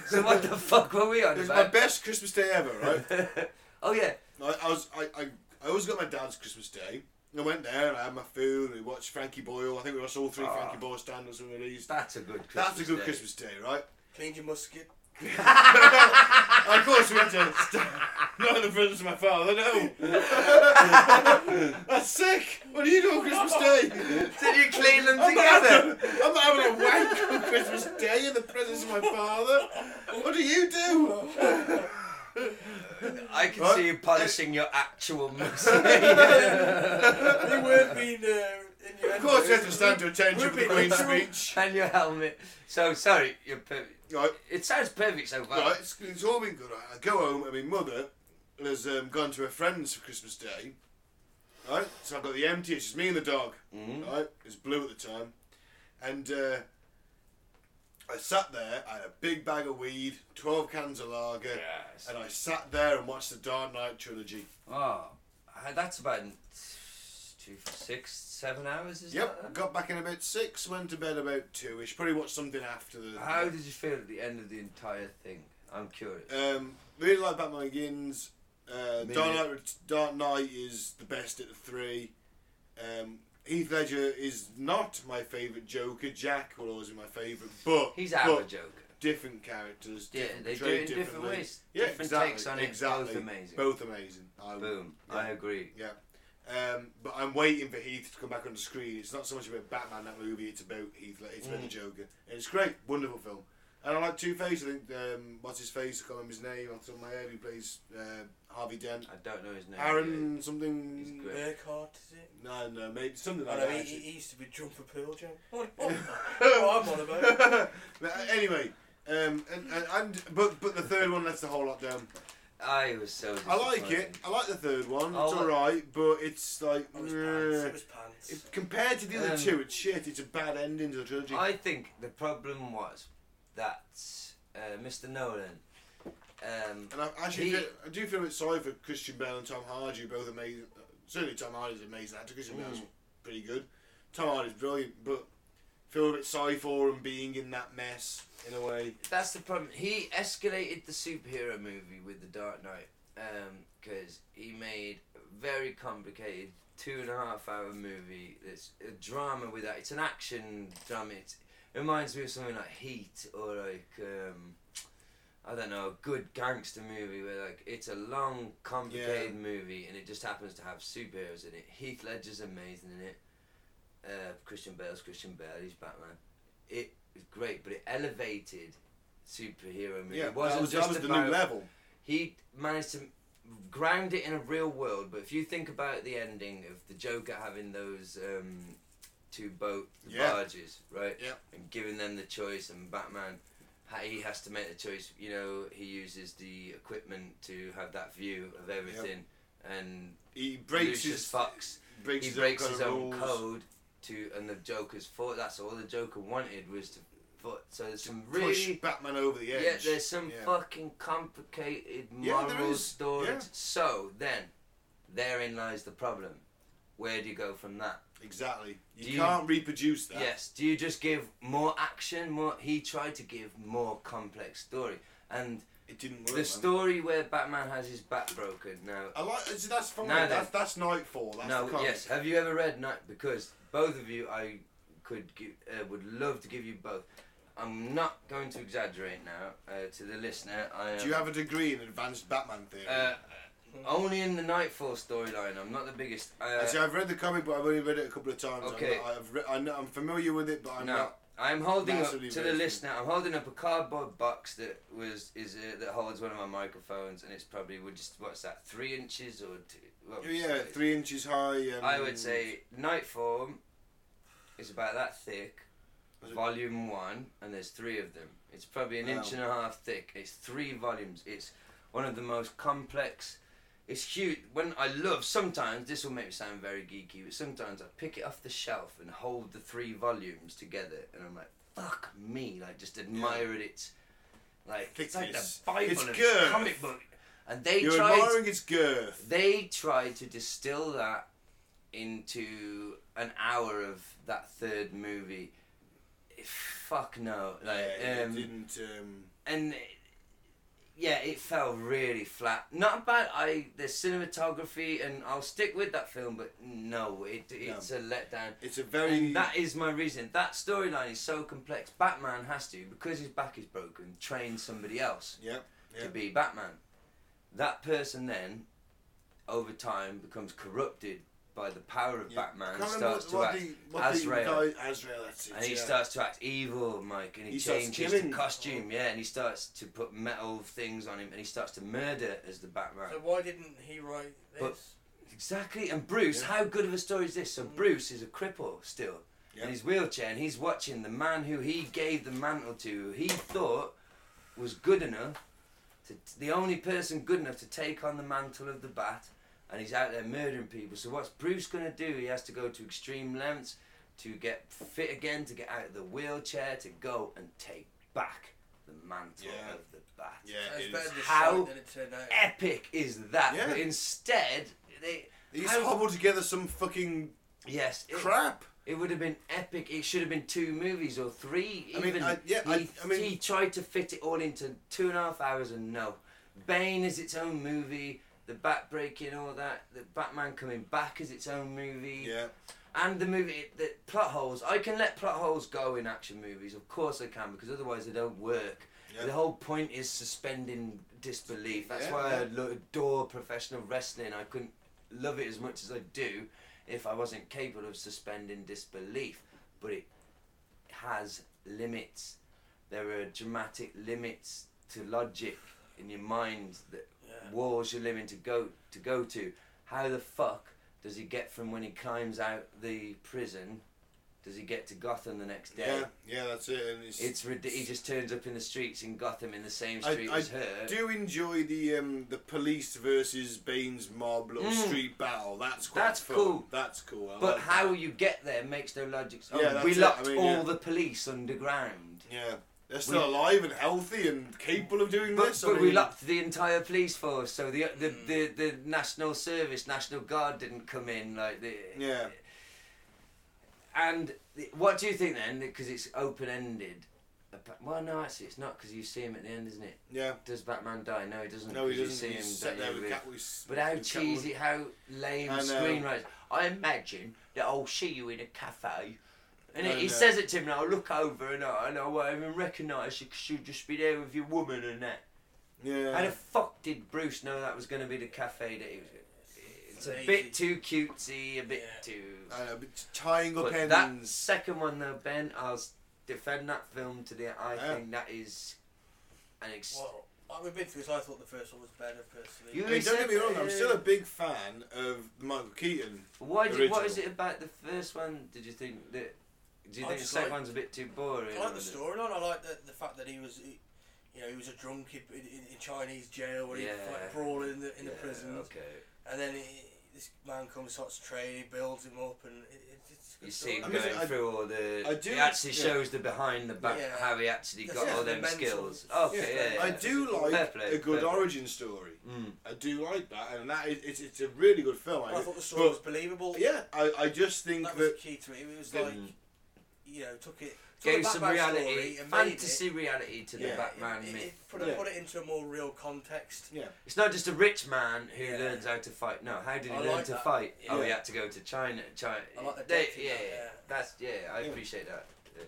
so what the fuck were we on It's my about? best Christmas day ever, right? oh yeah, I, I was I, I, I always got my dad's Christmas Day. I went there and I had my food and we watched Frankie Boyle. I think we watched all three Frankie Boyle stand-ups when we released. that's a good. Ah. Christmas That's a good day. Christmas Day, right? Cleaned your musket. And of course we had to stand not in the presence of my father, no. That's sick. What are you doing on Christmas Day? Oh, Did you clean them I'm not, together? having, I'm not having a wank on Christmas Day in the presence of my father. What do you do? I can Right. see you polishing your actual muscle. They weren't being uh, in your Of course we had to stand to attention for the Queen's speech. and your helmet. So sorry, you're per- Right. it sounds perfect so far. Right, it's, it's all been good. I go home and my mother has um, gone to her friend's for Christmas Day. Right, so I've got the empty. It's just me and the dog. Right, it's blue at the time, and uh, I sat there. I had a big bag of weed, twelve cans of lager, Yes. and I sat there and watched the Dark Knight trilogy. Oh, uh, that's about two, six, seven hours, is Yep, that? got back in about six. Went to bed about two. ish. probably watched something after the. How did you feel at the end of the entire thing? I'm curious. Um, really like Batman Begins. Uh, Maybe. Dark, Knight, Dark Knight is the best at the three. Um, Heath Ledger is not my favourite Joker. Jack will always be my favourite, but He's but our Joker. Different characters. Yeah, different they do portrayed it in different differently. ways. Yeah, Different exactly, takes on it, both Exactly. amazing. Both amazing. I would- Boom. yeah. I agree. Yeah. Um, but I'm waiting for Heath to come back on the screen. It's not so much about Batman that movie. It's about Heath. Led- It's about Mm. the Joker. And it's great, wonderful film. And I like Two Face. I think um, what's his face? I can't remember his name off the top of my head. Who plays uh, Harvey Dent? I don't know his name. Aaron He's something. great. Burkhart, is it? No, no, mate, something I like know, that. he, actually. he used to be drunk for Pearl Jam. What, what, what I'm on about. But, uh, anyway, um, and, and, and but but the third one lets the whole lot down. I was so. I like it. disappointed. I like the third one. It's I like- all right, but it's like It was pants. meh. It was pants. It- compared to the other Um, two, it's shit. It's a bad ending to the trilogy. I think the problem was that uh, Mr. Nolan. Um, And I actually, He- feel, I do feel a bit sorry for Christian Bale and Tom Hardy, who both amazing. Certainly, Tom Hardy's an amazing actor. Christian Bale's Mm. pretty good. Tom Hardy's brilliant, but feel a bit sorry for him being in that mess in a way. that's the problem. He escalated the superhero movie with The Dark Knight because he made a very complicated two and a half hour movie. It's a drama with that. It's an action drama. It's, it reminds me of something like Heat or like. Um, I don't know, a good gangster movie where like it's a long, complicated movie and it just happens to have superheroes in it. Heath Ledger's amazing in it. Uh, Christian Bale's Christian Bale, he's Batman. It was great, but it elevated superhero movie. Yeah, it that wasn't was, just that was the about, new level. He managed to ground it in a real world, but if you think about the ending of the Joker having those um, two boat Yeah. barges, right? Yeah. And giving them the choice, and Batman, ha- he has to make the choice. You know, he uses the equipment to have that view of everything, and He breaks Lucius his Fox. breaks he his breaks own, his kind of own rules. code to, and the Joker's foot. That's all the Joker wanted was to foot. So there's some Push really Batman over the edge. yeah, there's some Yeah. fucking complicated Yeah, moral there is. stories. Yeah. So then, therein lies the problem. Where do you go from that? Exactly. You Do you- can't reproduce that. Yes. Do you just give more action? More. He tried to give more complex story, and It didn't work. the man. story where Batman has his back broken. Now, I like. see, That's fine. No, that's, that's Nightfall. That's the no. comic. Yes. Have you ever read Night? Because both of you, I could give, uh, would love to give you both. I'm not going to exaggerate now uh, to the listener. I am, Do you have a degree in advanced Batman theory? Uh, only in the Nightfall storyline. I'm not the biggest. Uh, Actually, I've read the comic, but I've only read it a couple of times. Okay. I'm, not- I've re- I know, I'm familiar with it, but I'm no, not. I'm holding up massively to the versed in- listener. I'm holding up a cardboard box that was is uh, that holds one of my microphones, and it's probably would just what's that three inches or two? What was Yeah, it? three inches high. Um, I would say Nightfall is about that thick. Was it- Volume one, and there's three of them. It's probably an Wow. inch and a half thick. It's three volumes. It's one of the most complex. It's huge. When I love, sometimes this will make me sound very geeky, but sometimes I pick it off the shelf and hold the three volumes together, and I'm like, "Fuck me!" Like just admire it. It's like it's like the Thickness. Bible It's of girth. comic book. And they You're tried admiring its girth. they tried to distill that into an hour of that third movie. Eh, Fuck no. Like, yeah, it um, didn't. Um, and eh, yeah, it fell really flat. Not bad. I the cinematography, and I'll stick with that film, but no, it it's a letdown. it's a very. And that is my reason. That storyline is so complex. Batman has to, because his back is broken, train somebody else yeah, yeah. to be Batman. That person then, over time, becomes corrupted by the power of yeah. I Batman can't and remember starts to what act the- what the Azrael. guy- Azrael, that's it. and he yeah. starts to act evil, Mike, and he, He starts changes the killing. costume, yeah, and he starts to put metal things on him, and he starts to murder as the Batman. So why didn't he write this? But- Exactly, and Bruce, Yeah. Mm. how good of a story is this? So Bruce is a cripple still Yeah. in his wheelchair, and he's watching the man who he gave the mantle to, who he thought was good enough, to, the only person good enough to take on the mantle of the bat, and he's out there murdering people. So what's Bruce gonna do? He has to go to extreme lengths to get fit again, to get out of the wheelchair, to go and take back the mantle Yeah. of the bat Yeah, That's it better is. than How than it turned out. epic is that? Yeah. But instead, they. He just how- hobbled together some fucking yes, it, crap. it would have been epic. It should have been two movies or three. I Even. mean, I- yeah, I- he, I mean- he tried to fit it all into two and a half hours, and no. Bane is its own movie. the back breaking, all that, the Batman coming back as its own movie, Yeah. and the movie, the plot holes. I can let plot holes go in action movies, of course I can, because otherwise they don't work. Yeah. The whole point is suspending disbelief. That's Yeah, why I yeah. lo- adore professional wrestling. I couldn't love it as much as I do if I wasn't capable of suspending disbelief. But it has limits. There are dramatic limits to logic in your mind that Yeah. walls you're living to go to go to. How the fuck does he get from when he climbs out the prison? Does he get to Gotham the next day? Yeah. Yeah. That's it. And it's, It's rid- he just turns up in the streets in Gotham in the same I, street I as her. do enjoy the um, the police versus Bane's mob little Mm. street battle. That's quite That's fun. cool. That's cool. I but like how that. you get there makes no logic. Oh, Yeah, that's we it. locked I mean, all yeah. the police underground. Yeah, they're still alive and healthy and capable of doing But, this. I but we mean- locked the entire police force, so the the, the the national service, national guard didn't come in. Like the Yeah. And the- what do you think then? Because it's open ended. Well, no, actually, it's not because you see him at the end, isn't it? Yeah. Does Batman die? No, he doesn't. No, he 'cause you doesn't. see He's him sat die there with with- Cat. with- But how with Catwoman. cheesy, how lame I know. screenwriters. I imagine that I'll see you in a cafe. And I he know. says it to me, and I'll look over and I, and I won't even recognise you because you'll just be there with your woman and that. Yeah. How the fuck did Bruce know that was going to be the cafe that he was It's a Lazy. bit too cutesy, a bit Yeah. too. I know, but tying up But ends. that second one, though, Ben, I'll s- defend that film to the. I Yeah. think that is an ex- Well, like we've been through this. I thought the first one was better personally. You- I mean, don't get me wrong. I'm Yeah. still a big fan of Michael Keaton. Why did, Original. what is it about the first one? Did you think that? Do you I think the just second like- one's a bit too boring? I like or the is it- storyline. I like the, the fact that he was, he, you know, he was a drunk in, in, in Chinese jail where he was Yeah. like brawling in the in the Yeah, prison, Okay. and then he, this man comes, starts training, builds him up, and it, it, it's. a good You see him I storyline. mean, going I- through all the. I do- it actually yeah. shows the behind the back Yeah. how he actually That's got it, all the them mental- skills. Okay. Yeah, Yeah. yeah. I do like Fair play, a good fair play. origin story. Mm. I do like that, and that is it's, it's a really good film. I thought the story was but, believable. yeah, I, I just think that was that key to it. It was that- like, you know, took it took Gave the some Batman reality, story and made fantasy reality to the Yeah. it, Batman it, it, myth. put, it, Yeah. put it into a more real context. yeah, It's not just a rich man who Yeah. learns how to fight. No, how did he I learn like to that. fight? Oh, he Yeah. had to go to China. China. I like the They- depth in yeah, that, yeah, yeah. that's yeah. I Yeah. appreciate that. Yeah.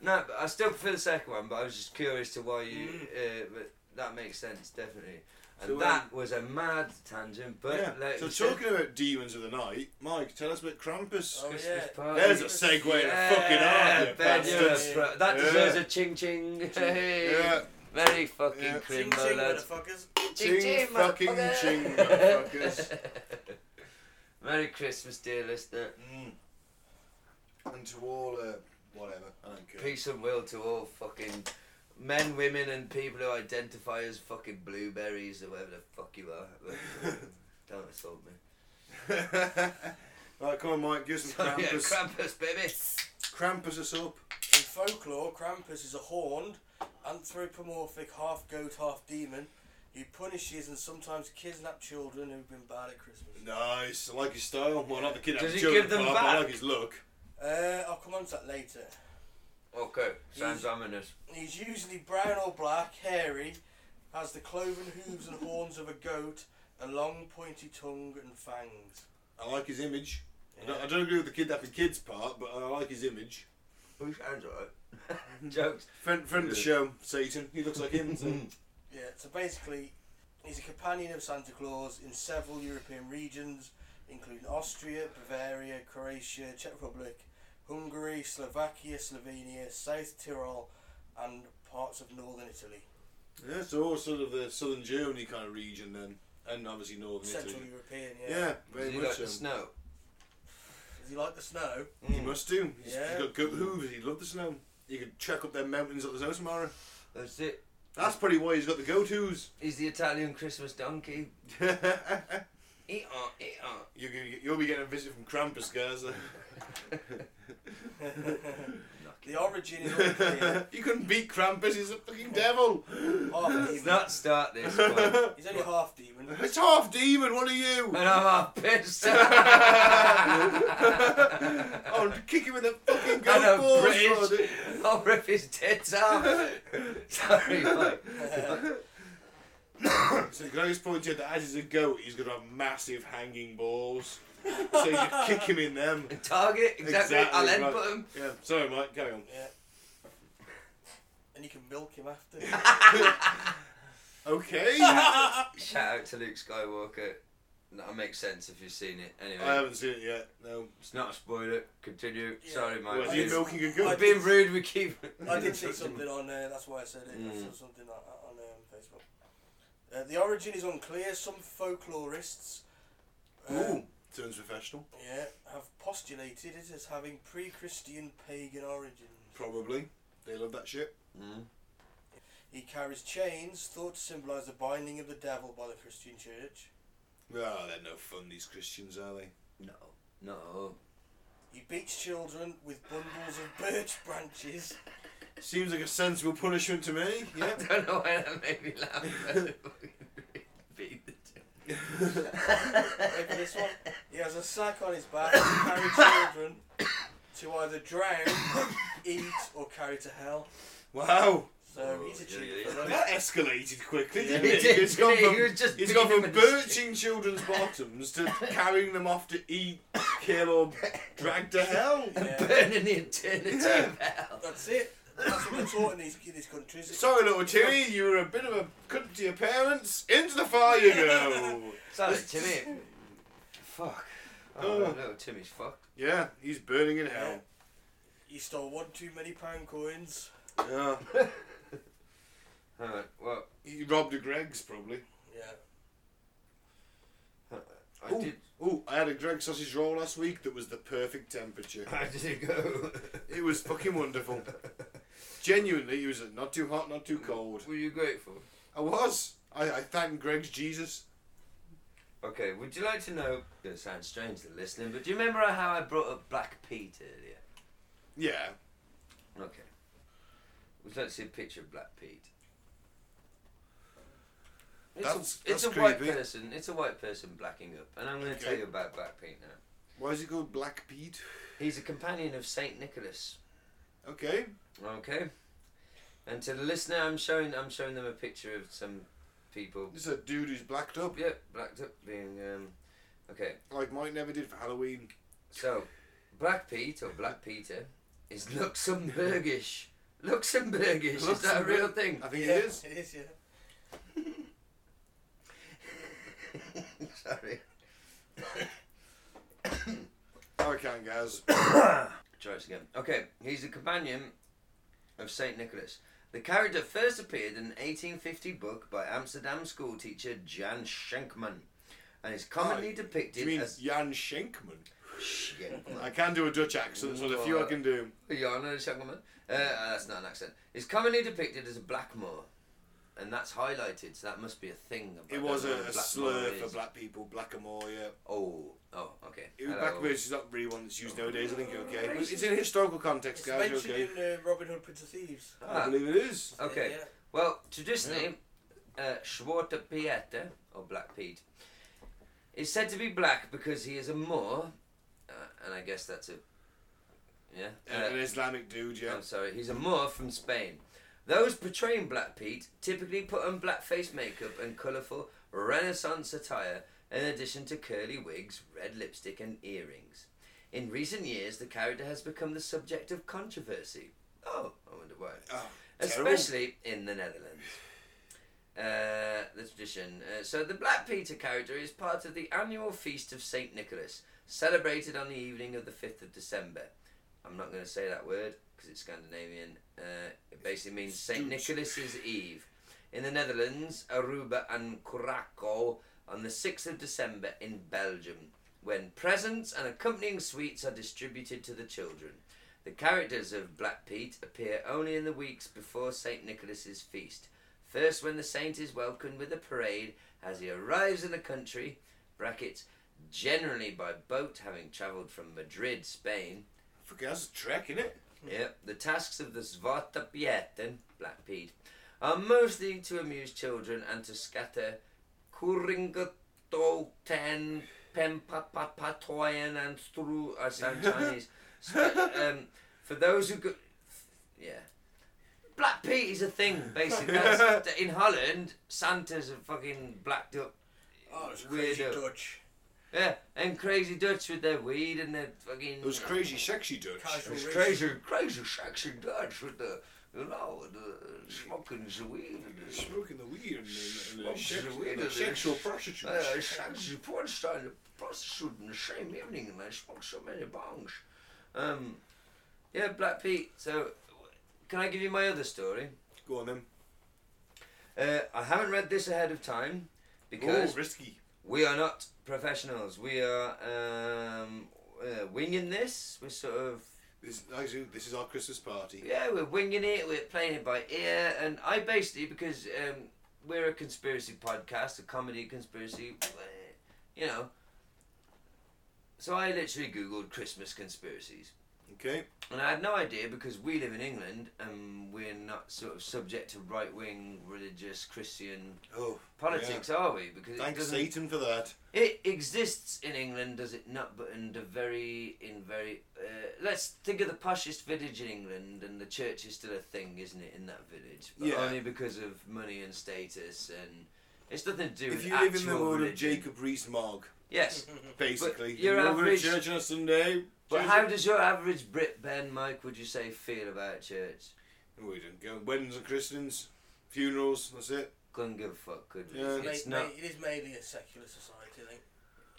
No, but I still prefer the second one. But I was just curious to why you. Uh, but that makes sense, definitely. And So, um, that was a mad tangent. But yeah. like so we said, talking about demons of the night, Mike, tell us about Krampus. Oh, Christmas yeah. party. There's a segue in Yeah, the fucking heart, you Ben, you're a bastards. bastard. pro- that Yeah. deserves a ching ching. Hey, Yeah, very fucking Yeah. Ching crimbo, ching, lads. motherfuckers. Ching, fucking motherfucker. ching, motherfuckers. Merry Christmas, dear listener. Mm. and to all, uh, whatever. I don't care. Peace and will to all fucking men, women, and people who identify as fucking blueberries or whatever the fuck you are. Don't assault me. right, come on, Mike, give us some yeah, Krampus. Krampus, baby. Krampus us up. In folklore, Krampus is a horned, anthropomorphic half goat, half demon who punishes and sometimes kidnaps children who've been bad at Christmas. Nice. I like his style. Well, not the kid. Does I'm he joking, give them but I back? like his look. Uh, I'll come on to that later. Okay, sounds He's- ominous. He's usually brown or black, hairy, has the cloven hooves and horns of a goat, a long pointy tongue and fangs. I like his image. I, don't, Yeah. I don't agree with the kid that the kids part, but I like his image. Who sounds alright? Mm-hmm. Jokes. Friend, friend of the show, Satan. He looks like him. So. Yeah, so basically, he's a companion of Santa Claus in several European regions, including Austria, Bavaria, Croatia, Czech Republic, Hungary, Slovakia, Slovenia, South Tyrol, and parts of northern Italy, yeah, so all sort of the southern Germany kind of region then, and obviously northern Central Italy. European. Yeah. Yeah, Does very he much like so. Mm. the snow? Does he like the snow? He must do. He's, Yeah. he's got good hooves. He loved the snow. He could trek up them mountains up the snow tomorrow. That's it. That's probably why he's got the go-tos. He's the Italian Christmas donkey. you're, Eat on, eat on. gonna get- you'll be getting a visit from Krampus, guys. The origin is unclear. you couldn't beat Krampus. He's a fucking devil. half Let's demon. not start this one. Oh, He's only half demon. It's half demon. What are you? And I'm half pissed. I'll Oh, kick him in the fucking I know, goat balls. British. I'll rip his tits off. Sorry, mate. So Can I just point out that as he's a goat, he's got a massive hanging balls. so you kick him in them. Target, exactly. I'll end right. button. Yeah, sorry, Mike. Carry on. Yeah. And you can milk him after. Okay. I That's Shout out to Luke Skywalker. That makes sense if you've seen it. Anyway, haven't seen it yet. No. it's not a spoiler. Continue. Yeah. Sorry, mate. Was I've he been- milking a I've goat? been rude. We keep. I did see something on there. that's why I said it. I saw something on, on um, Facebook. Uh, the origin is unclear. Some folklorists, um, Ooh, Uh, turns professional. yeah, have postulated it as having pre-Christian pagan origins. Probably. They love that shit. Mm. He carries chains thought to symbolise the binding of the devil by the Christian Church. Oh, they're no fun, these Christians, are they? No, no. He beats children with bundles of birch branches. Seems like a sensible punishment to me. Yeah. I don't know why that made me laugh. but- Beat the Wait for this one. He has a sack on his back to carry children to either drown, eat, or carry to hell. wow. So Oh, he's a yeah, cheeky yeah, yeah. fellow. That escalated quickly, Yeah, didn't he it? did, It's gone didn't he? from, He was just it's gone beating from him with a stick. birching children's bottoms to carrying them off to eat, kill, or drag to hell. Yeah. Burning the eternity of hell. That's it. That's what they're taught in these, in these countries. Sorry, little Timmy, you were a bit of a cunt to your parents. Into the fire you go. Sorry, Timmy. Fuck. Oh, Oh. no, Timmy's fucked. Yeah, he's burning in hell. You stole one too many pound coins. Yeah. Alright, well, He robbed a Greg's, probably. Yeah. I did. Ooh, I had a Greg sausage roll last week that was the perfect temperature. I did go. It was fucking wonderful. Genuinely, it was not too hot, not too cold. Were you grateful? I was. I, I thanked Greg's Jesus. Okay, would you like to know? It sounds strange to listening, but do you remember how I brought up Black Pete earlier? Yeah. Okay. Would you like to see a picture of Black Pete? It's That's- a, it's that's a white creepy. person. It's a white person blacking up, and I'm going to Okay. tell you about Black Pete now. Why is he called Black Pete? He's a companion of Saint Nicholas. Okay. Okay. And to the listener, I'm showing I'm showing them a picture of some people. This is a dude who's blacked up, Yep, blacked up, being um. Okay, like Mike never did for Halloween. so Black Pete or Black Peter is Luxembourgish. Luxembourgish is that a real thing? I think yeah, it is. It is, yeah. Sorry. Oh, I can, guys. Try this again. Okay, he's a companion of Saint Nicholas. The character first appeared in an 1850 book by Amsterdam schoolteacher Jan Schenkman, and is commonly Oh, Do depicted you mean as Jan Schenkman? Schenkman. I can do a Dutch accent, so the few I can do. Yana Shackleman. Uh, that's not an accent. It's commonly depicted as a blackmore, and that's highlighted, so that must be a thing. I It don't was know a, what a blackmore slur is. for black people, blackamoor, yeah. Oh, oh, okay. It was Hello. blackbirds is not really one that's used nowadays, I think you're okay. But it's in a historical context, It's guys, you're mentioned okay. in uh, Robin Hood Prince of Thieves. I believe it is. Okay. Yeah, Ah, Well, traditionally, uh, Schwarze Pieter, or Black Pete, is said to be black because he is a Moor, uh, and I guess that's a. Yeah? Uh, An Islamic dude, yeah. I'm sorry, he's a Moor from Spain. Those portraying Black Pete typically put on blackface makeup and colourful Renaissance attire, in addition to curly wigs, red lipstick, and earrings. In recent years, the character has become the subject of controversy. Oh, I wonder why. Oh, terrible. Especially in the Netherlands. Uh, the tradition. Uh, so the Black Peter character is part of the annual feast of Saint Nicholas, celebrated on the evening of the fifth of December. I'm not going to say that word because it's Scandinavian. Uh, it basically means Saint Stooge. Nicholas's Eve. In the Netherlands, Aruba and Curaçao on the 6th of December in Belgium, when presents and accompanying sweets are distributed to the children. The characters of Black Pete appear only in the weeks before St. Nicholas's feast. First, when the saint is welcomed with a parade as he arrives in the country, brackets, generally by boat, having travelled from Madrid, Spain, Fuck, that's a trek, innit? Yep, the tasks of the Svarta Pieten, Black Pete, are mostly to amuse children and to scatter Kuringatoten, Pempapapatoyan, and uh, through I sound Chinese. Sp- um, for those who go. Yeah. Black Pete is a thing, basically. That's, in Holland, Santa's a fucking blacked up. Oh, it's crazy Weirdo. Dutch. Yeah, and crazy Dutch with their weed and their fucking. It was crazy, sexy Dutch. It Casual was racism. crazy, crazy, sexy Dutch with the, you know, the smoking the weed and the Smoking the weed and, and, Oh, Smoking and sex, the weed and and- sexual prostitutes. Uh, sexy porn star and a prostitute in the same evening, and I smoked so many bongs. Um, yeah, Black Pete. So, can I give you my other story? Go on then. Uh, I haven't read this ahead of time because oh, risky. we are not professionals. We are um, uh, winging this. We're sort of This, actually, this is our Christmas party. yeah, we're winging it. We're playing it by ear, and I basically because um, we're a conspiracy podcast, a comedy conspiracy, eh, you know. So I literally googled Christmas conspiracies, Okay. and I had no idea because we live in England and we're not sort of subject to right wing religious Christian Oh, politics, are we? Because it thanks doesn't Satan for that. it exists in England, does it not? But under very, in very, uh, let's think of the poshest village in England, and the church is still a thing, isn't it? In that village, but Yeah. only because of money and status, and it's nothing to do with If you live in the actual world religion. of Jacob Rees-Mogg, Yes, basically, you're you go to average- church on a Sunday. but church- how does your average Brit Ben Mike would you say feel about church? We don't go weddings and christenings, funerals. That's it. Couldn't give a fuck, could we? Yeah. It's Ma- not. ma- It is mainly a secular society, I think.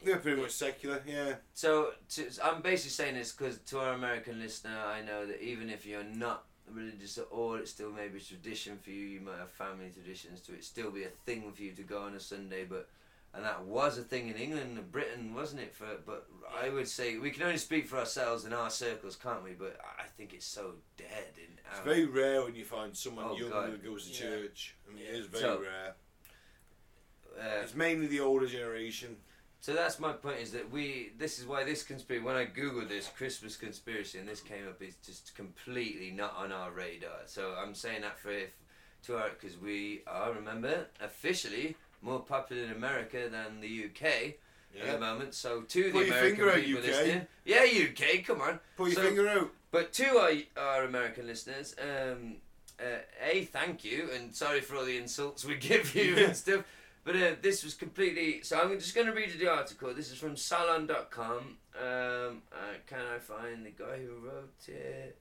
They're pretty much secular. Yeah. So to, I'm basically saying this because to our American listener, I know that even if you're not religious at all, it's still maybe tradition for you. You might have family traditions to it. Still be a thing for you to go on a Sunday, but and that was a thing in England and Britain, wasn't it? For but I would say we can only speak for ourselves in our circles, can't we? But I- I think it's so dead in. Our, It's very rare when you find someone Oh, young God. that goes to Yeah. church. I mean, it is very So- rare. uh, It's mainly the older generation. So that's my point is that we this is why this conspiracy when I googled this Christmas conspiracy and this came up is just completely not on our radar. So I'm saying that for if to our because we are remember officially more popular in America than the UK at Yeah. the moment. So to Put the your American finger out, people UK. listening, yeah, UK, come on. Put your So- finger out. But to our our American listeners, um, uh, a thank you and sorry for all the insults we give you Yeah. and stuff. But uh, this was completely. So I'm just going to read you the article. This is from Salon.com. Um, uh, can I find the guy who wrote it?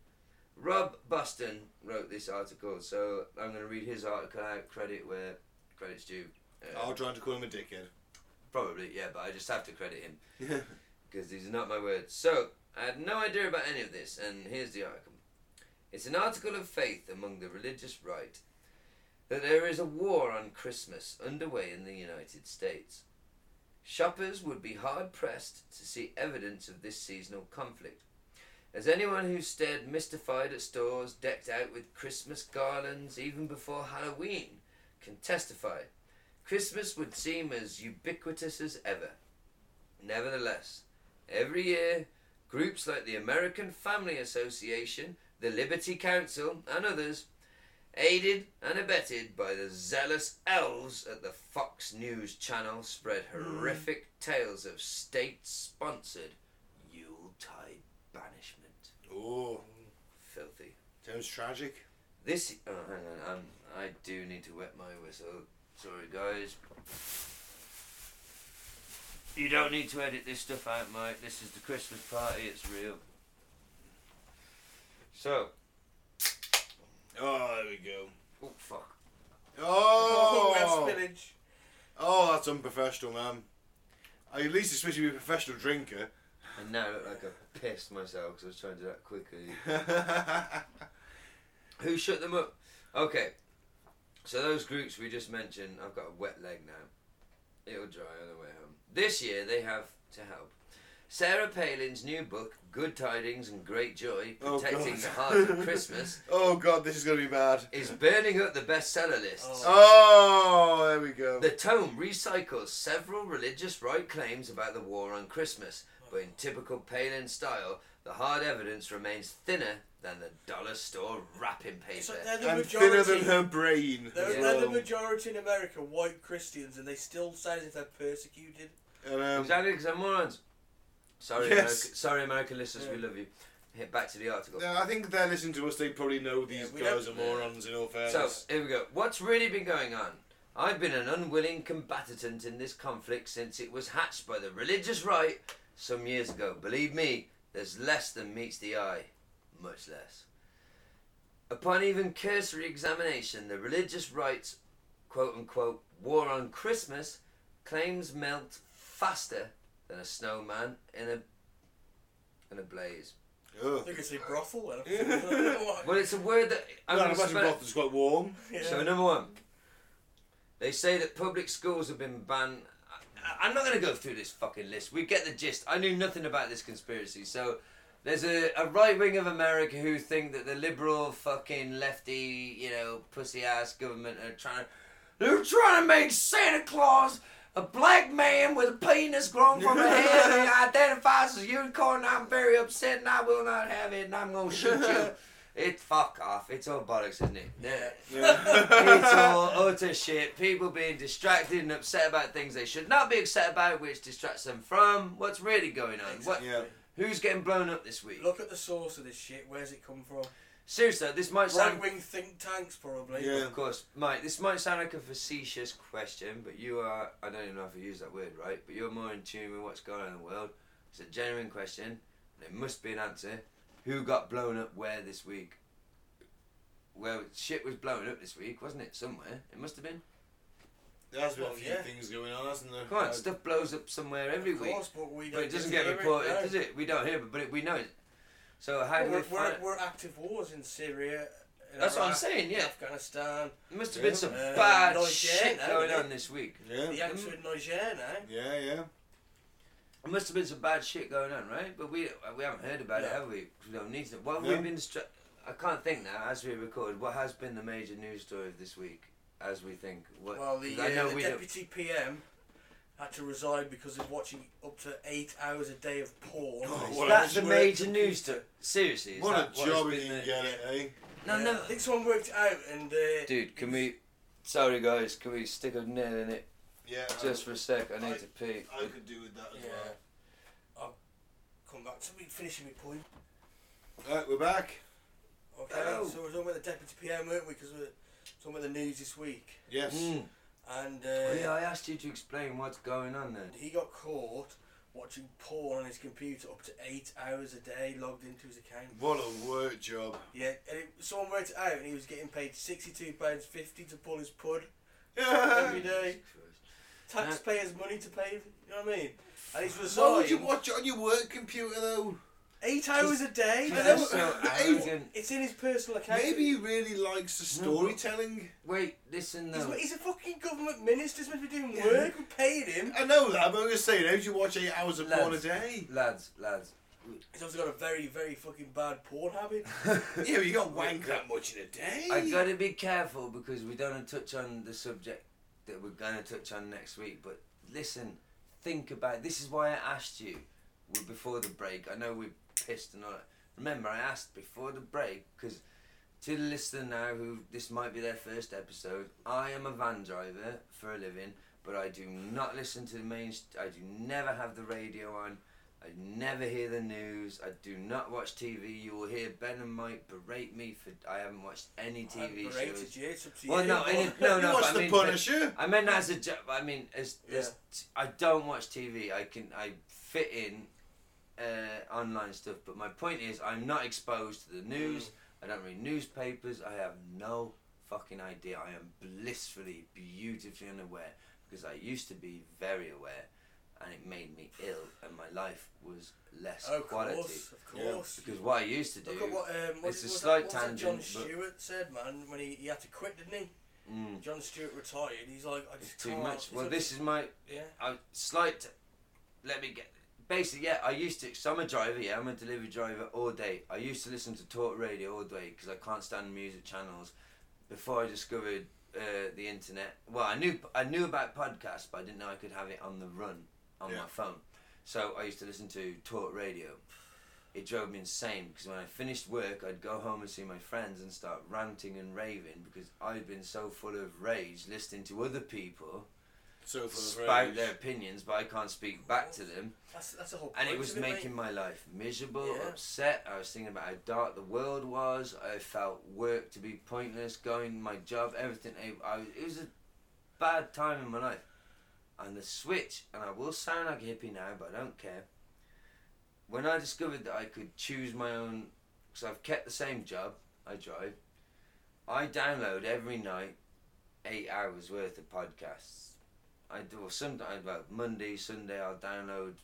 Rob Buston wrote this article. So I'm going to read his article out. Credit where credit's due. Uh, I'll try to call him a dickhead. Probably, yeah, but I just have to credit him because these are not my words. So, I had no idea about any of this, and here's the article. It's an article of faith among the religious right that there is a war on Christmas underway in the United States. Shoppers would be hard pressed to see evidence of this seasonal conflict. As anyone who stared mystified at stores decked out with Christmas garlands even before Halloween can testify, Christmas would seem as ubiquitous as ever. Nevertheless, every year, groups like the American Family Association, the Liberty Council, and others, aided and abetted by the zealous elves at the Fox News channel, spread horrific tales of state sponsored Yuletide banishment. oh, Filthy. sounds tragic. This. Oh, hang on. Um, I do need to wet my whistle. Sorry, guys. You don't need to edit this stuff out, Mike. This is the Christmas party. It's real. So. Oh, there we go. Oh, fuck. Oh, Oh, red spillage. oh, that's unprofessional, man. I at least expect you to be a professional drinker. And now I look like I pissed myself because I was trying to do that quickly. Who shut them up? Okay. So those groups we just mentioned, I've got a wet leg now. It'll dry on the way home. This year they have to help. Sarah Palin's new book, Good Tidings and Great Joy, Oh, Protecting God. the Heart of Christmas, oh God, this is gonna be bad. is burning up the bestseller lists. Oh. Oh, there we go. The tome recycles several religious right claims about the war on Christmas, but in typical Palin style, the hard evidence remains thinner than the dollar store wrapping It's paper. like they're the and majority. thinner than her brain. They're, as they're the well. majority in America, white Christians, and they still sound as if they're persecuted. And, um, Exactly, because they're morons. Sorry, Yes. America, sorry, American listeners, we Yeah. love you. Here, back to the article. No, I think they're listening to us. They probably know these Yeah, we guys are don't- morons. In all So fairness, here we go. What's really been going on? I've been an unwilling combatant in this conflict since it was hatched by the religious right some years ago. Believe me, there's less than meets the eye, much less. Upon even cursory examination, the religious right's quote unquote war on Christmas claims melt faster than a snowman in a in a blaze. I Ugh. think it's a brothel. And a Well, it's a word that I'm Well, I gonna imagine spell it- Brother's quite warm. yeah. So number one, they say that public schools have been banned. I, I'm not going to go through this fucking list. We get the gist. I knew nothing about this conspiracy. So there's a, a right wing of America who think that the liberal fucking lefty, you know, pussy ass government are trying to. They're trying to make Santa Claus a black man with a penis grown from a head that identifies as a unicorn. I'm very upset and I will not have it and I'm going to shoot you. It fuck off. It's all bollocks, isn't it? Yeah it's all utter shit. People being distracted and upset about things they should not be upset about, which distracts them from what's really going on. What, Yeah. Who's getting blown up this week? Look at the source of this shit. Where's it come from? Seriously, this might Right sound. wing think tanks, probably. Yeah. Of course, Mike. This might sound like a facetious question, but you are—I don't even know if I use that word right. But you're more in tune with what's going on in the world. It's a genuine question, and there must be an answer. Who got blown up where this week? Well, shit was blown up this week, wasn't it? Somewhere it must have been. There has been a Well, few yeah. things going on, hasn't there? Come on, Uh, stuff blows up somewhere every Of week. course, but we But don't it doesn't to get hear reported, no. does it? We don't hear it, but it, we know it. So how do We're, they we're, find we're active wars in Syria. in That's what I'm Iraq, saying, yeah. Afghanistan. It must have Yeah. been some Uh, bad Nigeria, shit no, going yeah. on this week. Yeah. The answer in Niger now. Yeah, yeah. It must have been some bad shit going on, right? But we we haven't heard about it, No. have we? 'Cause We don't need to. What have No. we been distra- I can't think now as we record. What has been the major news story of this week? As we think, what? Well, the, 'cause I know uh, the we don't. deputy PM had to resign because of watching up to eight hours a day of porn. Oh, His what a- That's work the major computer. news story. Seriously, is What that a what has job you been the- can get it, eh? No, Yeah, no, I think someone worked it out and. Uh, dude. Can we? Sorry, guys. Can we stick a nail in it Yeah. just for a sec? I need I- to pee. I could do with that as Yeah. I'll come back to me finishing my point. well. Right, we're back. Okay, Oh. so we're talking about the deputy PM, weren't we? Because we're talking about the news this week. Yes. Mm. And uh, Well, Oh, yeah, I asked you to explain what's going on then. he got caught watching porn on his computer up to eight hours a day logged into his account. What a work job. Yeah, and it, someone worked it out and he was getting paid £62.50 to pull his pud. Every day. Taxpayers' money to pay, you know what I mean? And he's Why would you resigned. watch it on your work computer though? Eight hours a day? Yeah, That's they so were- arrogant. It's in his personal account. Maybe he really likes the No, but- storytelling. Wait, listen He's, though. he's a fucking government minister, he's supposed to be doing work, we paid him. I know that, but I'm just saying, how do you watch eight hours of porn a Lads. day? Lads, lads. He's also got a very, very fucking bad porn habit. Yeah, but you got wank that much in a day. I gotta be careful because we don't wanna touch on the subject that we're gonna touch on next week. But listen, think about this. Is why I asked you w- before the break. I know we're pissed and all. that. Remember, I asked before the break because to the listener now, who this might be their first episode. I am a van driver for a living, but I do not listen to the main. st- I do never have the radio on. I never hear the news. I do not watch TV. You will hear Ben and Mike berate me for I haven't watched any I haven't TV berated shows. you, it's up to Well, you. no, in a- no, you no. watch but I The mean, but- Punisher. I meant as a joke. I mean, as, as t- I don't watch TV. I can I fit in uh, online stuff, but my point is I'm not exposed to the Mm. news. I don't read newspapers. I have no fucking idea. I am blissfully, beautifully unaware because I used to be very aware, and it made me ill, and my life was less Of quality. course, of Yeah. course. Because what I used to do, Look at what, um, what it's did- a was slight that, what's tangent, that John but- Stewart said, man, when he, he had to quit, didn't he? Mm. John Stewart retired. He's like, I it's just too can't. much. it's Well, not- this is my Yeah. I slight. Let me get. Basically, yeah, I used to. So I'm a driver. Yeah, I'm a delivery driver all day. I used to listen to talk radio all day because I can't stand music channels. Before I discovered uh, the internet, well, I knew I knew about podcasts, but I didn't know I could have it on the run on Yeah. my phone. So I used to listen to talk radio. It drove me insane because when I finished work, I'd go home and see my friends and start ranting and raving because I'd been so full of rage listening to other people So far, spout their opinions, but I can't speak back to them. That's, that's a whole And point it was of mate. making my life miserable, Yeah. upset. I was thinking about how dark the world was. I felt work to be pointless, going my job, everything. I, I, it was a bad time in my life. And the switch, and I will sound like a hippie now, but I don't care. When I discovered that I could choose my own, because I've kept the same job, I drive. I download every night eight hours worth of podcasts. I do well, sometimes like Monday, Sunday. I'll download.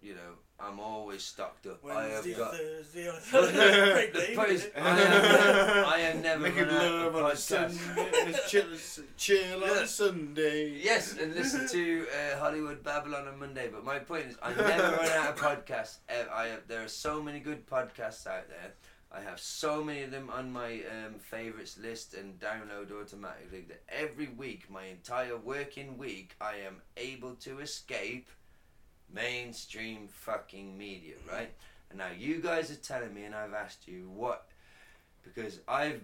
You know, I'm always stocked up. I Wednesday, have got. Thursday, on The a Friday. The isn't point is, it? I have, I have never Make it run out of love on a podcasts. Sunday. Let's chill, let's chill on Yeah. a Sunday. Yes, and listen to uh, Hollywood Babylon on Monday. But my point is, I never run out of podcasts. ev- I have, there are so many good podcasts out there. I have so many of them on my um, favorites list and download automatically that every week, my entire working week, I am able to escape mainstream fucking media, right? And now you guys are telling me, and I've asked you what, because I've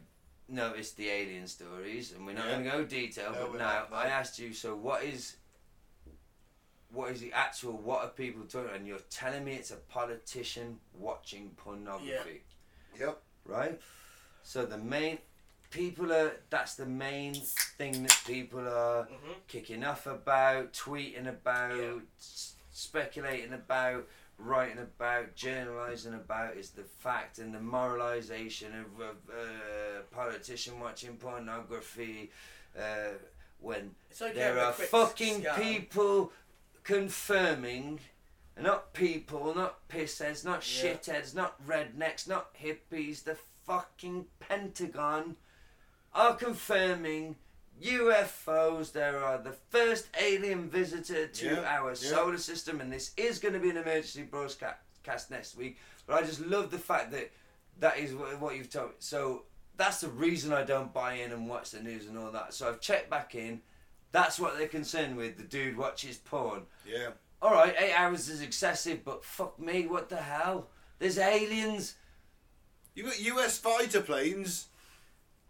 noticed the alien stories, and we're not Yeah. going to go detail, No, but we're now not, no. I asked you, so what is what is the actual what are people talking and you're telling me it's a politician watching pornography Yep. right so the main people are that's the main thing that people are Mhm. kicking off about tweeting about Yeah. s- speculating about writing about journalizing about is the fact and the moralization of a uh, politician watching pornography uh, when It's okay there with a are quick fucking scan. people confirming, not people, not pissheads, not Yeah. shitheads, not rednecks, not hippies. The fucking Pentagon are confirming UFOs. There are the first alien visitor to Yeah, our yeah. solar system, and this is going to be an emergency broadcast next week. But I just love the fact that that is what, what you've told. So that's the reason I don't buy in and watch the news and all that. So I've checked back in. That's what they're concerned with. The dude watches porn. Yeah. All right, eight hours is excessive, but fuck me, what the hell? There's aliens. You got US fighter planes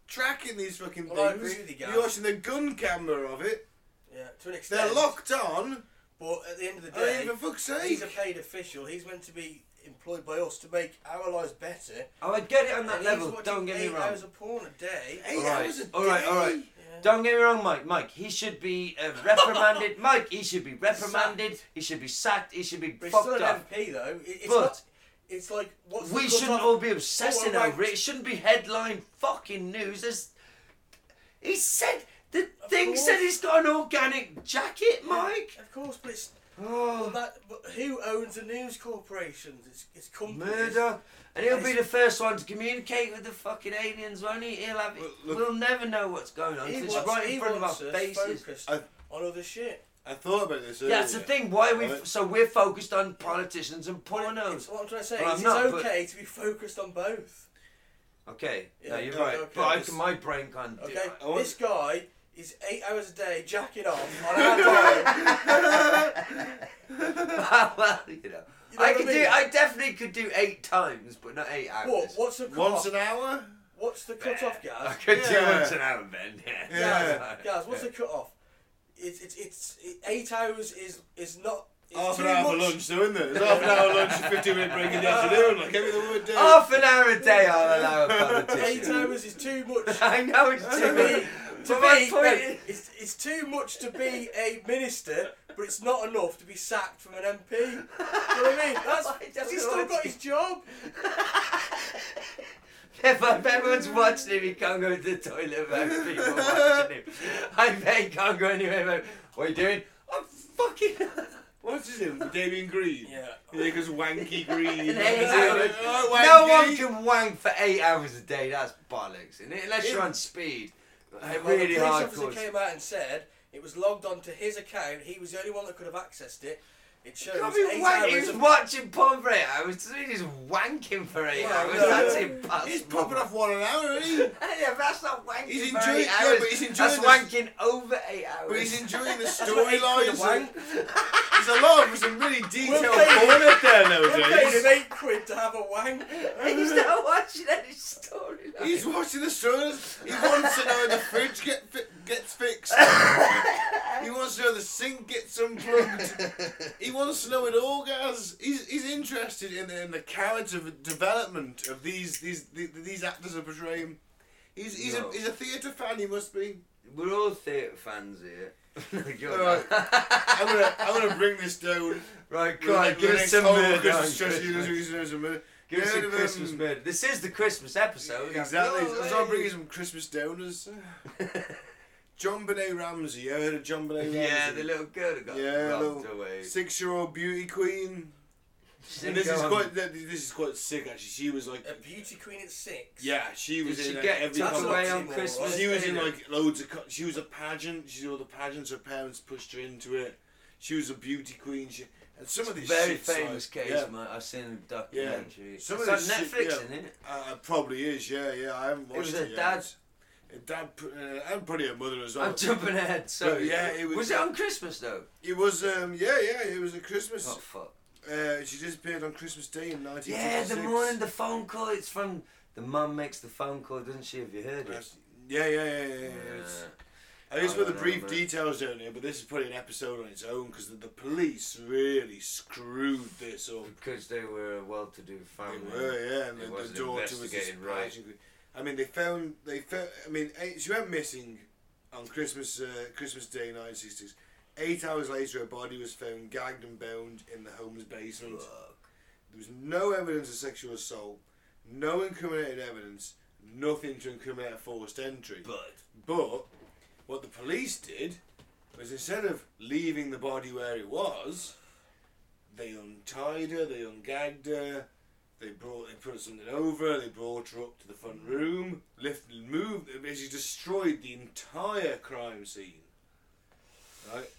tracking these fucking Well, I things. agree with you, Gav. You're watching the gun camera of it. Yeah, to an extent. They're locked on. But at the end of the I day, mean, for fuck's he's sake. a paid official. He's meant to be employed by us to make our lives better. Oh, I get it on that And he's level. watching Don't get me eight wrong. hours of porn a day. Eight All right, hours a day. all right, all right. Yeah. Don't get me wrong, Mike. Mike, he should be uh, reprimanded. Mike, he should be reprimanded. He should be sacked. He should be But it's fucked still an up. MP though. It- it's But- not. It's like what's the We cut-off? shouldn't all be obsessing Oh, right. over it. It shouldn't be headline fucking news. There's... He said the Of thing said course. he's got an organic jacket, Mike. Of course, but it's Oh, that. But who owns the news corporations? It's it's companies. murder! And he'll be the first one to communicate with the fucking aliens, won't he? He'll have. Well, look- we'll never know what's going on. He 'cause wants, it's right he in front of our wants us faces. Oh. focused I- on other shit. I thought about this earlier. Yeah, that's the thing. Why are we? Right. So we're focused on politicians and It's pornos. what I'm trying to say. Well, is I'm not, it's but- okay to be focused on both. Okay, no, Yeah, you're okay, right. okay, but I this- can, my brain can't do Okay, it. I want- this guy is eight hours a day jacking off on our time. well, you know. You know I what could I do. mean? I definitely could do eight times, but not eight hours. What? What's the cut Once off? an hour? What's the cut off, I guys? could do Yeah. once an hour, Ben. Yeah. Yeah. Guys, what's the cut off? It's it's it's it, eight hours is is not. It's half an too hour much. for lunch, though, isn't there? There's half an hour lunch and 15 minute break in the afternoon. Like, every other word day. Half an hour a day, I'll allow a Eight politician. hours is too much. I know it's to too be, many. to But my be, point no, is- it's, it's too much to be a minister, but it's not enough to be sacked from an MP. Do you know what I mean? I That's, don't has he know still what got to- his job? If, if everyone's watching him, he can't go to the toilet without people watching him. I bet he can't go anywhere. Without, what are you doing? I'm fucking. What's his name? Damien Green. Yeah, because Wanky Green. An eight Yeah, hours. Oh, all right, No Wanky. one can wank for eight hours a day. That's bollocks, isn't it? Unless you're on speed. Well, really the police hard officer came out and said it was logged onto his account. He was the only one that could have accessed it. It showed God, it he was eight wa- he hours. was of- watching porn for eight hours. He was wanking for eight Well, hours. no. That's He's impossible. popping off one an hour, isn't he? yeah, that's not wanking He's for enjoying- eight yeah, hours. but he's enjoying that's the- wanking over eight hours. But he's enjoying the That's what eight quid a storylines. wank. There's a lot of some really detailed paying- porn up there We're paying him nowadays. eight quid to have a wank. He's not watching any story. He's watching the stories. He wants to know how the fridge get fi- gets fixed. he wants to know the sink gets unplugged. he wants to know it all, guys. He's, he's interested in, in the character development of these these these, these actors are portraying. He's he's, No. a, he's a theatre fan. He must be. We're all theatre fans here. You're Alright. not. I'm gonna I'm gonna bring this down. right, come on, Like, give the us next some whole murder. uh, Christmas on special, you know, Christmas. you know, some murder. Give us a Yeah, um, Christmas murder. This is the Christmas episode. Exactly. No So I'll bring way. you some Christmas downers. John Benet Ramsey. You ever heard of John Benet Ramsey? Yeah, the little girl that got Yeah, robbed little away. six-year-old beauty queen. She And didn't this is go on- quite th- this is quite sick actually. She was like, A beauty queen at six. yeah, she was Did in she like, get every. tucked competition. away on competition, Christmas? alright. She was in Day? like loads of. Co- she was a pageant. She did all the pageants. Her parents pushed her into it. She was a beauty queen. She, and some of this very shit's like- famous case, Yeah, mate. I've seen a documentary. Yeah. It's Some on of this shit, Netflix, yeah. isn't it? uh, it probably is. Yeah, yeah. I haven't watched was it. her yet. dad. Her dad. pr- Uh, and probably her mother as well. I'm jumping ahead. Sorry. yeah, it was- was it on Christmas though? it was. Um, yeah, yeah. It was a Christmas. Oh fuck. Uh, she disappeared on Christmas Day in 1966. Yeah, the morning the phone call. It's from the mum makes the phone call, doesn't she? Have you heard it? That's- Yeah, yeah, yeah, yeah. yeah. It's, I just I put the don't brief know, mate. details down here, but this is probably an episode on its own because the, the police really screwed this up. Uh, because they were a well-to-do family. They were, yeah, and uh, It the, wasn't the daughter was investigated right. surprisingly- I mean, they found they found. I mean, eh, she went missing on Christmas uh, Christmas Day, nineteen sixties. Eight hours later, her body was found gagged and bound in the home's basement. Fuck. There was no evidence of sexual assault, no incriminating evidence, nothing to incriminate a forced entry. But But what the police did was instead of leaving the body where it was, they untied her, they ungagged her, they brought they put something over, they brought her up to the front room, lifted and moved, they basically destroyed the entire crime scene. Right?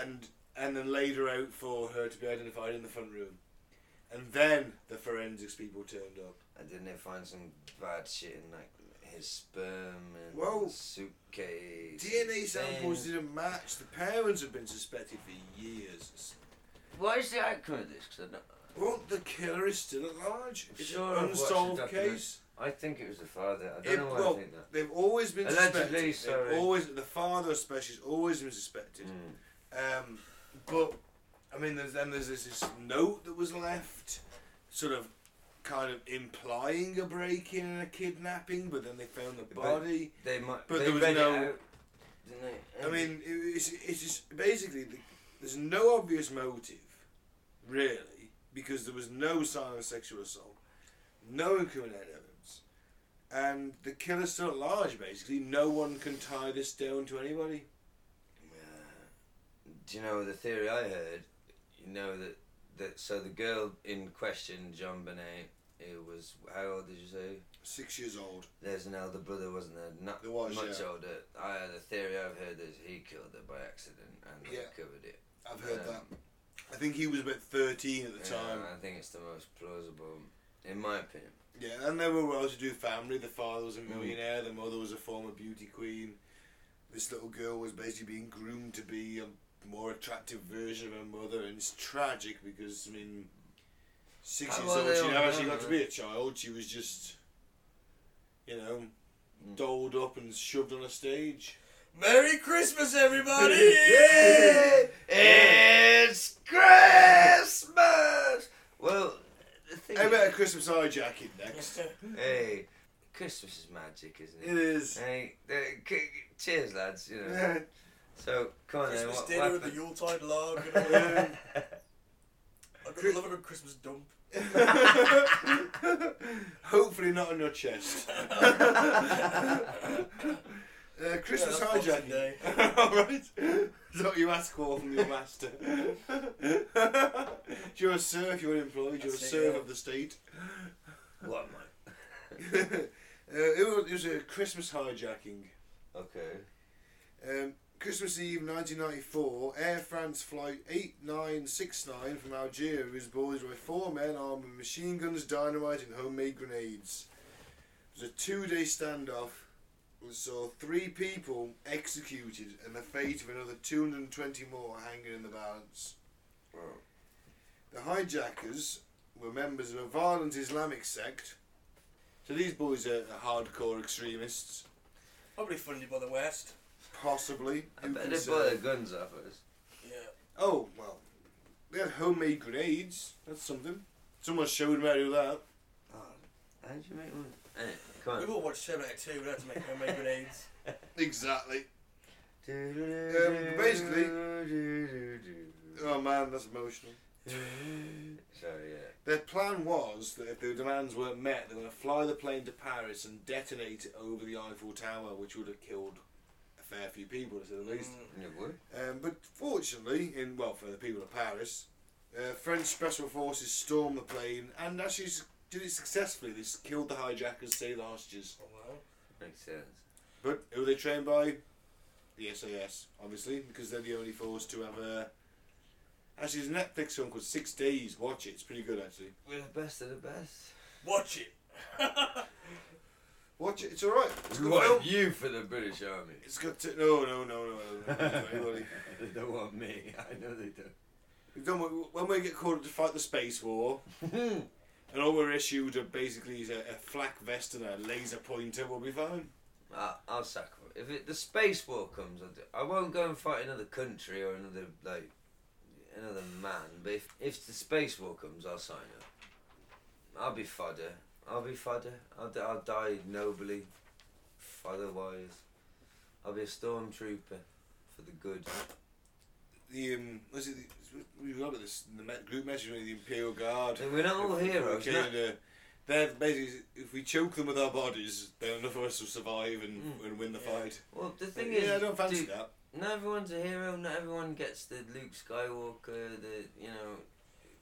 And and then laid her out for her to be identified in the front room. And then the forensics people turned up. and didn't they find some bad shit in like his sperm and Well, suitcase? DNA and samples things? didn't match. The parents have been suspected for years. What is the outcome of this? 'Cause I don't. Well, the killer is still at large. It's Sure, I've an watched the unsolved document. case. I think it was the father. I don't It- know why well, I think that. they've always been Allegedly, suspected. They've sorry. Always, the father especially has always been suspected. Mm. Um, but I mean, there's, then there's this, this note that was left, sort of, kind of implying a break-in and a kidnapping. But then they found the But- body. They might. But they there was read no- It out, didn't they? I mean, it- it's, it's just basically the, there's no obvious motive, really, because there was no sign of sexual assault, no incriminating evidence, and the killer's still at large. Basically, no one can tie this down to anybody. Do you know the theory I heard? You know that that so the girl in question, John Bonet, it was how old did you say? Six years old. There's an elder brother, wasn't there? Not There was, much yeah. older. I had a theory I've heard that he killed her by accident and Yeah. recovered it. I've heard Yeah. that. I think he was about thirteen at the Yeah, time. I think it's the most plausible, in my opinion. Yeah, and they were a well-to-do family. The father was a millionaire. The mother was a former beauty queen. This little girl was basically being groomed to be a more attractive version of her mother, and it's tragic because I mean, six How years are old, they she all never actually now, got to though? be a child. She was just, you know, Mm. doled up and shoved on a stage. Merry Christmas, everybody! It's Christmas. Well, the thing. How is- about a Christmas eye jacket next? Christmas. Hey, Christmas is magic, isn't it? it is. Hey, uh, c- cheers, lads. You know. Yeah. So come on, then. What, what dinner with the happened? Yuletide log. and all that. Um, I could love a good Christmas dump. Hopefully not on your chest. Uh, Christmas Yeah, that's Boxing Day. hijack. Alright. That's what you ask for from your master. you're a serf, you're employed, you're a That's it, serf yeah. of the state. What, mate? uh, it, was, it was a Christmas hijacking. Okay. Um, Christmas Eve 1994, Air France Flight 8969 from Algeria was boarded by four men armed with machine guns, dynamite, and homemade grenades. It was a two day standoff which saw three people executed and the fate of another 220 more hanging in the balance. Well, The hijackers were members of a violent Islamic sect. So these boys are, are hardcore extremists. Probably funded by the West. Possibly. I Who bet can they say? bought their guns off us. Yeah. Oh, well. They had homemade grenades. That's something. Someone showed Mario that. Oh, how'd you make one? Eh, come We on. all watched Terminator 2, we had to make homemade grenades. Exactly. Um, basically- Oh man, that's emotional. Sorry, yeah. Their plan was that if the demands weren't met, they were going to fly the plane to Paris and detonate it over the Eiffel Tower, which would have killed a fair few people, to say the least. Mm. You would? Um, but fortunately, in well for the people of Paris, uh, French special forces stormed the plane and actually s- did it successfully. They s- killed the hijackers, saved the hostages. Oh, wow. Makes sense. But who were they trained by? The SAS, obviously, because they're the only force to have a. Actually, there's a Netflix film called Six Days. Watch it; it's pretty good, actually. We're the best of the best. Watch it. Watch it; it's all right. It's a We good film. want you for the British Army. It's got to, no, no, no, no, no. no anybody. they don't want me. I know they don't. We've done what- when we get called up to fight the space war, and all we're issued are basically is a, a flak vest and a laser pointer. We'll be fine. I'll, I'll sacrifice. If it, the space war comes, I'll do, I won't go and fight another country or another like another man. But if if the space war comes, I'll sign up. I'll be fodder. I'll be fodder. I'll, di- I'll die nobly, fodder wise. I'll be a stormtrooper for the good. The um, was it? The, we got this the me- group message with the Imperial Guard. We're not all If we- heroes, okay, no. and, uh, They're basically if we choke them with our bodies, then enough of us will survive and, and win the Yeah. fight. Well, Hmm. the thing yeah, is, I don't fancy dude, that. not everyone's a hero. Not everyone gets the Luke Skywalker, the you know,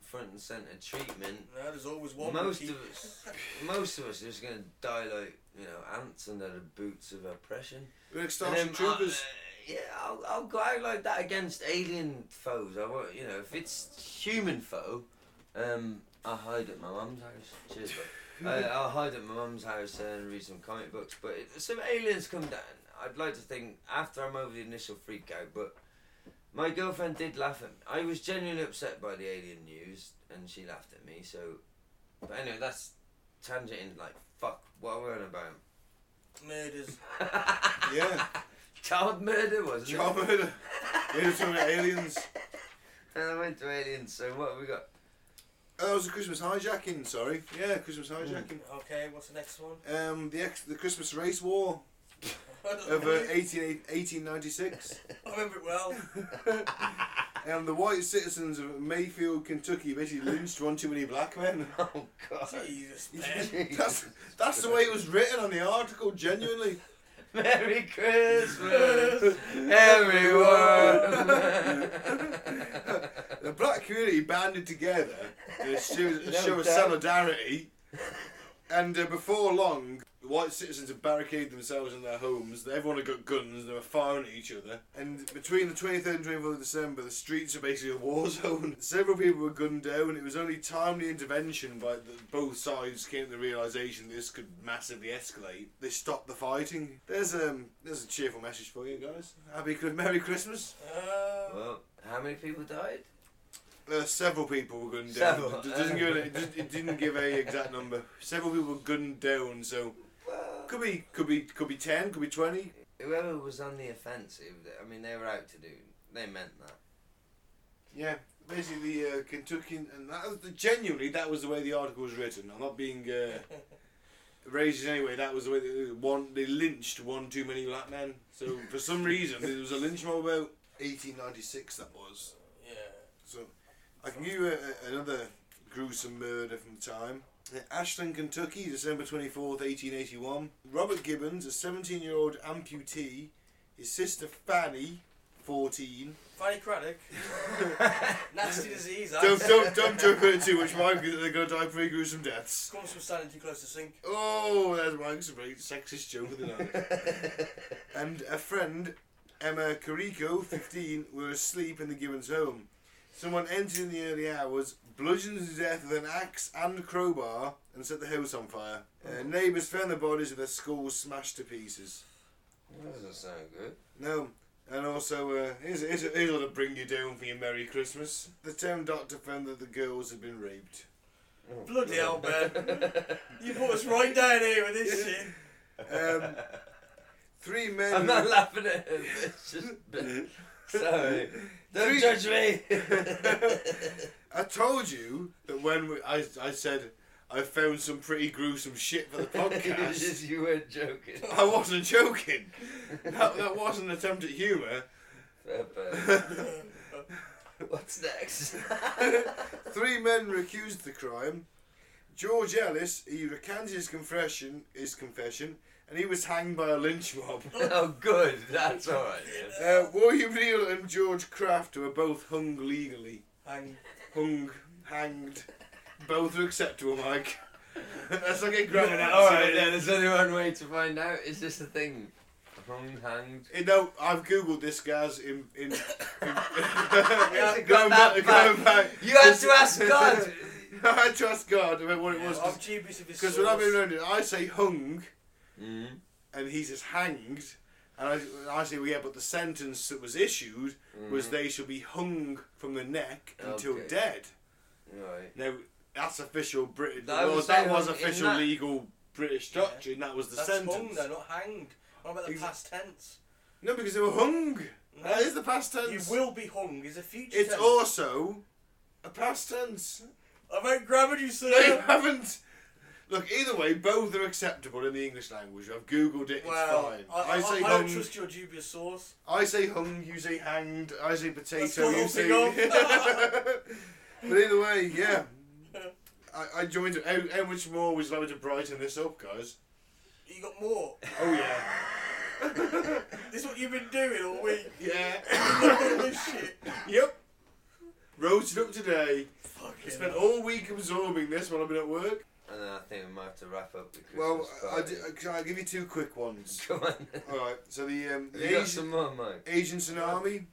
front and center treatment. No, there's always one. most monkey. of us, most of us, are just gonna die like you know ants under the boots of oppression. We're like And Starship then, Troopers. uh, yeah, I'll, I'll go out like that against alien foes. I won't, you know, if it's human foe, um, I'll hide at my mum's house. Cheers, bro. uh, I'll hide at my mum's house and read some comic books. But if some aliens come down, I'd like to think after I'm over the initial freak out. But my girlfriend did laugh at me. I was genuinely upset by the alien news, and she laughed at me. So, but anyway, that's tangenting. Like, fuck, what are we on about? Murders. yeah, Child murder wasn't it? child murder. We're just talking about aliens. And I went to aliens, so what have we got? Oh, that was a Christmas hijacking. Sorry. Yeah, Christmas hijacking. Okay, what's the next one? Hmm. Um, the ex- the Christmas race war of uh, 18, 1896, I remember it well. and the white citizens of Mayfield, Kentucky, basically lynched one too many black men. Oh god. Jesus, man. that's that's the way it was written on the article. Genuinely, Merry Christmas, everyone. the black community banded together to show, to No show a doubt. solidarity, and uh, before long, the white citizens had barricaded themselves in their homes. Everyone had got guns. They were firing at each other. And between the 23rd and 24th of December, the streets were basically a war zone. Several people were gunned down. It was only timely intervention by the, both sides came to the realization this could massively escalate. They stopped the fighting. There's um, there's a cheerful message for you guys. Happy Merry Christmas. Uh, well, how many people died? Uh, several people were gunned Several. down. It doesn't give it, it, it didn't give a exact number. Several people were gunned down, so Well, could be could be could be ten, could be twenty. whoever was on the offensive, I mean, they were out to do. They meant that. Yeah, basically uh, Kentucky, and that was the, genuinely that was the way the article was written. I'm not being uh, racist anyway. That was the way they, one they lynched one too many black men. So for some reason there was a lynch mob about 1896. That was yeah. So, I can give you a, a- another gruesome murder from the time. In Ashland, Kentucky, December 24th, 1881. Robert Gibbons, a 17 year old amputee, his sister Fanny, 14. Fanny Craddock. Nasty disease. that. Don't, don't, don't joke about it too much, Mike, they're going to die pretty gruesome deaths. Comes from standing too close to sink. Oh, there's Mike's very sexist joke of the night. and a friend, Emma Carrico, 15, were asleep in the Gibbons home. Someone entered in the early hours, bludgeoned to death with an axe and crowbar, and set the house on fire. Uh, Mm-hmm. neighbours found the bodies with their skulls smashed to pieces. That doesn't sound good. No. And also, uh, here's, here's, here's one to bring you down for your Merry Christmas. The town doctor found that the girls had been raped. Oh. Bloody hell, Ben. you put us right down here with this shit. Um, Three men. I'm who- not laughing at him. It's just. Sorry. Don't Three- judge me. I told you that when we, I, I said I found some pretty gruesome shit for the podcast. you weren't joking. I wasn't joking. That, that wasn't an attempt at humour. Fair play. What's next? Three men were accused of the crime. George Ellis, he recanted his confession, his confession, and he was hanged by a lynch mob. oh, good. That's all right. Yeah. Uh, William Neal and George Kraft were both hung legally. Hang. Hung, hanged. Both are acceptable, Mike. That's like a grammar. Yeah, all right. Yeah, there's only one way to find out. Is this a thing? Hung, hanged. You know, I've googled this, guys. In in, in got going that back, back. going back. You had to ask God. I had to ask God about what it was I'm dubious of his because when I've been source. around it, I say hung mm. and he says hanged, and I, I say well yeah, but the sentence that was issued Mm-hmm. was they shall be hung from the neck until Okay. dead. Right. Now that's official British. I well, was that saying, was um, isn't official that- legal British Yeah. doctrine. That was the That's sentence. hung, though, not hanged. What about the Exa- past tense? No, because they were hung. That is the past You tense. will be hung is a future It's tense. also a past tense. About grammar, you say. They haven't. Look, either way, both are acceptable in the English language. I've googled it. It's Well, fine. I, I, say I hung. don't trust your dubious source. I say hung. You say hanged. I say Let's potato. go You off say. and on. but either way, yeah. I, I joined it. How, how much more would you like me to brighten this up, guys? You got more. Oh yeah. This is what you've been doing all week. Yeah. this shit. yep. Rose it up today. I Fucking spent hell. all week absorbing this while I've been at work. And then I think we might have to wrap up the Christmas Well, I, I, party. di- can I give you two quick ones? Come on. All right. So the um, the You got Asian- some more, Mike? Asian Tsunami.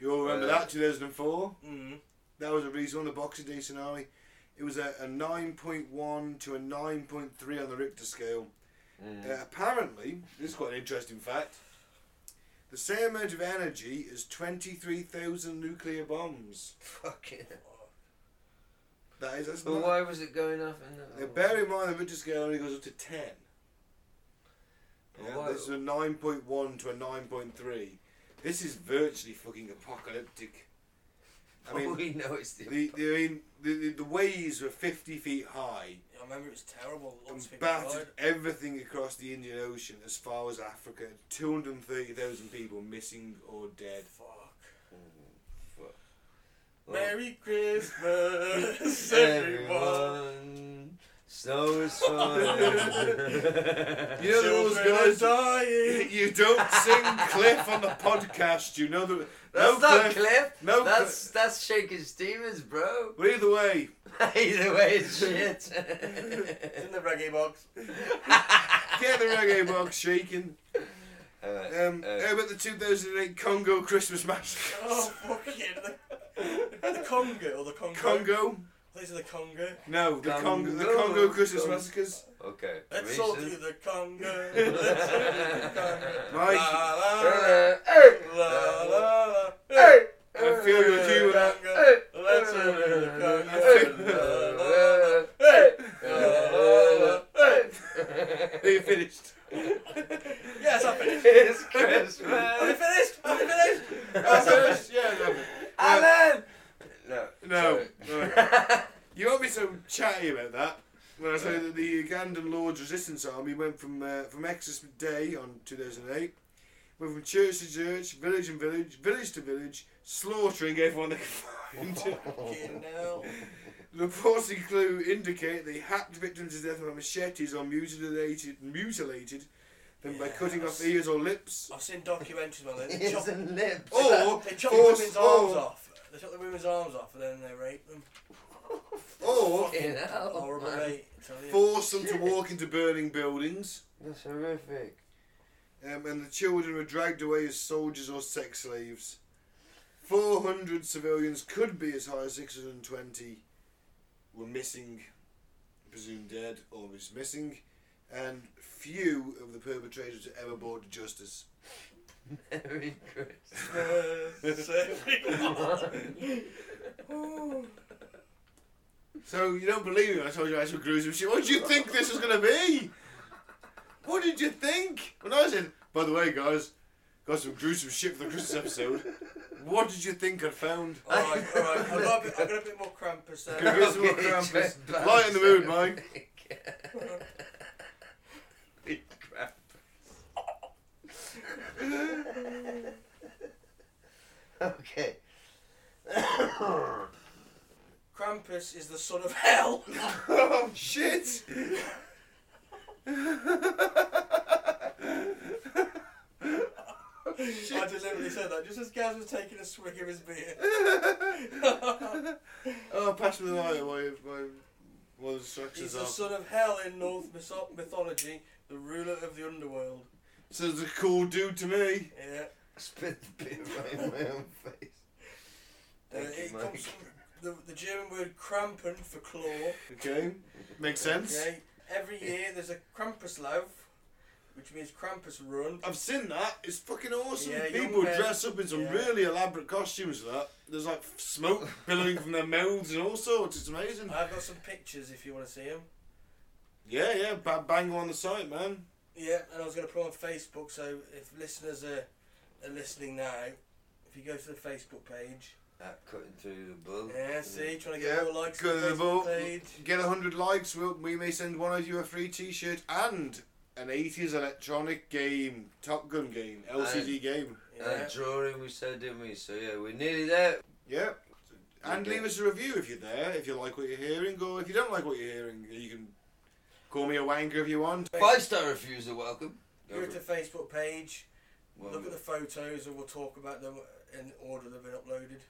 You all remember Uh, that, 2004? Mm. That was a reason, the Boxing Day Tsunami. It was a, a 9.1 to a 9.3 on the Richter scale. Hmm. Uh, apparently, this is quite an interesting fact, the same amount of energy as 23,000 nuclear bombs. Fucking. That is, that's But not... why was it going off in the? Now, bear in mind the Richter scale only goes up to 10. But Yeah, why- this is a 9.1 to a 9.3. This is virtually fucking apocalyptic. I mean, we know it's the. The, the, I mean, the, the, the waves were 50 feet high I remember it was terrible. Lots and of people battered died. everything across the Indian Ocean as far as Africa. 230,000 people missing or dead. Fuck. Well, Merry Christmas, everyone. everyone. Snow is fun. You know the rules, Children are guys. dying. You don't sing Cliff on the podcast, you know. The, That's no not Cliff. Cliff. No that's that's shaking steamers, bro. But either way, Either way, it's shit. It's in the reggae box. get the reggae box shaking. Alright, Um, uh, how about the 2008 Congo Christmas Massacre? Oh, fucking. The, the Congo or the Congo? Congo? These are the Congo. No, the Congo, the Congo. Congo Christmas Congo. Massacres. okay. Let's Reason? all do the Congo. Let's all do the Congo. Mike. La la la. Uh, hey, La la la. hey, I feel your humour. Congo. Let's all do the Congo. La la la. Are you finished? Yes, I'm finished. It's Are we Christmas. finished? Are we finished? That's finished? Yeah, no. Alan. No. No. sorry. no. you won't be so chatty about that. When I say that the Ugandan Lord's Resistance Army went from uh, from Exodus Day on 2008, went from church to church, village and village, village to village, slaughtering everyone they could find. Fucking hell. Reports include indicate they hacked victims to death by machetes or mutilated, mutilated them by cutting off Yes. ears or lips. I've seen documentaries where they chop, Ears and lips. Or they chop the force- women's arms or, off. They chop the women's arms off and then they rape them. or Fucking hell, Horrible Oh, man. rape. I tell you. force them to walk into burning buildings. That's horrific. um, and the children were dragged away as soldiers or sex slaves. 400 civilians could be as high as 620 were missing, presumed dead or was missing, and few of the perpetrators were ever brought to justice. Merry Christmas. Yes, everyone. So you don't believe me when I told you I saw gruesome shit. What do you think this was going to be? What did you think? When I was in, by the way, guys, got some gruesome shit for the Christmas episode. What did you think I found? Alright, alright. I got a bit, I got a bit more Krampus Give there. us more Krampus. Just bounce Light in the mood, Mike. Big Krampus. Okay. Krampus is the son of hell. Oh shit! I deliberately said that just as Gaz was taking a swig of his beer. Oh, pass me the lighter while you- while you- while the He's distractions the are. son of hell in Norse mytho- mythology, the ruler of the underworld. Sounds a cool dude to me. Yeah. Spit the beer right in my own face. Uh, Thank you, it Mike. comes from the, the German word Krampen for claw. Okay, makes sense. Okay. Every year there's a Krampuslauf, which means Krampus run. I've seen that. It's fucking awesome. Yeah, young People men- dress up in some yeah. really elaborate costumes. for That there's like smoke billowing from their mouths and all sorts. It's amazing. I've got some pictures if you want to see them. Yeah, yeah. Ba- bang on the site, man. Yeah, and I was going to put on Facebook, so if listeners are, are listening now, if you go to the Facebook page, That cutting through the bull. yeah, see, trying to get Yeah, more likes go on the to the vote. Facebook page. Get 100 likes, we'll, we may send one of you a free t shirt and an 80s electronic game, Top Gun game, LCD game. And a Yeah. drawing we said, didn't we? So yeah, we're nearly there. Yeah. And Okay. leave us a review if you're there, if you like what you're hearing, or if you don't like what you're hearing, you can call me a wanker if you want. Five star reviews are welcome. Go to the Facebook page, Well, look at the photos, and we'll talk about them in order they've been uploaded.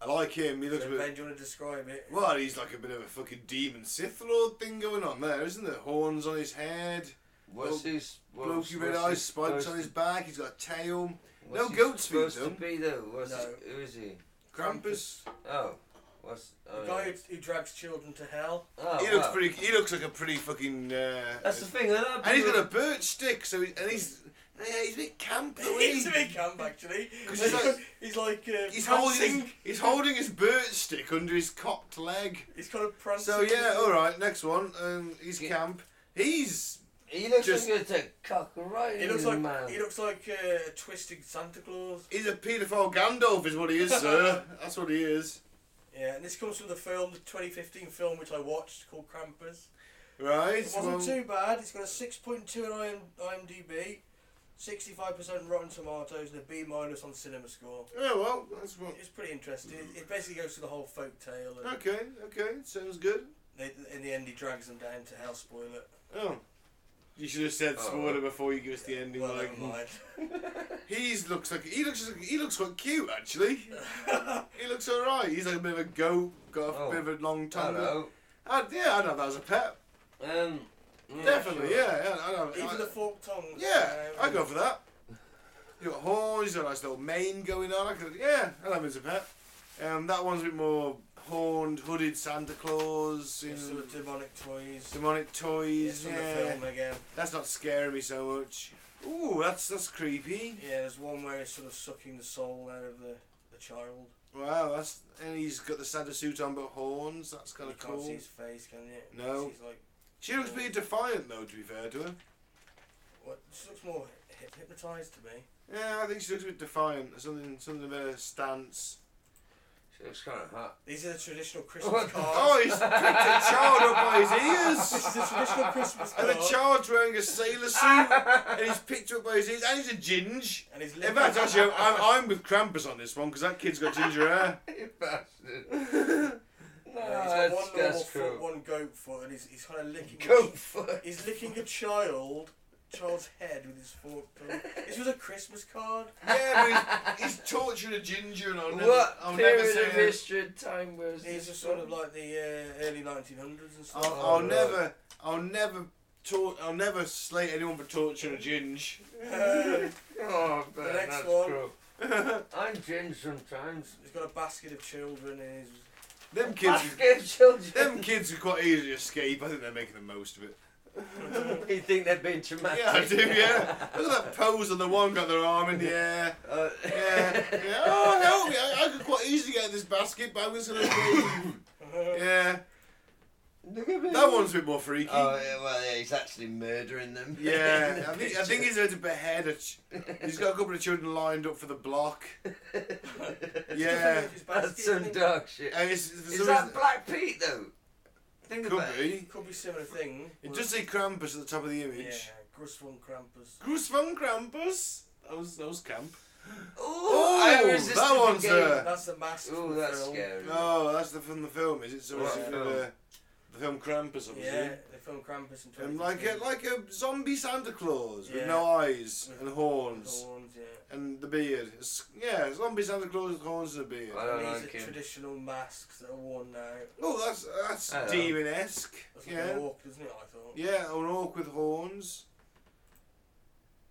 I like him, he looks So a ben, bit. do you want to describe it? Well, he's like a bit of a fucking demon Sith Lord thing going on there, isn't there? Horns on his head, What's his? What's, blokey red what's eyes, his spikes supposed- on his back, he's got a tail. what's no he goat's feet, supposed though. to be though. What's his- No. who is he? Krampus. Oh, what's? Oh, The guy yeah. who, who drags children to hell. oh, He looks wow. pretty. He looks like a pretty fucking. Uh, That's the thing. I know and he's people- got a birch stick, so he, and he's yeah, he's a bit camp though. He's a isn't he? big camp, actually. 'Cause He's he's like, like- he's like uh, He's prancing. holding. His, he's holding his birch stick under his cocked leg. He's kind of prancing. So yeah, oh. all right. Next one. Um, he's Yeah. camp. He's He looks just- like a cock right in He looks his like mouth. he looks like uh, a twisted Santa Claus. he's a paedophile Gandalf, is what he is, sir. That's what he is. Yeah, and this comes from the film, the 2015 film which I watched called Krampus. Right. It wasn't well, too bad. It's got a 6.2 on IM, IMDb, 65% Rotten Tomatoes, and a B minus on CinemaScore. Yeah, well, that's what. It's pretty interesting. It, it basically goes through the whole folk tale, and Okay. Okay. Sounds good. they, in the end he drags them down to hell. Spoiler. Oh. You should have said Oh. spoiler before you give us the ending. Well, like never mind. he's looks like he looks like, he looks quite cute actually. He looks alright. He's like a bit of a goat, got a Oh. bit of a long tongue. Hello. I'd, yeah, I'd have that as a pet. Um, yeah, Definitely, sure. yeah. yeah I'd have, Hmm, Even I, the um, fork tongue. yeah, I'd go for that. You got horns, you got a nice little mane going on. I could, yeah, I'd have him as a pet. Um, that one's a bit more horned, hooded Santa Claus, you Some know, of the demonic toys. demonic It's toys. from yeah, the film again. that's not scaring me so much. Ooh, that's that's creepy. Yeah, there's one where it's sort of sucking the soul out of the, the child. Wow, that's and he's got the Santa suit on but horns. That's kind you of cool. can't see his face, can you? No. She's like, She looks pretty defiant though, to be fair to her. what? She looks more hip- hypnotised to me. Yeah, I think she looks a bit defiant. There's Something, something about her stance. She looks kind of hot. These are the traditional Christmas What cards. the- Oh, he's picked a child up by his this ears. is the traditional Christmas And card. the child's wearing a sailor Ah. suit, and he's picked up by his ears, and he's a ginge. and he's In living. fact, actually, I'm, I'm with Krampus on this one because that kid's got ginger hair. You bastard. Uh, no, he's got one that's, normal that's foot, cool. one goat foot, and he's, he's kind of licking. Go for it. He's licking a child, child's head with his fork tongue. This was a Christmas card. Yeah, but he's, he's tortured a ginger, and I'll never, What I'll never period say of it. history and time was These this? are sort of from? like the uh, early 1900s and stuff. I'll, I'll Oh, right. never, I'll never, tor- I'll never slate anyone for torturing a ginge. Uh, Oh, man, The next that's one. cool. I'm gin sometimes. he's got a basket of children in his Them kids, Basket children. them kids are quite easy to escape. I think they're making the most of it. you think they've been traumatic? Yeah, I do, yeah. Look at that pose on the one, got their arm in the air. Uh, Yeah. yeah. Oh, help me. I, I could quite easily get in this basket, but I'm just going to... Yeah. Look at me. That one's a bit more freaky. Oh, yeah, well, yeah, he's actually murdering them. yeah, In the I think, I picture. think he's going to behead a. Ch- he's got a couple of children lined up for the block. Yeah, It's basket, That's some isn't it? dark shit. and Uh, it's, for Is some that reason- Black Pete though? Think could about it. be. Could be similar thing. It does say Krampus at the top of the image. Yeah, Grus von Krampus. Goose von Krampus. That was that was camp. Oh, I Ooh, resisted that the one's, game. uh, That's the mask. Oh, from the that's film. scary. Oh, that's the from the film, is it? So it's Right. from the, the film Krampus, obviously. Yeah, they filmed Krampus in 2015. And like a like a zombie Santa Claus with Yeah. no eyes and horns Horns, yeah. and the beard. It's, yeah, zombie Santa Claus with horns and a beard. I And don't these like are him. traditional masks that are worn now. Oh, that's that's I don't know. demon esque. That's like Yeah, an orc, isn't it? I thought. yeah, an orc with horns.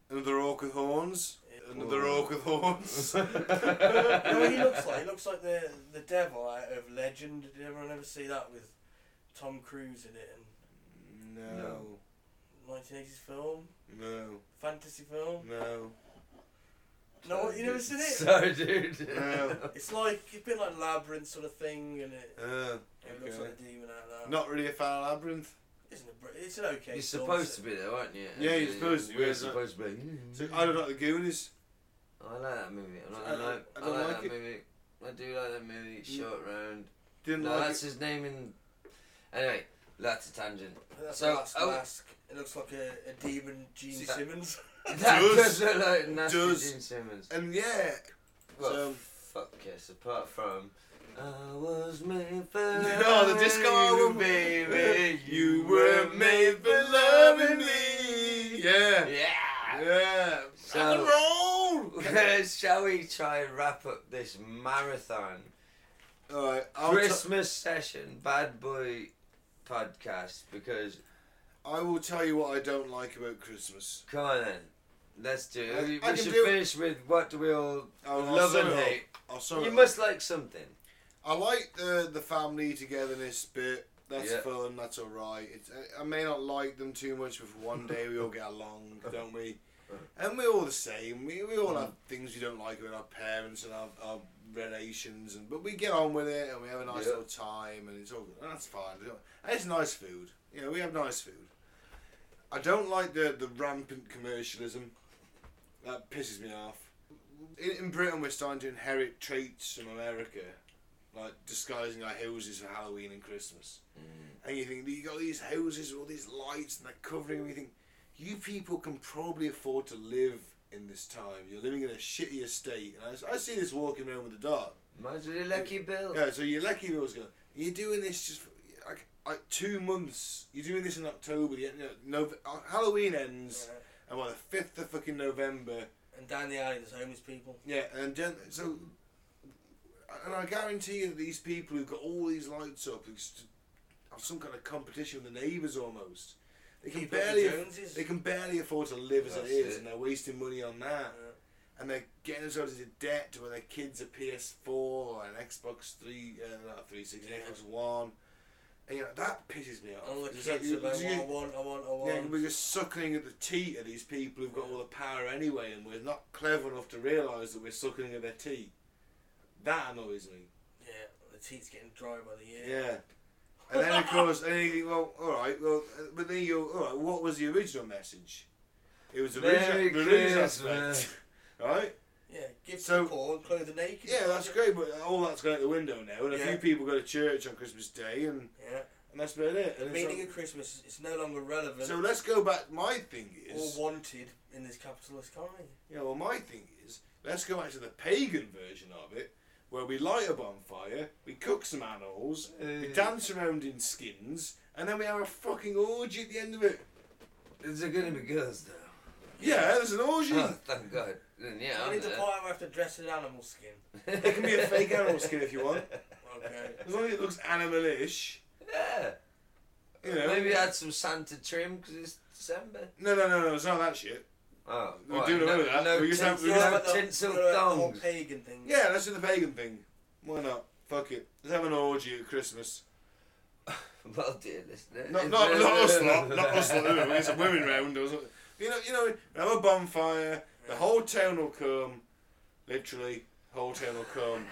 Another orc with horns. Another Ooh. orc with horns. You know what he looks like? He looks like the the devil out of Legend. Did everyone ever see that with Tom Cruise in it? no, In 1980s film, no, fantasy film. no. No, you never seen it. Sorry, dude. No. It's like a bit like labyrinth sort of thing, and it, Uh, it looks Okay. like a demon out of that. not really a fan of labyrinth. Isn't it? br- It's an okay. You're film, supposed to so- be there, aren't you? Yeah, you're supposed to be, We're yeah. supposed to be. So I don't like the Goonies. I like that movie. I, like, I don't- I, I don't like, like that it. Mm. movie. I do like that movie. Short round. Didn't No, like that's it. his name in. Anyway, that's a tangent. And That's So, the last oh. mask. It looks like a, a demon Gene See that- Simmons. That Does- does look like nasty does- Gene Simmons. And yeah, Well, so- fuck yes. Apart from. I was made for No, the disco loving album. you, baby. you were made for loving me. Yeah, Yeah. yeah. So- Rock and roll. Shall we try and wrap up this marathon All right, I'll t- Christmas session bad boy podcast? Because I will tell you what I don't like about Christmas. come on then, let's do. I- it. we I can should do it. finish with what do we all I'll, I'll love sum and it up. hate. I'll sum it You up. must like something. I like the the family togetherness bit. That's Yeah. fun. That's all right. It's, I, I may not like them too much, but for one day we all get along, don't we? And we're all the same. We, we all have Mm. things we don't like about our parents and our, our relations, and but we get on with it and we have a nice Yeah. little time, and it's all good. And that's fine. And it's nice food. You know, we have nice food. I don't like the the rampant commercialism. That pisses me off. In, in Britain, we're starting to inherit traits from America, like disguising our houses for Halloween and Christmas. Mm, And you think you got these houses with all these lights and they're covering everything. You people can probably afford to live in this time. You're living in a shitty estate, and I, I see this walking around with the dog. Imagine a lucky bill. Yeah, so your lucky bills go. You're doing this just for, like like two months. You're doing this in October. You know, Nov- uh, Halloween ends, Yeah. and well, the fifth of fucking November. And down the alley, there's homeless people. Yeah, and then, so, and I guarantee you, that these people who've got all these lights up it's have some kind of competition with the neighbours almost. They can Keep up the barely, Joneses. they can barely afford to live as That's it is, it. and they're wasting money on Uh, that. And they're getting themselves into debt to where their kids are PS4 or an Xbox Three, uh, not Three Sixty, Yeah. Xbox One. And, you know, that pisses me off. And all the It's kids like, are like, because Oh, you- "Well, I want, I want, I yeah, want. we're just suckling at the teat of these people who've got all the power anyway, and we're not clever enough to realise that we're suckling at their teat. That annoys me. Yeah, the teeth's getting dry by the year. Yeah. And then of course, and then you think, well, all right, well, uh, but then you, all right, what was the original message? It was the Merry origi- the religious Christmas. aspect, right? Yeah, give So- so, the poor and clothe the naked. Yeah, that's great, but all that's going out the window now, and a Yeah. few people go to church on Christmas Day, and, Yeah. and that's about it. The And meaning it's of Christmas is no longer relevant like- so let's go back. My thing or is, wanted in this capitalist economy. Yeah, well, my thing is, let's go back to the pagan version of it, where we light a bonfire, we cook some animals, we Uh. dance around in skins, and then we have a fucking orgy at the end of it. Is there gonna be girls though? Yeah, there's an orgy. Oh, thank God. Then yeah, I I'm need to there. part I have to dress in animal skin. It can be a fake animal skin if you want, Okay. as long as it looks animalish. Yeah. You know. Maybe add some Santa trim because it's December. No, no, no, no, it's not that shit. Oh, We what, do know no, that. No We just tinsel, have- we What just no about the- tinsel what about the whole thongs. pagan thing. Yeah, let's do the pagan thing. Why not? Fuck it. Let's have an orgy at Christmas. Well, dear listener. Not, not, not us lot, not us lot. Anyway, it's a women round. Or something. you know, you know, have a bonfire. The whole town will come, literally, the whole town will come,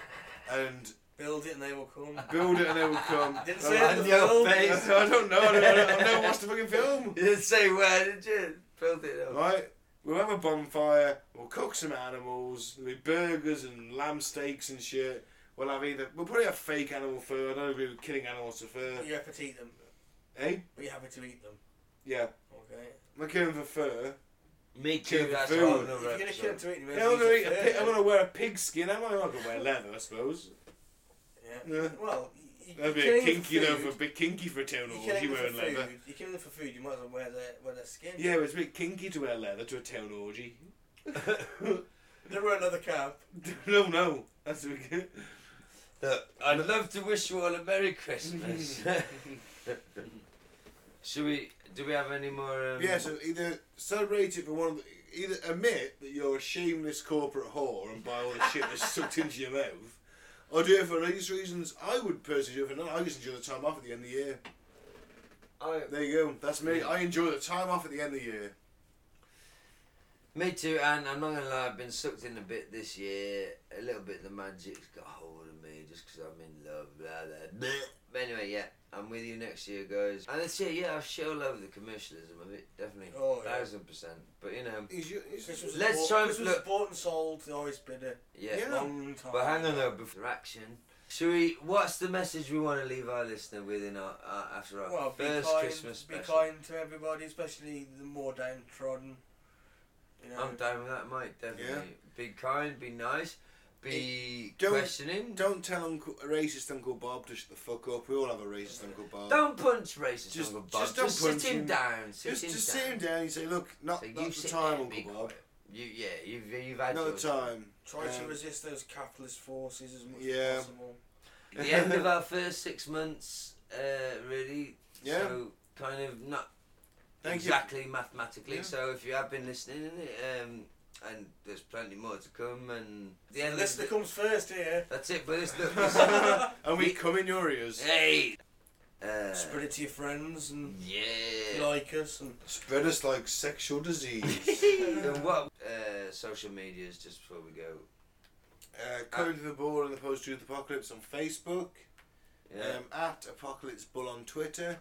and Build it and they will come. Build it and it will come. Didn't I say like it in the- the film. I don't know. I don't, I don't, I've never watched the fucking film. You didn't say where, did you? Build it up. Right? We'll have a bonfire. We'll cook some animals. There'll be burgers and lamb steaks and shit. We'll have either. We'll probably have fake animal fur. I don't agree with killing animals for fur. You're happy to eat them, Eh? but you're happy to eat them. Yeah. Okay. I'm killing for fur. Me too. Good That's food. all. If you're gonna kill them to eat them, you Yeah, I'm have to gonna, eat eat a them pig, I'm first. gonna wear a pig skin. am I? I'm not gonna wear leather, I suppose. Yeah. Yeah. Well, you, you That'd be kill a them for kinky though, food. for a bit kinky for a town You hall. You kill them for wearing leather? food. You kill them for food. You might as well wear their wear their skin. Yeah, but it's a bit kinky to wear leather to a town orgy. They wear another cap. no, no, that's a bit Look, I'd love to wish you all a Merry Christmas. Should we? Do we have any more? Um, Yeah, so either celebrate it for one of the, either admit that you're a shameless corporate whore and buy all the shit that's sucked into your mouth, or do it for these reasons. I would personally do it for none. I just enjoy the time off at the end of the year. Oh, I, There you go. That's me. I enjoy the time off at the end of the year. Me too, and I'm not gonna lie, I've been sucked in a bit this year. A little bit of the magic's got hold of me just 'cause I'm in love. Blah, blah, blah. But anyway, yeah, I'm with you next year, guys. And this year, yeah, I've shit all over the commercialism of it, definitely. Oh, yeah. Thousand percent. But you know, Is you- is- Christmas is Let's bought- try and Christmas look- is bought and sold. They always been a yeah. Yeah. long time. But hang on though, before action. Should we, what's the message we want to leave our listener with in our, uh, after our Well, be first kind, Christmas be special? kind to everybody, especially the more downtrodden. You know, I'm down with that, mate, definitely. Be kind, be nice, be Don't- questioning. Don't tell Uncle a racist Uncle Bob to shut the fuck up. We all have a racist Uncle Bob. Don't punch racist Just- Uncle Bob. just Just, don't punch sit him, him. down. Sit just him just down. sit him down and say, look, not, So not you the sit time, there, Uncle be Bob. quiet. You yeah, you've you've had Not your the time. try to Um, resist those capitalist forces as much Yeah. as possible. The end of our first six months, uh, really. Yeah. So kind of not Thank you. exactly mathematically. Yeah. So if you have been listening, um, and there's plenty more to come, and the end. Unless Of they the, comes first here, that's it. But it's the and we We- come in your ears. hey. Uh, spread it to your friends and Yeah. like us and Spread us like sexual disease. and what uh, social medias? Just before we go. uh, Code to the Ball and the Post Truth Apocalypse on Facebook. Yeah. Um, at Apocalypse Bull on Twitter.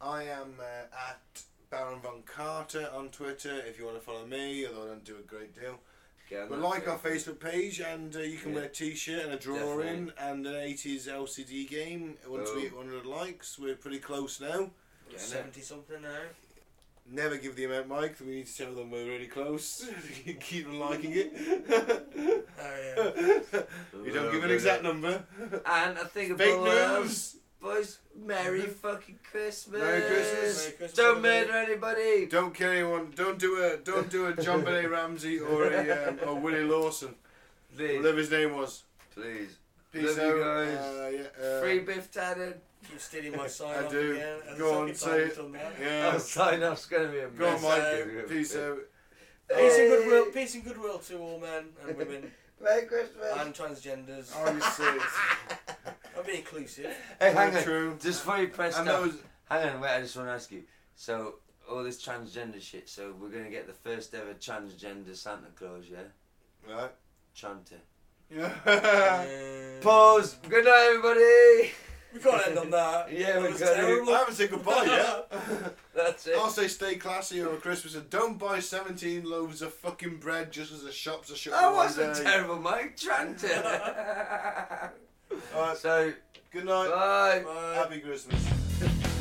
I am uh, at Baron Von Carter on Twitter if you want to follow me, although I don't do a great deal. Get on But that like our Facebook. Facebook page, and uh, you can Yeah. win a T-shirt and a drawing and an eighties LCD game. Once we Boom. hit one hundred likes, we're pretty close now. Yeah, I know. seventy something now. Never give the amount, Mike. We need to tell them we're really close. Keep them liking it. Oh yeah. you don't give an exact number. And I think Fake about uh, news. Mm-hmm. boys. Merry fucking Christmas. Merry Christmas. Merry Christmas, Don't everybody. murder anybody. Don't kill anyone. Don't do a don't do a John Benet Ramsey or a um, or Willie Lawson. Please, Whatever his name was. please. Peace Love you out. guys. Uh, yeah, uh, Free Biff Tannen. Keep stealing my sign I off do. again. And Go on, the second say time we've it. done that. Oh, Yeah. sign off's gonna be a Go on, mess. Mike. Peace out. Peace and Hey. goodwill peace and goodwill to all men and women Merry Christmas. and transgenders. Oh, you see. I'm being inclusive. hey, hang on. True. Just before you press And that stop. was Hang on, wait. I just want to ask you. So all this transgender shit. So we're gonna get the first ever transgender Santa Claus, yeah? right. Chanta. Yeah. Pause. Good night, everybody. Um, We can't end on that. Yeah, That we was gotta- I terrible. haven't said goodbye yet. That's it. I'll say stay classy over Christmas and don't buy 17 loaves of fucking bread just as the shops are shut. I for one wasn't day. terrible, Mike. Tranter. Alright, so, good night. bye. Bye. Happy Christmas.